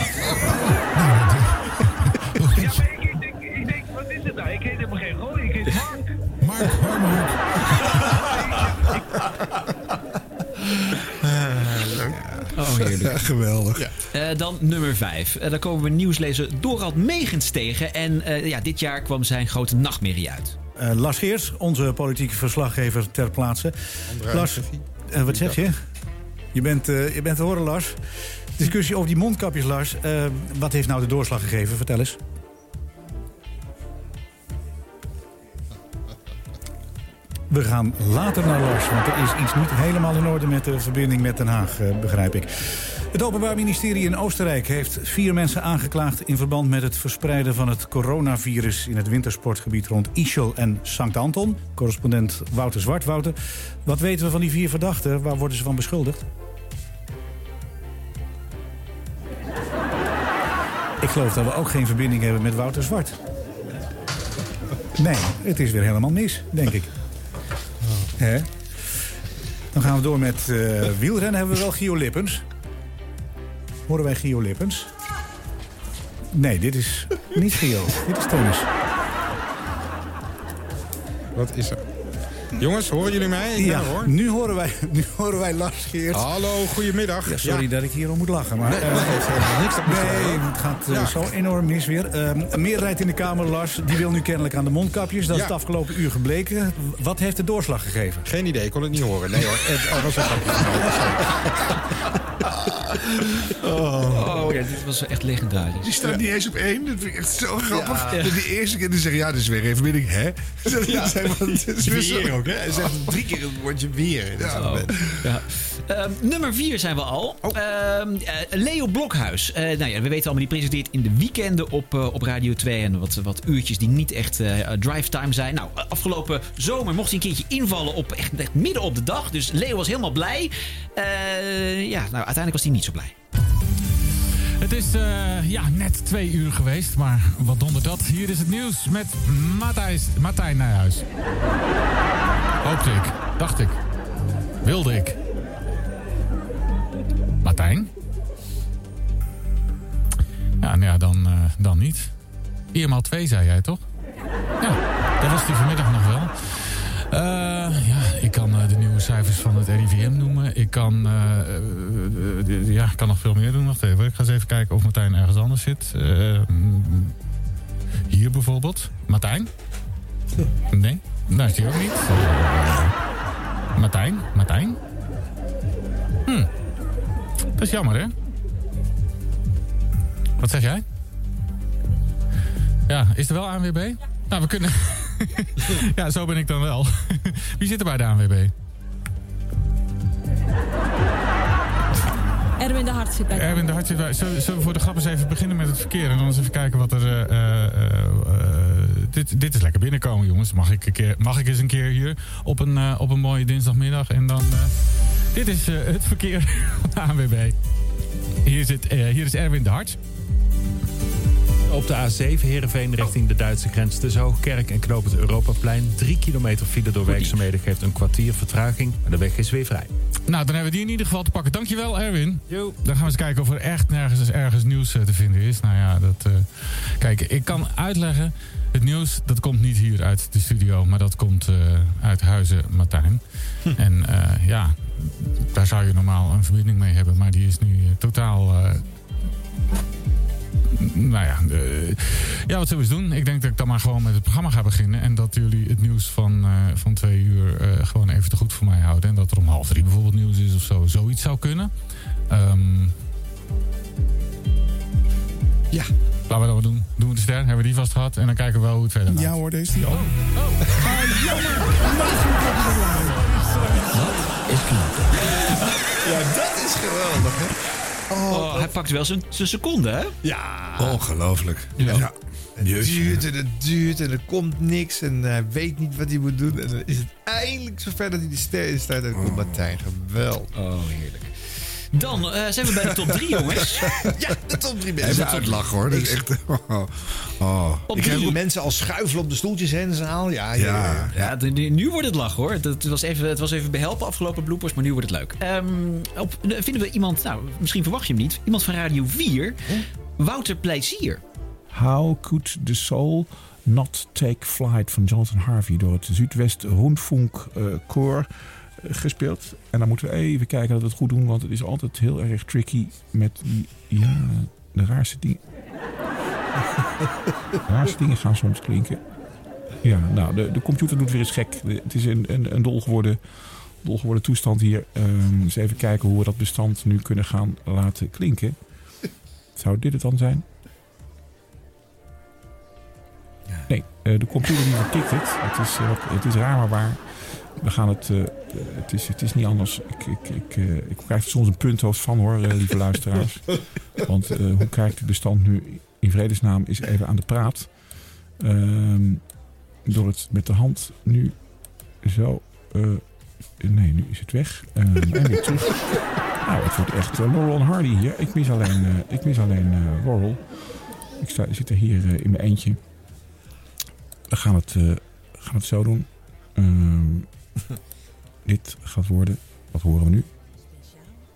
Speaker 13: maar ik, ik, denk, ik denk, wat is het nou? Ik heet helemaal geen Roy, ik heet Mark.
Speaker 12: Mark, hoi Mark.
Speaker 1: Eh,
Speaker 3: Oh, heerlijk.
Speaker 2: Geweldig.
Speaker 3: Eh, dan nummer 5. daar komen we nieuwslezer Dorald Megens tegen. En eh, ja, dit jaar kwam zijn grote nachtmerrie uit.
Speaker 30: Eh, Lars Geers, onze politieke verslaggever ter plaatse.
Speaker 3: André
Speaker 30: Lars,
Speaker 3: Sofie.
Speaker 30: eh, wat zeg je? Je bent, eh, je bent te horen, Lars. Discussie over die mondkapjes, Lars. Eh, wat heeft nou de doorslag gegeven? Vertel eens. We gaan later naar Lars, want er is iets niet helemaal in orde met de verbinding met Den Haag, eh, begrijp ik. Het Openbaar Ministerie in Oostenrijk heeft vier mensen aangeklaagd in verband met het verspreiden van het coronavirus in het wintersportgebied rond Ischel en Sankt Anton. Correspondent Wouter Zwart. Wouter, wat weten we van die vier verdachten? Waar worden ze van beschuldigd? Ik geloof dat we ook geen verbinding hebben met Wouter Zwart. Nee, het is weer helemaal mis, denk ik. Hè? Dan gaan we door met eh, wielrennen. Hebben we wel Gio Lippens? Horen wij Gio Lippens? Nee, dit is niet geo. dit is tennis.
Speaker 9: Wat is er? Jongens, horen jullie mij? Ik
Speaker 30: Ja,
Speaker 9: ben er, hoor.
Speaker 30: nu horen wij, nu horen wij Lars Geert.
Speaker 9: Hallo, goedemiddag.
Speaker 30: Ja, sorry
Speaker 9: Ja.
Speaker 30: dat ik hierom moet lachen, maar...
Speaker 9: Nee,
Speaker 30: eh,
Speaker 9: dat geeft helemaal niks, dat moet
Speaker 30: Nee,
Speaker 9: gebeuren.
Speaker 30: het gaat eh,
Speaker 9: Ja.
Speaker 30: zo enorm mis weer. Eh, meerderheid in de Kamer, Lars, die wil nu kennelijk aan de mondkapjes. Dat
Speaker 9: Ja.
Speaker 30: is het afgelopen uur gebleken. Wat heeft de doorslag gegeven?
Speaker 9: Geen idee, ik kon het niet horen. Nee hoor, het oh, was een grapje.
Speaker 3: Oh, ja, dit was echt legendarisch.
Speaker 2: Die staat niet eens op één. Dat vind ik echt zo grappig.
Speaker 3: Ja.
Speaker 2: Dat die eerste keer die zeggen, ja, dit is weer even binnen. Hè? Dat
Speaker 3: Ja.
Speaker 2: zijn wel- dat is weer zo-
Speaker 3: Weer ook, hè? Hij zegt
Speaker 1: drie keer het woordje weer.
Speaker 3: Oh. Ja. Ehm, nummer 4 zijn we al.
Speaker 1: Oh.
Speaker 3: Ehm, eh, Leo Blokhuis. Eh, nou ja, we weten allemaal, die presenteert in de weekenden op, eh, op Radio 2. En wat, wat uurtjes die niet echt eh drive time zijn. Nou, eh, afgelopen zomer mocht hij een keertje invallen op echt, echt midden op de dag. Dus Leo was helemaal blij. Eh, ja, nou, uiteindelijk was hij niet zo blij.
Speaker 4: Het is eh, ja, net twee uur geweest, maar wat donder dat. Hier is het nieuws met Matthijs, Martijn Nijhuis. Hoopte ik, dacht ik, wilde ik. Martijn? Ja, nou ja, dan, eh, dan niet. Viermaal twee, zei jij toch? Ja, dat was die vanmiddag nog wel. Eh, ja, ik kan eh, de nieuwe cijfers van het RIVM noemen. Ik kan, eh, eh, eh, ja, ik kan nog veel meer doen. Wacht even, ik ga eens even kijken of Martijn ergens anders zit. Eh, mm, hier bijvoorbeeld. Martijn? Nee? Nou, is die ook niet. Eh, Martijn? Martijn? Hm. Dat is jammer, hè? Wat zeg jij? Ja, is er wel ANWB? Nou, we kunnen... ja, zo ben ik dan wel. Wie zit er bij de ANWB?
Speaker 5: Erwin de Hart zit bij.
Speaker 4: Erwin de Hart zit bij. Zullen, zullen we voor de grap eens even beginnen met het verkeer? En dan eens even kijken wat er... eh, eh, eh, eh, dit, dit is lekker binnenkomen, jongens. Mag ik, een keer, mag ik eens een keer hier op een, eh, op een mooie dinsdagmiddag? En dan... eh, dit is eh, het verkeer van de ANWB. Hier, zit, eh, hier is Erwin de Hart.
Speaker 10: Op de A7 Heerenveen richting de Duitse grens tussen Hoogkerk en Knoop het Europaplein. Drie kilometer file door werkzaamheden geeft een kwartier vertraging. Maar de weg is weer vrij.
Speaker 4: Nou, dan hebben we die in ieder geval te pakken. Dankjewel, Erwin. Dan gaan we eens kijken of er echt nergens ergens nieuws eh, te vinden is. Nou ja, dat. eh, kijk, ik kan uitleggen. Het nieuws dat komt niet hier uit de studio, maar dat komt eh, uit Huizen Martijn. En eh, ja, daar zou je normaal een verbinding mee hebben, maar die is nu eh, totaal. eh, nou ja, eh, ja, wat zullen we eens doen? Ik denk dat ik dan maar gewoon met het programma ga beginnen. En dat jullie het nieuws van, eh, van twee uur eh, gewoon even te goed voor mij houden. En dat er om half drie bijvoorbeeld nieuws is of zo. Zoiets zou kunnen. Ehm, ja, laten we dat maar doen. Doen we de ster, hebben we die vast gehad. En dan kijken we wel hoe het verder gaat.
Speaker 24: Ja hoor, deze die al.
Speaker 1: Ja, dat is geweldig, hè?
Speaker 3: Oh, hij pakt wel zijn zijn seconde, hè?
Speaker 1: Ja.
Speaker 2: Ongelooflijk.
Speaker 1: Ja.
Speaker 2: Oh, Ja.
Speaker 1: Het duurt en het duurt en er komt niks en hij weet niet wat hij moet doen. En dan is het eindelijk zover dat hij de ster in staat. En dan
Speaker 2: Oh.
Speaker 1: komt Martijn, geweldig.
Speaker 3: Oh, heerlijk. Dan eh, zijn we bij de top 3, jongens.
Speaker 1: ja, de top 3
Speaker 2: Hij moet uitlachen hoor. Dat is echt... Oh. Oh.
Speaker 1: Ik heb mensen al schuifelen op de stoeltjes hè, in de zaal. Ja, ja. ja.
Speaker 3: Ja, d- nu- nu wordt het lach hoor. Het was even, het was even behelpen afgelopen bloepers, maar nu wordt het leuk. Ehm, op, vinden we iemand, nou, misschien verwacht je hem niet, iemand van Radio 4, Wouter Plezier.
Speaker 24: How could the soul not take flight van Jonathan Harvey door het Zuidwest Rundfunk eh, Koor eh, gespeeld. En dan moeten we even kijken dat we het goed doen, want het is altijd heel erg tricky met die, ja, de raarste dingen. de raarste dingen gaan soms klinken. Ja, nou, de, de computer doet weer eens gek. De- Het is een, een, een dol geworden, dol geworden toestand hier. Ehm, eens even kijken hoe we dat bestand nu kunnen gaan laten klinken. Zou dit het dan zijn? Nee, eh, de computer die vertikt het. Het is, eh, wat- het is raar maar waar. We gaan het... eh, het, is, het is niet anders. Ik, ik, ik, eh, ik krijg er soms een punthoofd van hoor, eh, lieve luisteraars. Want eh, hoe krijg ik dit bestand nu in vredesnaam is even aan de praat. Ehm, door het met de hand nu zo... eh, nee, nu is het weg. Ehm, en weer terug. Nou, het wordt echt eh, Laurel en Hardy hier. Ik mis alleen, eh, ik mis alleen eh, Laurel. Ik sta, zit er hier eh, in mijn eentje. We gaan het, eh, gaan het zo doen. Ehm, dit gaat worden. Wat horen we nu?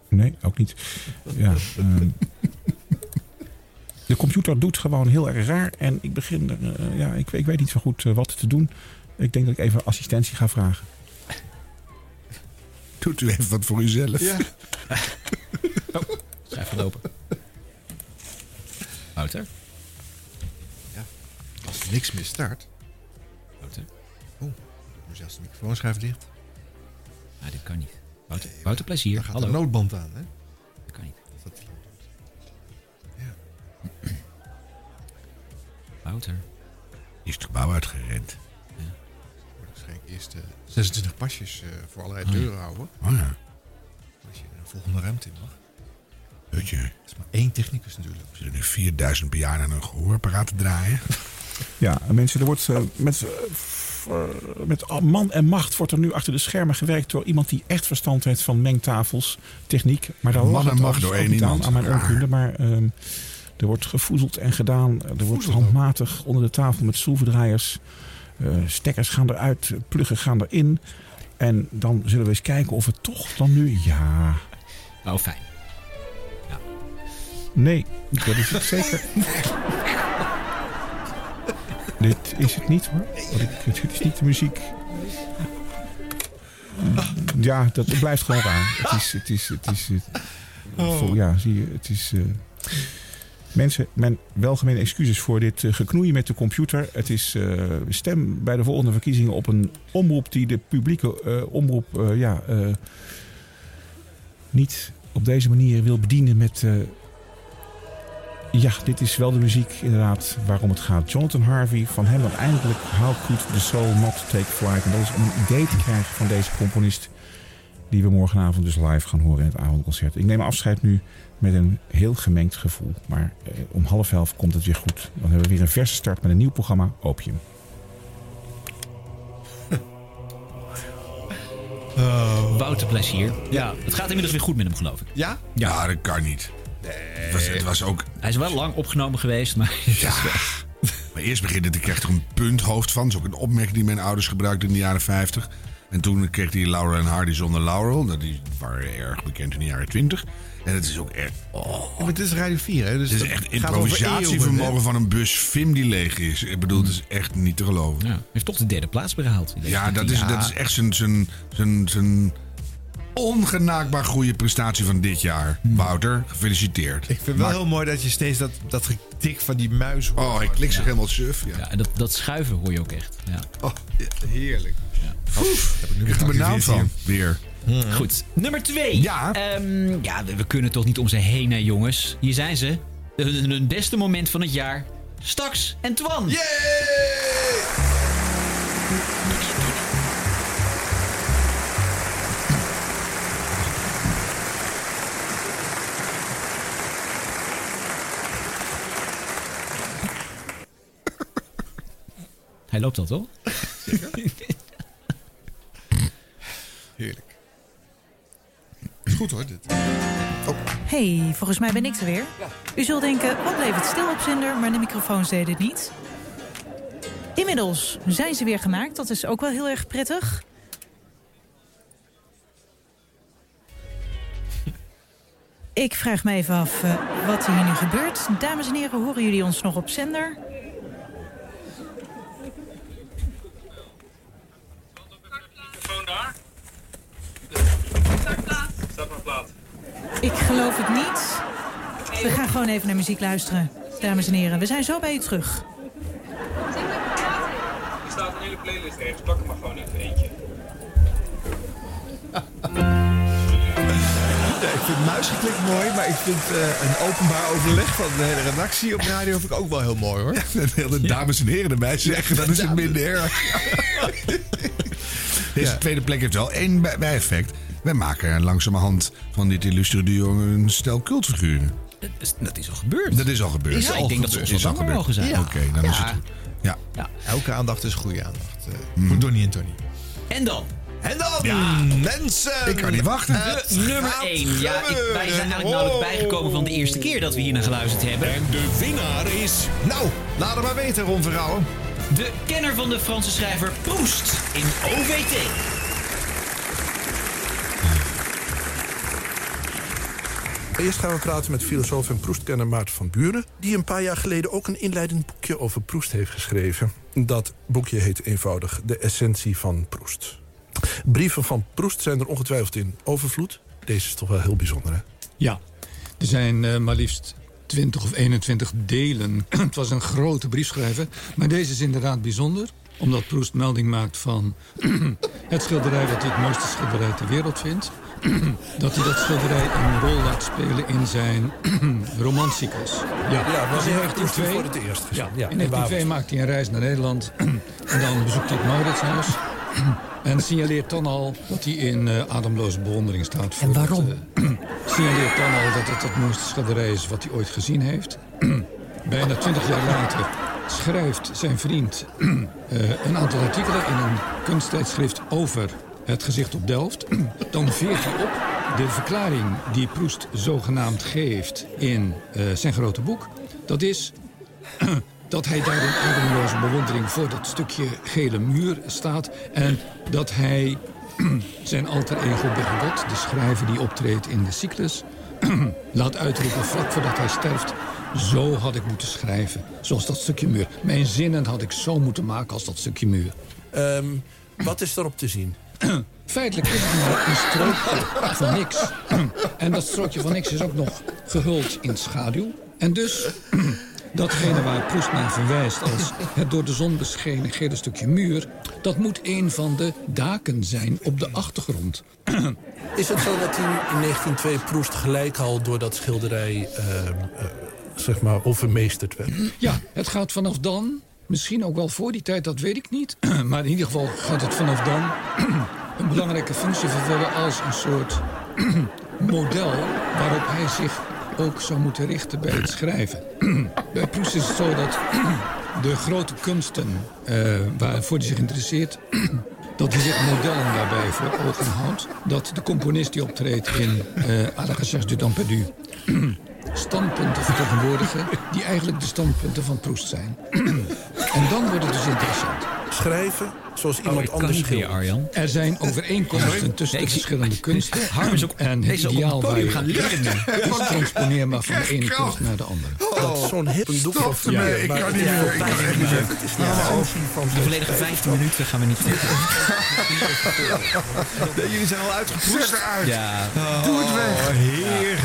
Speaker 24: Nee, ook niet. Ja. ehm. De computer doet gewoon heel erg raar. En ik begin, eh, ja, ik, ik weet niet zo goed eh, wat te doen. Ik denk dat ik even assistentie ga vragen.
Speaker 2: Doet u even wat voor uzelf.
Speaker 24: Ja.
Speaker 3: Oh, zijn verlopen. Wouter?
Speaker 2: Als er niks meer start.
Speaker 3: Wouter?
Speaker 2: Oh, moet zelfs de microfoon schuiven dicht.
Speaker 3: Ah, dit kan niet. Wouter, Wouter plezier.
Speaker 2: Daar gaat
Speaker 3: Hallo.
Speaker 2: de noodband aan, hè?
Speaker 3: Dat kan niet.
Speaker 2: Dat-
Speaker 3: Wouter.
Speaker 2: Is het gebouw uitgerend. Wordt waarschijnlijk eerst eh, 26 pasjes eh, voor allerlei
Speaker 12: Oh ja.
Speaker 2: deuren houden.
Speaker 12: Oh ja.
Speaker 2: Als je naar de volgende ruimte in mag.
Speaker 12: Weet je.
Speaker 2: Dat is maar één technicus natuurlijk.
Speaker 12: Zullen er 4000 per jaar naar een gehoorapparaat te draaien?
Speaker 24: Ja, en mensen, er wordt eh, met, eh, f- eh, met al- man en macht wordt er nu achter de schermen gewerkt door iemand die echt verstand heeft van mengtafels, techniek. Maar daar
Speaker 12: Man
Speaker 24: lag
Speaker 12: en
Speaker 24: het dus ook
Speaker 12: macht door
Speaker 24: niet
Speaker 12: één iemand.
Speaker 24: Aan, aan mijn
Speaker 12: Raar.
Speaker 24: onkunde, maar ehm, er wordt gevoezeld en gedaan. Er wordt handmatig onder de tafel met schroevendraaiers. eh, stekkers gaan eruit, pluggen gaan erin. En dan zullen we eens kijken of het toch dan nu... Ja,
Speaker 3: Oh, fijn.
Speaker 24: nee, dat is het zeker. Dit is het niet hoor. Want ik- het- Het is niet de muziek. Ja, dat het blijft gewoon raar. Het is. Het is, het is, het-
Speaker 12: Oh.
Speaker 24: vol- Ja, zie je, het is. eh, Mensen, mijn welgemene excuses voor dit eh, geknoeien met de computer. Het is eh, stem bij de volgende verkiezingen op een omroep die de publieke eh, omroep eh, ja, eh, niet op deze manier wil bedienen met eh, ja, dit is wel de muziek inderdaad waarom het gaat. Jonathan Harvey, van hem dan eindelijk How Could the Soul Not Take Flight. En dat is om een idee te krijgen van deze componist... die we morgenavond dus live gaan horen in het avondconcert. Ik neem afscheid nu met een heel gemengd gevoel. Maar eh, om half elf komt het weer goed. Dan hebben we weer een verse start met een nieuw programma, Opium.
Speaker 3: Wouter plezier. Ja. Het gaat inmiddels weer goed met hem, geloof ik.
Speaker 2: Ja?
Speaker 3: Ja, dat kan niet.
Speaker 2: Het was, het was ook...
Speaker 3: Hij is wel lang opgenomen geweest, maar...
Speaker 2: Ja. Maar eerst begint het, ik kreeg er een punthoofd van. Dat is ook een opmerking die mijn ouders gebruikten in de jaren 50. En toen kreeg hij Laurel en Hardy zonder Laurel. Nou, Die waren erg bekend in de jaren 20. En het is ook echt... Oh,
Speaker 1: Ja, maar het is Radio 4, hè? Dus
Speaker 2: het is
Speaker 1: dat
Speaker 2: echt
Speaker 1: gaat over eeuwen,
Speaker 2: improvisatievermogen
Speaker 1: hè?
Speaker 2: van een bus Fim die leeg is. Ik bedoel, het is echt niet te geloven.
Speaker 3: Hij heeft toch de derde plaats behaald. in deze
Speaker 2: Ja, dat is,
Speaker 3: competitie.
Speaker 2: dat is echt zijn- zijn- zijn zijn ongenaakbaar goede prestatie van dit jaar.
Speaker 3: Hm.
Speaker 2: Wouter, gefeliciteerd.
Speaker 1: Ik vind het wel heel mooi dat je steeds dat, dat getik van die muis hoort.
Speaker 2: Oh, ik klik zich helemaal suf. Ja.
Speaker 3: Ja, en dat, dat schuiven hoor je ook echt. Ja.
Speaker 1: Oh.
Speaker 2: Heerlijk.
Speaker 3: Oh, heb ik
Speaker 2: nu echt mijn naam van. Weer.
Speaker 3: Goed. Nummer twee. Ja. ja, we, we kunnen toch niet om ze heen, hè, jongens. Hier zijn ze. Hun, hun- hun beste moment van het jaar. Stax en Twan. Hij loopt al, toch?
Speaker 2: Heerlijk. Is goed hoor, dit.
Speaker 19: hey, volgens mij ben ik er weer. U zult denken, wat bleef het stil op zender, maar de microfoons deden het niet. Inmiddels zijn ze weer gemaakt, dat is ook wel heel erg prettig. Ik vraag me even af eh, wat hier nu gebeurt. Dames en heren, horen jullie ons nog op zender? Ik geloof het niet. We gaan gewoon even naar muziek luisteren. Dames en heren, we zijn zo bij u terug.
Speaker 5: Er staat een hele playlist ergens. Pak er maar gewoon even eentje.
Speaker 1: Nee, ik vind muisgeklik mooi, maar ik vind eh, een openbaar overleg van de hele redactie op radio vind ik ook wel heel mooi hoor.
Speaker 2: de hele dames en heren erbij zeggen, dat is het minder erg. Deze tweede plek heeft wel één bij- bijeffect. Wij maken langzamerhand van dit illustre duo een stel cultfiguren.
Speaker 3: Dat is, dat is al gebeurd.
Speaker 2: Dat is al gebeurd.
Speaker 3: Ja, ik denk dat ze ons
Speaker 2: Is
Speaker 3: wat
Speaker 2: al
Speaker 3: langer mogen
Speaker 2: gebeurd.
Speaker 3: zijn.
Speaker 2: Oké, dan is het... Ja.
Speaker 1: Elke aandacht is goede aandacht. eh,
Speaker 2: Mm.
Speaker 1: Voor Donnie en Tony.
Speaker 3: En dan?
Speaker 1: En dan,
Speaker 3: Ja.
Speaker 1: mensen!
Speaker 3: Ik kan niet wachten.
Speaker 1: Het
Speaker 3: Eh, nummer
Speaker 1: gaat
Speaker 3: 1. Ja, ik- wij zijn eigenlijk
Speaker 1: gebeuren.
Speaker 3: nauwelijks bijgekomen van de eerste keer dat we hier naar geluisterd hebben. En de winnaar is...
Speaker 1: Nou, laat het maar weten, Ron Verrouwen.
Speaker 3: De kenner van de Franse schrijver Proest in OVT.
Speaker 8: Eerst gaan we praten met filosoof en proestkenner Maarten van Buren... die een paar jaar geleden ook een inleidend boekje over Proest heeft geschreven. Dat boekje heet eenvoudig De Essentie van Proest. Brieven van Proest zijn er ongetwijfeld in overvloed. Deze is toch wel heel bijzonder, hè?
Speaker 34: Ja, er zijn eh, maar liefst 20 of 21 delen. Het was een grote briefschrijver. Maar deze is inderdaad bijzonder. Omdat Proest melding maakt van het schilderij wat hij het mooiste schilderij ter wereld vindt. dat hij dat schilderij een rol laat spelen in zijn romanscyclus.
Speaker 8: Ja, was
Speaker 34: Dus in
Speaker 8: hij heeft Proest
Speaker 34: 1902
Speaker 8: voor het eerst gezien.
Speaker 34: ja, in
Speaker 8: in Wavels.
Speaker 34: 1902 maakt hij een reis naar Nederland. en dan bezoekt hij het Mauritshuis. en signaleert dan al dat hij in eh, ademloze bewondering staat. Voor en waarom? signaleert dan al dat het het mooiste schilderij is wat hij ooit gezien heeft. Bijna twintig jaar later schrijft zijn vriend eh, een aantal artikelen in een kunsttijdschrift over het gezicht op Delft. Dan veert hij op de verklaring die Proest zogenaamd geeft in eh, zijn grote boek. Dat is dat hij daar in ademloze bewondering voor dat stukje gele muur staat. En dat hij zijn alter ego Bergot, de schrijver die optreedt in de cyclus... laat uitroepen vlak voordat hij sterft... Zo had ik moeten schrijven, zoals dat stukje muur. Mijn zinnen had ik zo moeten maken als dat stukje muur.
Speaker 8: Ehm, wat is erop te zien?
Speaker 34: Feitelijk is het maar een strookje van niks. En dat strookje van niks is ook nog gehuld in schaduw. En dus datgene waar Proest naar verwijst als het door de zon beschenen gele stukje muur... dat moet een van de daken zijn op de achtergrond.
Speaker 8: Is het zo dat hij in 1902 Proest gelijk al door dat schilderij eh, eh, zeg maar overmeesterd werd?
Speaker 34: Ja, het gaat vanaf dan, misschien ook wel voor die tijd, dat weet ik niet. Maar in ieder geval gaat het vanaf dan een belangrijke functie vervullen als een soort model waarop hij zich ook zou moeten richten bij het schrijven. Bij Proust is het zo dat de grote kunsten eh, waarvoor hij zich interesseert, dat hij zich modellen daarbij voor ogen houdt. Dat de componist die optreedt in eh à la recherche du temps perdu standpunten vertegenwoordigen die eigenlijk de standpunten van Proest zijn. en dan wordt het dus interessant.
Speaker 8: Schrijven zoals iemand
Speaker 34: ik kan
Speaker 8: anders
Speaker 34: niet meer,
Speaker 8: schildert.
Speaker 34: Arjan. Er zijn overeenkomsten tussen de verschillende kunsten.
Speaker 8: Harm is ook-
Speaker 34: en
Speaker 8: deze
Speaker 34: het
Speaker 8: is ook op
Speaker 34: ideaal
Speaker 8: het
Speaker 34: waar
Speaker 8: podium
Speaker 34: je
Speaker 8: gaan leren nu.
Speaker 34: Dus transponeer maar van de ene
Speaker 8: Kracht.
Speaker 34: kunst naar de andere.
Speaker 8: Dat is zo'n hip doek
Speaker 34: Stop
Speaker 8: of-
Speaker 34: ermee, ik
Speaker 8: maar
Speaker 34: kan
Speaker 8: het
Speaker 34: niet
Speaker 8: is
Speaker 34: meer,
Speaker 8: wel
Speaker 34: ik kan
Speaker 8: bijna
Speaker 34: echt niet
Speaker 8: leuk.
Speaker 34: meer.
Speaker 8: Het is
Speaker 34: Ja,
Speaker 8: niet
Speaker 34: maar
Speaker 8: zo
Speaker 34: ook-
Speaker 8: zien van
Speaker 3: De volledige 15 minuten gaan we niet
Speaker 1: Nee, jullie zijn al uitgeproest.
Speaker 3: Zet eruit. Ja.
Speaker 2: Oh,
Speaker 1: Doe het weg. Oh. Heerlijk.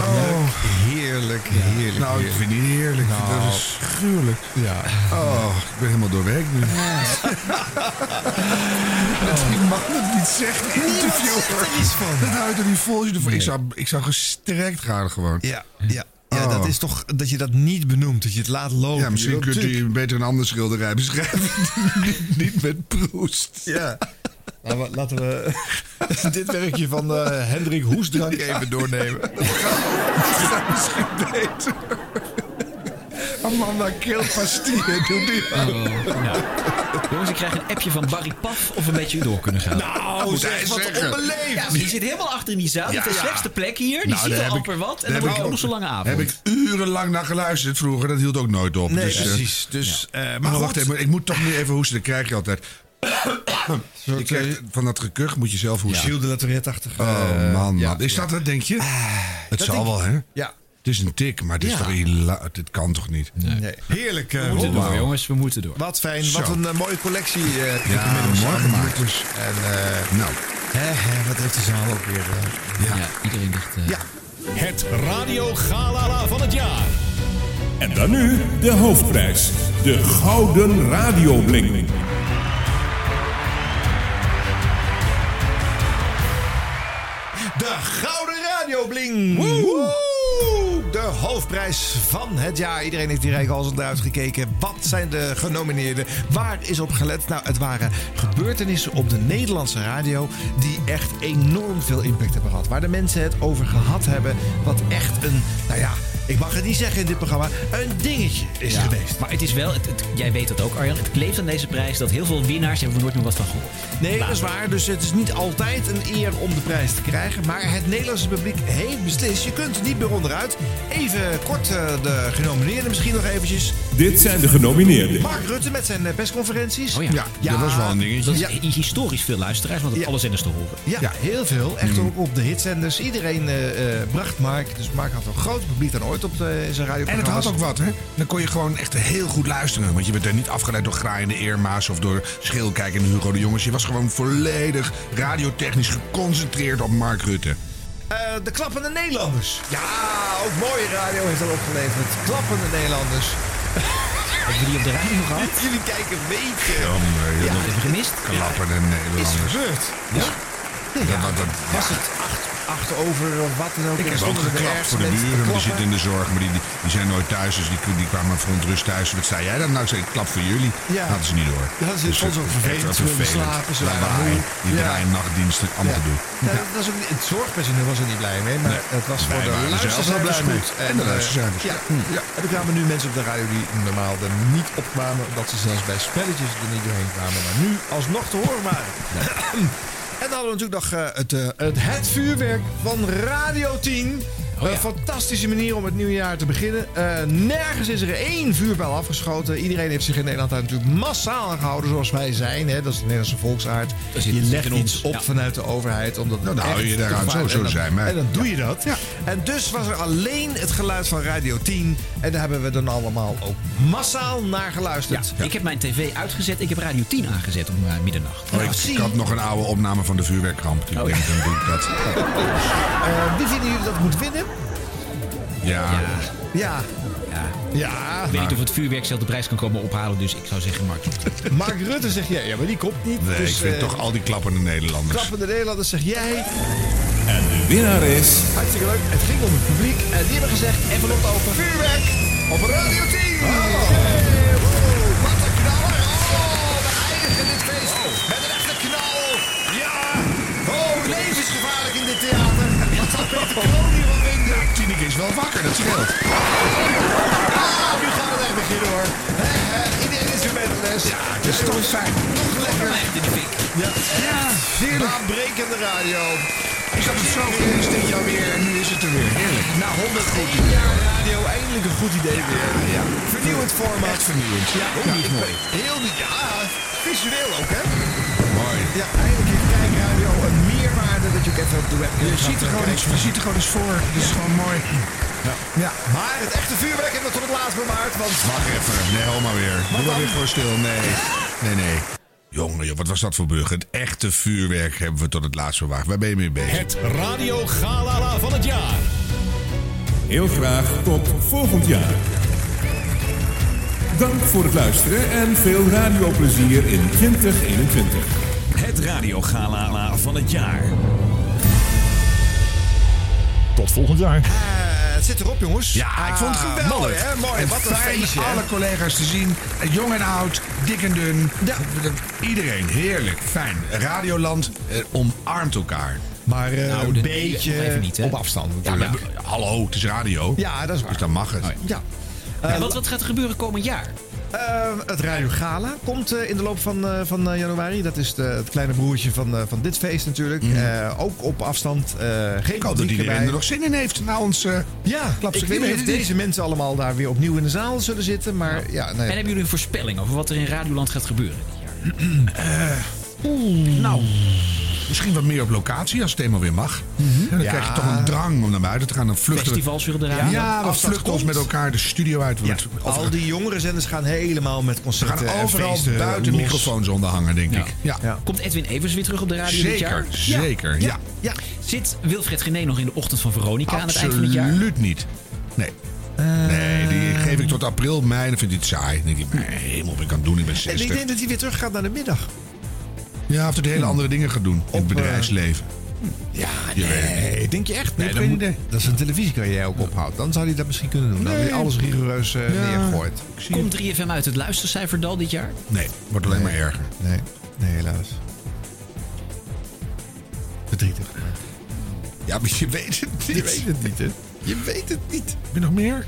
Speaker 1: Heerlijk, heerlijk. Nou.
Speaker 2: Nou, ik vind die heerlijk. Dat is schuwelijk. Ja. Oh, ik ben helemaal doorwerkt nu. Dat Ik mag het niet zeggen.
Speaker 1: Niemand
Speaker 2: Interviewer.
Speaker 1: zegt er iets van.
Speaker 2: Dat houdt er niet vol. als je ervoor- Ik
Speaker 1: Nee.
Speaker 2: zou, ik zou gestrekt gaan gewoon.
Speaker 1: Ja, ja. Ja, dat is toch dat je dat niet benoemt, dat je het laat lopen.
Speaker 2: Oh. Ja, misschien
Speaker 1: Je wilt
Speaker 2: kunt u
Speaker 1: natuurlijk-
Speaker 2: beter een ander schilderij beschrijven. niet, niet met Proest.
Speaker 1: Ja. Nou, maar laten we dit werkje van eh, Hendrik Hoesdrank even doornemen.
Speaker 2: Dat is misschien beter. Amanda
Speaker 1: Oh,
Speaker 2: Keelpastille, doe dit.
Speaker 3: Nou, jongens, ik krijg een appje van Barry Paf of een beetje door kunnen gaan.
Speaker 2: Nou, Moet zeg, hij wat zeggen. onbeleefd.
Speaker 3: Ja, die zit helemaal achter in die zaal.
Speaker 2: Ja,
Speaker 3: dit is de
Speaker 2: ja.
Speaker 3: slechtste plek hier. Die
Speaker 2: Nou,
Speaker 3: ziet
Speaker 2: daar
Speaker 3: er
Speaker 2: heb
Speaker 3: amper
Speaker 2: ik-
Speaker 3: wat. En
Speaker 2: daar
Speaker 3: dan
Speaker 2: heb
Speaker 3: moet je
Speaker 2: ik
Speaker 3: ook nog zo'n lange avond.
Speaker 2: Heb ik urenlang naar geluisterd vroeger. Dat hield ook nooit op.
Speaker 1: Nee,
Speaker 2: eh,
Speaker 1: precies. Dus, eh, maar
Speaker 2: maar
Speaker 1: goed.
Speaker 2: wacht even. Ik moet toch nu even hoesten. Dat krijg je altijd. Je krijgt, van dat gekuch moet je zelf
Speaker 1: Hoe
Speaker 2: hoesten.
Speaker 1: zielde dat er achtig eh,
Speaker 2: Oh man, man. Is dat het, denk je? het
Speaker 1: dat
Speaker 2: zal
Speaker 1: denk-
Speaker 2: wel, hè?
Speaker 1: Ja.
Speaker 2: Het is een tik, maar het is
Speaker 1: Ja.
Speaker 2: toch hila- Dit kan toch niet?
Speaker 1: Nee. Heerlijk. eh,
Speaker 2: We moeten
Speaker 1: Rob.
Speaker 2: door,
Speaker 3: jongens. We moeten door.
Speaker 1: Wat fijn.
Speaker 2: Zo.
Speaker 1: Wat een eh, mooie collectie. eh, heb je
Speaker 2: Ja,
Speaker 1: inmiddels
Speaker 2: mooi
Speaker 1: aan de
Speaker 2: gemaakt.
Speaker 1: boekjes. En, eh,
Speaker 2: nou.
Speaker 1: Hè, hè, wat heeft de zaal ook weer. eh,
Speaker 3: ja. iedereen dacht...
Speaker 1: ja.
Speaker 16: Het Radio Galala van het jaar. En dan nu de hoofdprijs. De Gouden Radiobling.
Speaker 1: De Gouden Radiobling. Woe! De hoofdprijs van het jaar. Iedereen heeft die rijk al zijn eruit gekeken. Wat zijn de genomineerden? Waar is op gelet? Nou, het waren gebeurtenissen op de Nederlandse radio... die echt enorm veel impact hebben gehad. Waar de mensen het over gehad hebben. Wat echt een, nou ja... ik mag het niet zeggen in dit programma, een dingetje is
Speaker 3: Ja,
Speaker 1: geweest.
Speaker 3: Maar het is wel, het, het- jij weet dat ook Arjan, het kleeft aan deze prijs dat heel veel winnaars hebben er nooit meer wat van gehoord.
Speaker 16: Nou.
Speaker 1: Nee, dat is waar. Dus het is niet altijd een eer om de prijs te krijgen. Maar het Nederlandse publiek heeft beslist. Je kunt er niet meer onderuit. Even kort eh, de genomineerden misschien nog eventjes.
Speaker 16: Dit zijn de genomineerden.
Speaker 1: Mark Rutte met zijn eh, persconferenties.
Speaker 3: Oh ja. Dat is
Speaker 1: Ja,
Speaker 3: historisch veel luisteraars, want op alle zenders te horen.
Speaker 1: ja, heel veel. Echt
Speaker 2: Mm.
Speaker 1: ook op de hitzenders. Iedereen eh, eh, bracht Mark. Dus Mark had een groter publiek dan ooit op de, in zijn radio.
Speaker 2: En het had ook wat, hè? Dan kon je gewoon echt heel goed luisteren. Want je bent er niet afgeleid door graaiende Irma's of door schilkijkende Hugo de Jongens. Je was gewoon volledig radiotechnisch geconcentreerd op Mark Rutte.
Speaker 1: Eh, de klappende Nederlanders. Ja, ook mooie radio heeft dat opgeleverd. Klappende Nederlanders. Hebben
Speaker 3: we die op de radio
Speaker 1: gehad? Jullie kijken een beetje.
Speaker 29: eh,
Speaker 2: Jammer,
Speaker 1: Ja.
Speaker 2: dat
Speaker 3: gemist.
Speaker 2: Klappende Nederlanders.
Speaker 1: Is gebeurd.
Speaker 2: Ja.
Speaker 1: Nee,
Speaker 2: Dat, dat, dat,
Speaker 1: Was het acht, acht over of wat dan ook?
Speaker 2: Ik
Speaker 1: En
Speaker 2: heb ook
Speaker 1: stonden er
Speaker 2: geklapt
Speaker 1: ergens
Speaker 2: voor de
Speaker 1: mensen te
Speaker 2: buren, dus maar die
Speaker 1: klappen.
Speaker 2: zitten in de zorg. Maar die, die, die zijn nooit thuis, dus die, die kwamen verontrust thuis. Wat zei jij dan? Nou, ik zei, ik klap voor jullie.
Speaker 1: Ja.
Speaker 2: Hadden ze niet door.
Speaker 1: Ja, dat is-
Speaker 2: Dus
Speaker 1: vond ze ook
Speaker 2: echt
Speaker 1: vervelend.
Speaker 2: wel
Speaker 1: Ze wilden slapen, ze waren
Speaker 2: Lawaai.
Speaker 1: moe.
Speaker 2: Die
Speaker 1: Ja.
Speaker 2: draaien nachtdiensten, allemaal
Speaker 1: Ja.
Speaker 2: te doen.
Speaker 1: Ja, dat was ook niet- het zorgpersoneel was er niet blij mee, maar het was voor
Speaker 2: Wij
Speaker 1: de
Speaker 2: waren er
Speaker 1: luisteraars
Speaker 2: zelf
Speaker 1: wel
Speaker 2: wel
Speaker 1: blij
Speaker 2: blij
Speaker 1: mee.
Speaker 2: mee. En de
Speaker 1: eh,
Speaker 2: luisteraars.
Speaker 1: Ja, ja. En er kwamen nu mensen op de radio die normaal er niet opkwamen, omdat ze zelfs bij spelletjes er niet doorheen kwamen, maar nu alsnog te horen waren. En dan hadden we natuurlijk nog eh, het, eh, het, het vuurwerk van Radio 10. Een fantastische manier om het nieuwe jaar te beginnen. Eh, nergens is er één vuurpijl afgeschoten. Iedereen heeft zich in Nederland daar natuurlijk massaal aan gehouden, zoals wij zijn. Hè? Dat is de Nederlandse volksaard.
Speaker 2: Dat zit-
Speaker 1: Je
Speaker 2: zit
Speaker 1: legt
Speaker 2: in
Speaker 1: iets
Speaker 2: ons,
Speaker 1: op
Speaker 2: ja.
Speaker 1: vanuit de overheid. Omdat
Speaker 2: Nou, dan
Speaker 1: echt
Speaker 2: hou je
Speaker 1: te
Speaker 2: daaraan.
Speaker 1: gevaar-
Speaker 2: Zo- zo
Speaker 1: en dan-
Speaker 2: zijn wij.
Speaker 1: En dan doe je dat. En dus was er alleen het geluid van Radio 10. En daar hebben we dan allemaal ook massaal naar
Speaker 3: Ja,
Speaker 1: geluisterd.
Speaker 3: ik heb mijn tv uitgezet, ik heb Radio 10 aangezet om eh, middernacht.
Speaker 1: Nou,
Speaker 3: Oh.
Speaker 2: Oh, ik, ik had nog een oude opname van de vuurwerkramp. Ik denk, dan doe ik dat.
Speaker 1: Eh, wie vinden jullie dat moet winnen?
Speaker 2: Ja.
Speaker 1: Ja,
Speaker 3: Ja.
Speaker 1: Ja.
Speaker 3: Ik weet niet
Speaker 1: Maar-
Speaker 3: of het vuurwerk zelf de prijs kan komen ophalen, dus ik zou zeggen Mark.
Speaker 1: Mark Rutte zeg jij, ja, maar die komt niet.
Speaker 2: Nee,
Speaker 1: dus,
Speaker 2: ik vind
Speaker 1: eh,
Speaker 2: toch al die klappende Nederlanders.
Speaker 1: Klappende Nederlanders zeg jij.
Speaker 16: En de winnaar is...
Speaker 1: Hartstikke leuk. Het ging om het publiek. En die hebben gezegd, envelop open. Vuurwerk op Radio 10.
Speaker 2: Ah.
Speaker 1: Hey, wow, wat een knaller. Oh, we eindigen dit feest
Speaker 3: Oh.
Speaker 1: met een echte knal. Ja. Oh, het leven is gevaarlijk in dit theater. Wat zal Peter Kroon hier wel winnen?
Speaker 2: Tineke is wel wakker, dat scheelt.
Speaker 1: Ah, nu gaan we echt beginnen hoor. Hè, hè, Iedereen is weer bij de les. Ja,
Speaker 2: dat is toch fijn.
Speaker 1: Toch lekker. Ja, ja heerlijk. Baanbrekende radio.
Speaker 2: Ik zat het zo geweest dit jaar weer en nu is het er weer. Heerlijk.
Speaker 1: Na 101 jaar radio, eindelijk een goed idee weer. Ja. Vernieuwend format.
Speaker 2: Echt vernieuwend.
Speaker 1: Ja,
Speaker 2: ook
Speaker 1: ja,
Speaker 2: niet
Speaker 1: ik
Speaker 2: mooi.
Speaker 1: ben Heel niet, ja, visueel ook hè.
Speaker 2: Mooi.
Speaker 1: Ja, eindelijk heeft kijkradio een meerwaarde dat je ook even op de webcam
Speaker 2: Je
Speaker 1: gaat,
Speaker 2: ziet er
Speaker 1: eh,
Speaker 2: gewoon iets,
Speaker 1: kijken.
Speaker 2: je ziet er gewoon iets voor. Dit is gewoon mooi. Ja.
Speaker 1: Ja, maar het echte vuurwerk hebben we tot het laatst bewaard, want...
Speaker 2: Wacht even. Nee, hou maar weer. Doe maar weer voor stil. Nee. Nee, nee. Jongen, joh, wat was dat voor brug? Het echte vuurwerk hebben we tot het laatst bewaard. Waar ben je mee bezig?
Speaker 16: Het Radio Galala van het jaar. Heel graag tot volgend jaar. Dank voor het luisteren en veel radioplezier in 2021. Het Radio Galala van het jaar. Tot volgend jaar.
Speaker 1: Eh, het zit erop jongens.
Speaker 2: Ja, ik vond het
Speaker 1: Ah,
Speaker 2: geweldig.
Speaker 1: Mooi hè, mooi.
Speaker 2: En
Speaker 1: Wat een
Speaker 2: fijn
Speaker 1: feestje. hè?
Speaker 2: alle collega's te zien. Eh, Jong en oud, dik en dun. Iedereen, heerlijk, fijn. Radioland eh, omarmt elkaar.
Speaker 1: Maar eh,
Speaker 2: Nou,
Speaker 1: een
Speaker 2: de-
Speaker 1: beetje
Speaker 2: nog even niet, hè?
Speaker 1: op afstand
Speaker 2: Ja,
Speaker 1: natuurlijk.
Speaker 2: maar- hallo, het is radio.
Speaker 1: Ja, dat is waar.
Speaker 2: Dus dan mag het.
Speaker 1: Ja.
Speaker 3: Ja, wat, wat gaat er gebeuren komend jaar?
Speaker 1: Eh, het Radio Gala komt eh, in de loop van, eh, van eh, januari. Dat is de, het kleine broertje van, eh, van dit feest natuurlijk. Eh, ook op afstand. eh geen
Speaker 2: Mhm. Ik hoop dat iedereen er nog zin in heeft na ons eh
Speaker 1: Ja, ik weet niet of deze mensen allemaal daar weer opnieuw in de zaal zullen zitten. Maar ja,
Speaker 3: En
Speaker 1: nee.
Speaker 3: hebben jullie een voorspelling over wat er in Radioland gaat gebeuren?
Speaker 2: Eh, Nou, misschien wat meer op locatie als het eenmaal weer mag. En dan
Speaker 1: Ja.
Speaker 2: krijg je toch een drang om naar buiten te gaan. Dan vluchten we-
Speaker 3: Festivals weer op de radio.
Speaker 2: Ja, we
Speaker 1: Als dat
Speaker 2: vluchten ons
Speaker 1: komt.
Speaker 2: met elkaar de studio uit. want of-
Speaker 1: Al die jongere zenders gaan helemaal met
Speaker 2: we
Speaker 1: concerten
Speaker 2: gaan
Speaker 1: en
Speaker 2: overal
Speaker 1: feesten
Speaker 2: buiten
Speaker 1: los.
Speaker 2: eh, microfoons onderhangen, denk
Speaker 3: Ja.
Speaker 2: ik. Ja.
Speaker 3: Komt Edwin Evers weer terug op de radio dit
Speaker 2: Zeker,
Speaker 3: jaar?
Speaker 2: zeker, ja.
Speaker 1: Ja.
Speaker 3: Zit Wilfred Gené nog in de ochtend van Veronica aan het eind van het jaar?
Speaker 2: Absoluut niet. Nee. Nee, die geef ik tot april, mei. Dan vind ik het saai. Dan denk ik, mijn hemel, wat ik kan het doen? Ik ben
Speaker 1: En
Speaker 2: 60.
Speaker 1: ik denk dat hij weer terug gaat naar de middag.
Speaker 2: Ja, of dat hij hele andere dingen gaat doen. in het bedrijfsleven.
Speaker 1: Ja,
Speaker 2: Je weet het niet.
Speaker 1: nee. Denk je echt?
Speaker 2: Nee,
Speaker 1: Nee,
Speaker 2: dan
Speaker 1: geen
Speaker 2: moet-
Speaker 1: idee. Dat is een televisiecarrière ook ophoudt. Dan zou hij dat misschien kunnen doen. Dan hij alles rigoureus eh,
Speaker 2: Ja.
Speaker 1: neergooit.
Speaker 3: Komt 3FM uit het luistercijferdal dit jaar?
Speaker 2: Nee, wordt alleen maar erger.
Speaker 1: Nee, nee helaas. Verdrietig.
Speaker 2: Ja, maar je weet het niet. Je weet het niet, hè? Je weet het niet. Heb je nog meer?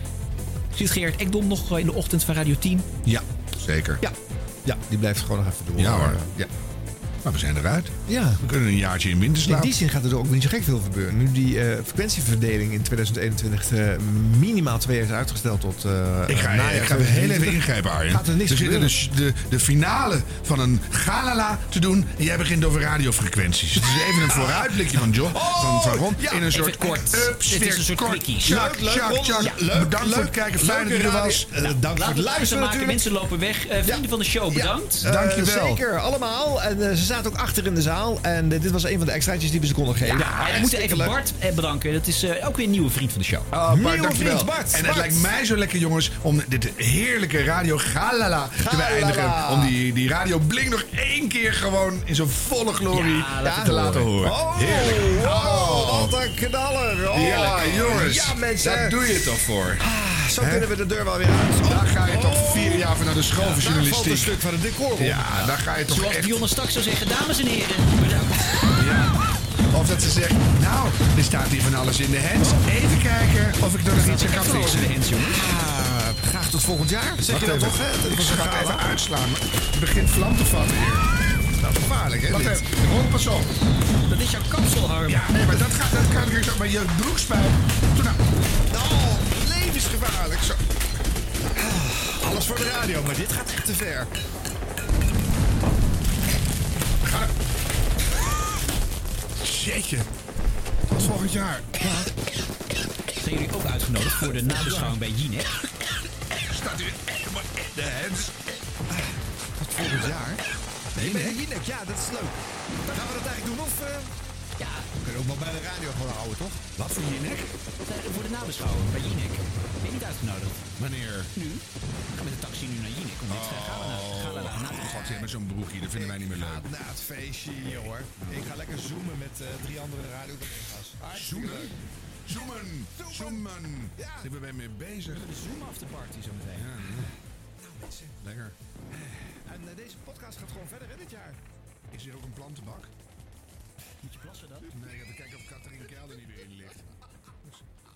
Speaker 3: Zit Gerard Ekdom nog eh, in de ochtend van Radio 10?
Speaker 2: Ja, zeker.
Speaker 1: Ja.
Speaker 2: ja, die blijft gewoon nog even door. Eh, Ja hoor. Ja. Maar we zijn eruit.
Speaker 1: Ja.
Speaker 2: We kunnen een jaartje in winterslaap.
Speaker 1: In die zin gaat er ook niet zo gek veel gebeuren. Nu die eh, frequentieverdeling in 2021 eh, minimaal twee jaar is uitgesteld tot. eh,
Speaker 2: Ik ga,
Speaker 1: najaar
Speaker 2: nou, ik ga weer heel
Speaker 1: 2023,
Speaker 2: even ingrijpen, Arjen.
Speaker 1: Gaat er niks
Speaker 2: we zitten
Speaker 1: gebeuren.
Speaker 2: dus de, de finale van een galala te doen. En jij begint over radiofrequenties. Het is even een vooruitblikje van John. van, van Ron.
Speaker 1: Oh, ja,
Speaker 2: in een soort
Speaker 1: even kort.
Speaker 2: Up,
Speaker 1: Dit is een soort quickie.
Speaker 2: Leuk,
Speaker 1: Leuk, leuk, Ron. Ja.
Speaker 2: Bedankt
Speaker 1: Leuk.
Speaker 2: voor het kijken. Fijn dat
Speaker 1: Leuke
Speaker 2: je er
Speaker 1: radio.
Speaker 2: was.
Speaker 1: Nou,
Speaker 2: Eh, dank
Speaker 1: laten
Speaker 2: voor
Speaker 1: we
Speaker 2: het
Speaker 1: het
Speaker 2: luisteren
Speaker 1: maken.
Speaker 2: natuurlijk.
Speaker 3: Mensen lopen weg. Eh, vrienden van de show, bedankt.
Speaker 1: Eh, zeker, allemaal. En eh, ze zaten ook achter in de zaal. En eh, dit was een van de extraatjes die we ze konden geven.
Speaker 3: Ja, maar we moeten
Speaker 1: hartstikke
Speaker 3: even
Speaker 1: leuk.
Speaker 3: Bart eh, bedanken. Dat is eh, ook weer een nieuwe vriend van de show.
Speaker 2: Ah, Bart,
Speaker 1: Nieuwe
Speaker 2: dankjewel.
Speaker 1: vriend Bart,
Speaker 2: En het
Speaker 1: Bart.
Speaker 2: lijkt mij zo lekker, jongens, om dit heerlijke radio galala te
Speaker 1: Galala.
Speaker 2: beëindigen. Om die, die radio blink nog één keer gewoon in zijn volle glorie
Speaker 1: Ja, laat het
Speaker 2: te laten horen.
Speaker 1: Oh,
Speaker 2: Heerlijk.
Speaker 1: oh, wat een knaller. Oh.
Speaker 2: Heerlijk, jongens.
Speaker 1: Ja, mensen.
Speaker 2: Daar doe je het toch voor.
Speaker 1: Ah. Zo
Speaker 2: Hè?
Speaker 1: kunnen we de deur wel weer uit.
Speaker 2: Daar ga je toch vier jaar van naar de school
Speaker 1: Ja,
Speaker 2: voor
Speaker 1: daar valt een
Speaker 2: journalistiek.
Speaker 1: stuk van het decor op.
Speaker 2: Ja, daar ga je toch
Speaker 3: Zoals
Speaker 2: echt...
Speaker 3: Dionne straks zou zeggen, dames en heren. Bedankt.
Speaker 2: Of dat ze zegt, nou, er staat hier van alles in de hens. Even kijken of ik er nog iets aan kan
Speaker 3: Echt wel
Speaker 2: fixen.
Speaker 3: in de hands, jongens.
Speaker 1: Ah, graag tot volgend jaar. Zeg
Speaker 2: Wacht
Speaker 1: je dat
Speaker 2: even.
Speaker 1: toch, hè?
Speaker 2: Ik
Speaker 1: Dat was een
Speaker 2: ga het
Speaker 1: gala.
Speaker 2: even uitslaan. maar Het begint vlam te vatten hier. Dat is gevaarlijk, hè? Wacht
Speaker 1: dit?
Speaker 2: even. Ron, pas op.
Speaker 3: Dat is jouw kapsel, Harm.
Speaker 2: Ja, nee, maar dat gaat... Dat kan ik zo... Maar je broekspijp... Zo, nou. Oh, levensgevaarlijk. Zo.
Speaker 1: Alles voor de radio, maar dit gaat echt te ver.
Speaker 2: Jeetje. Tot volgend jaar.
Speaker 3: Zijn jullie ook uitgenodigd voor de nabeschouwing bij Jinek?
Speaker 2: Staat hier helemaal in de hens.
Speaker 1: Tot volgend jaar. Nee, maar Jinek, ja, dat is leuk. Dan gaan we dat eigenlijk doen, of... eh,
Speaker 3: Ja,
Speaker 1: We kunnen ook wel bij de radio gewoon houden, toch?
Speaker 2: Wat voor Jinek?
Speaker 3: eh, voor de nabeschouwing bij Jinek. Ben je niet uitgenodigd?
Speaker 2: Wanneer?
Speaker 3: Nu? Ik ga met de taxi nu naar Jinek. Om dit te gaan we naar gaan
Speaker 2: Oh, God, jij met zo'n broekje, dat vinden wij niet meer leuk.
Speaker 1: Na het feestje hier, hoor. Ik ga lekker zoomen met eh, drie andere radiocollega's. Hartstikke
Speaker 2: Zoomen?
Speaker 1: leuk.
Speaker 2: Zoomen! Zoomen! Ja. Ik ben mee bezig.
Speaker 3: de Zoom after party zo meteen.
Speaker 1: Nou, mensen.
Speaker 2: Lekker.
Speaker 1: En eh, deze podcast gaat gewoon verder, hè, dit jaar.
Speaker 2: Is er ook een plantenbak?
Speaker 3: Moet je plassen dan?
Speaker 2: Nee, ik heb te kijken of Katrien Kelder niet weer in ligt.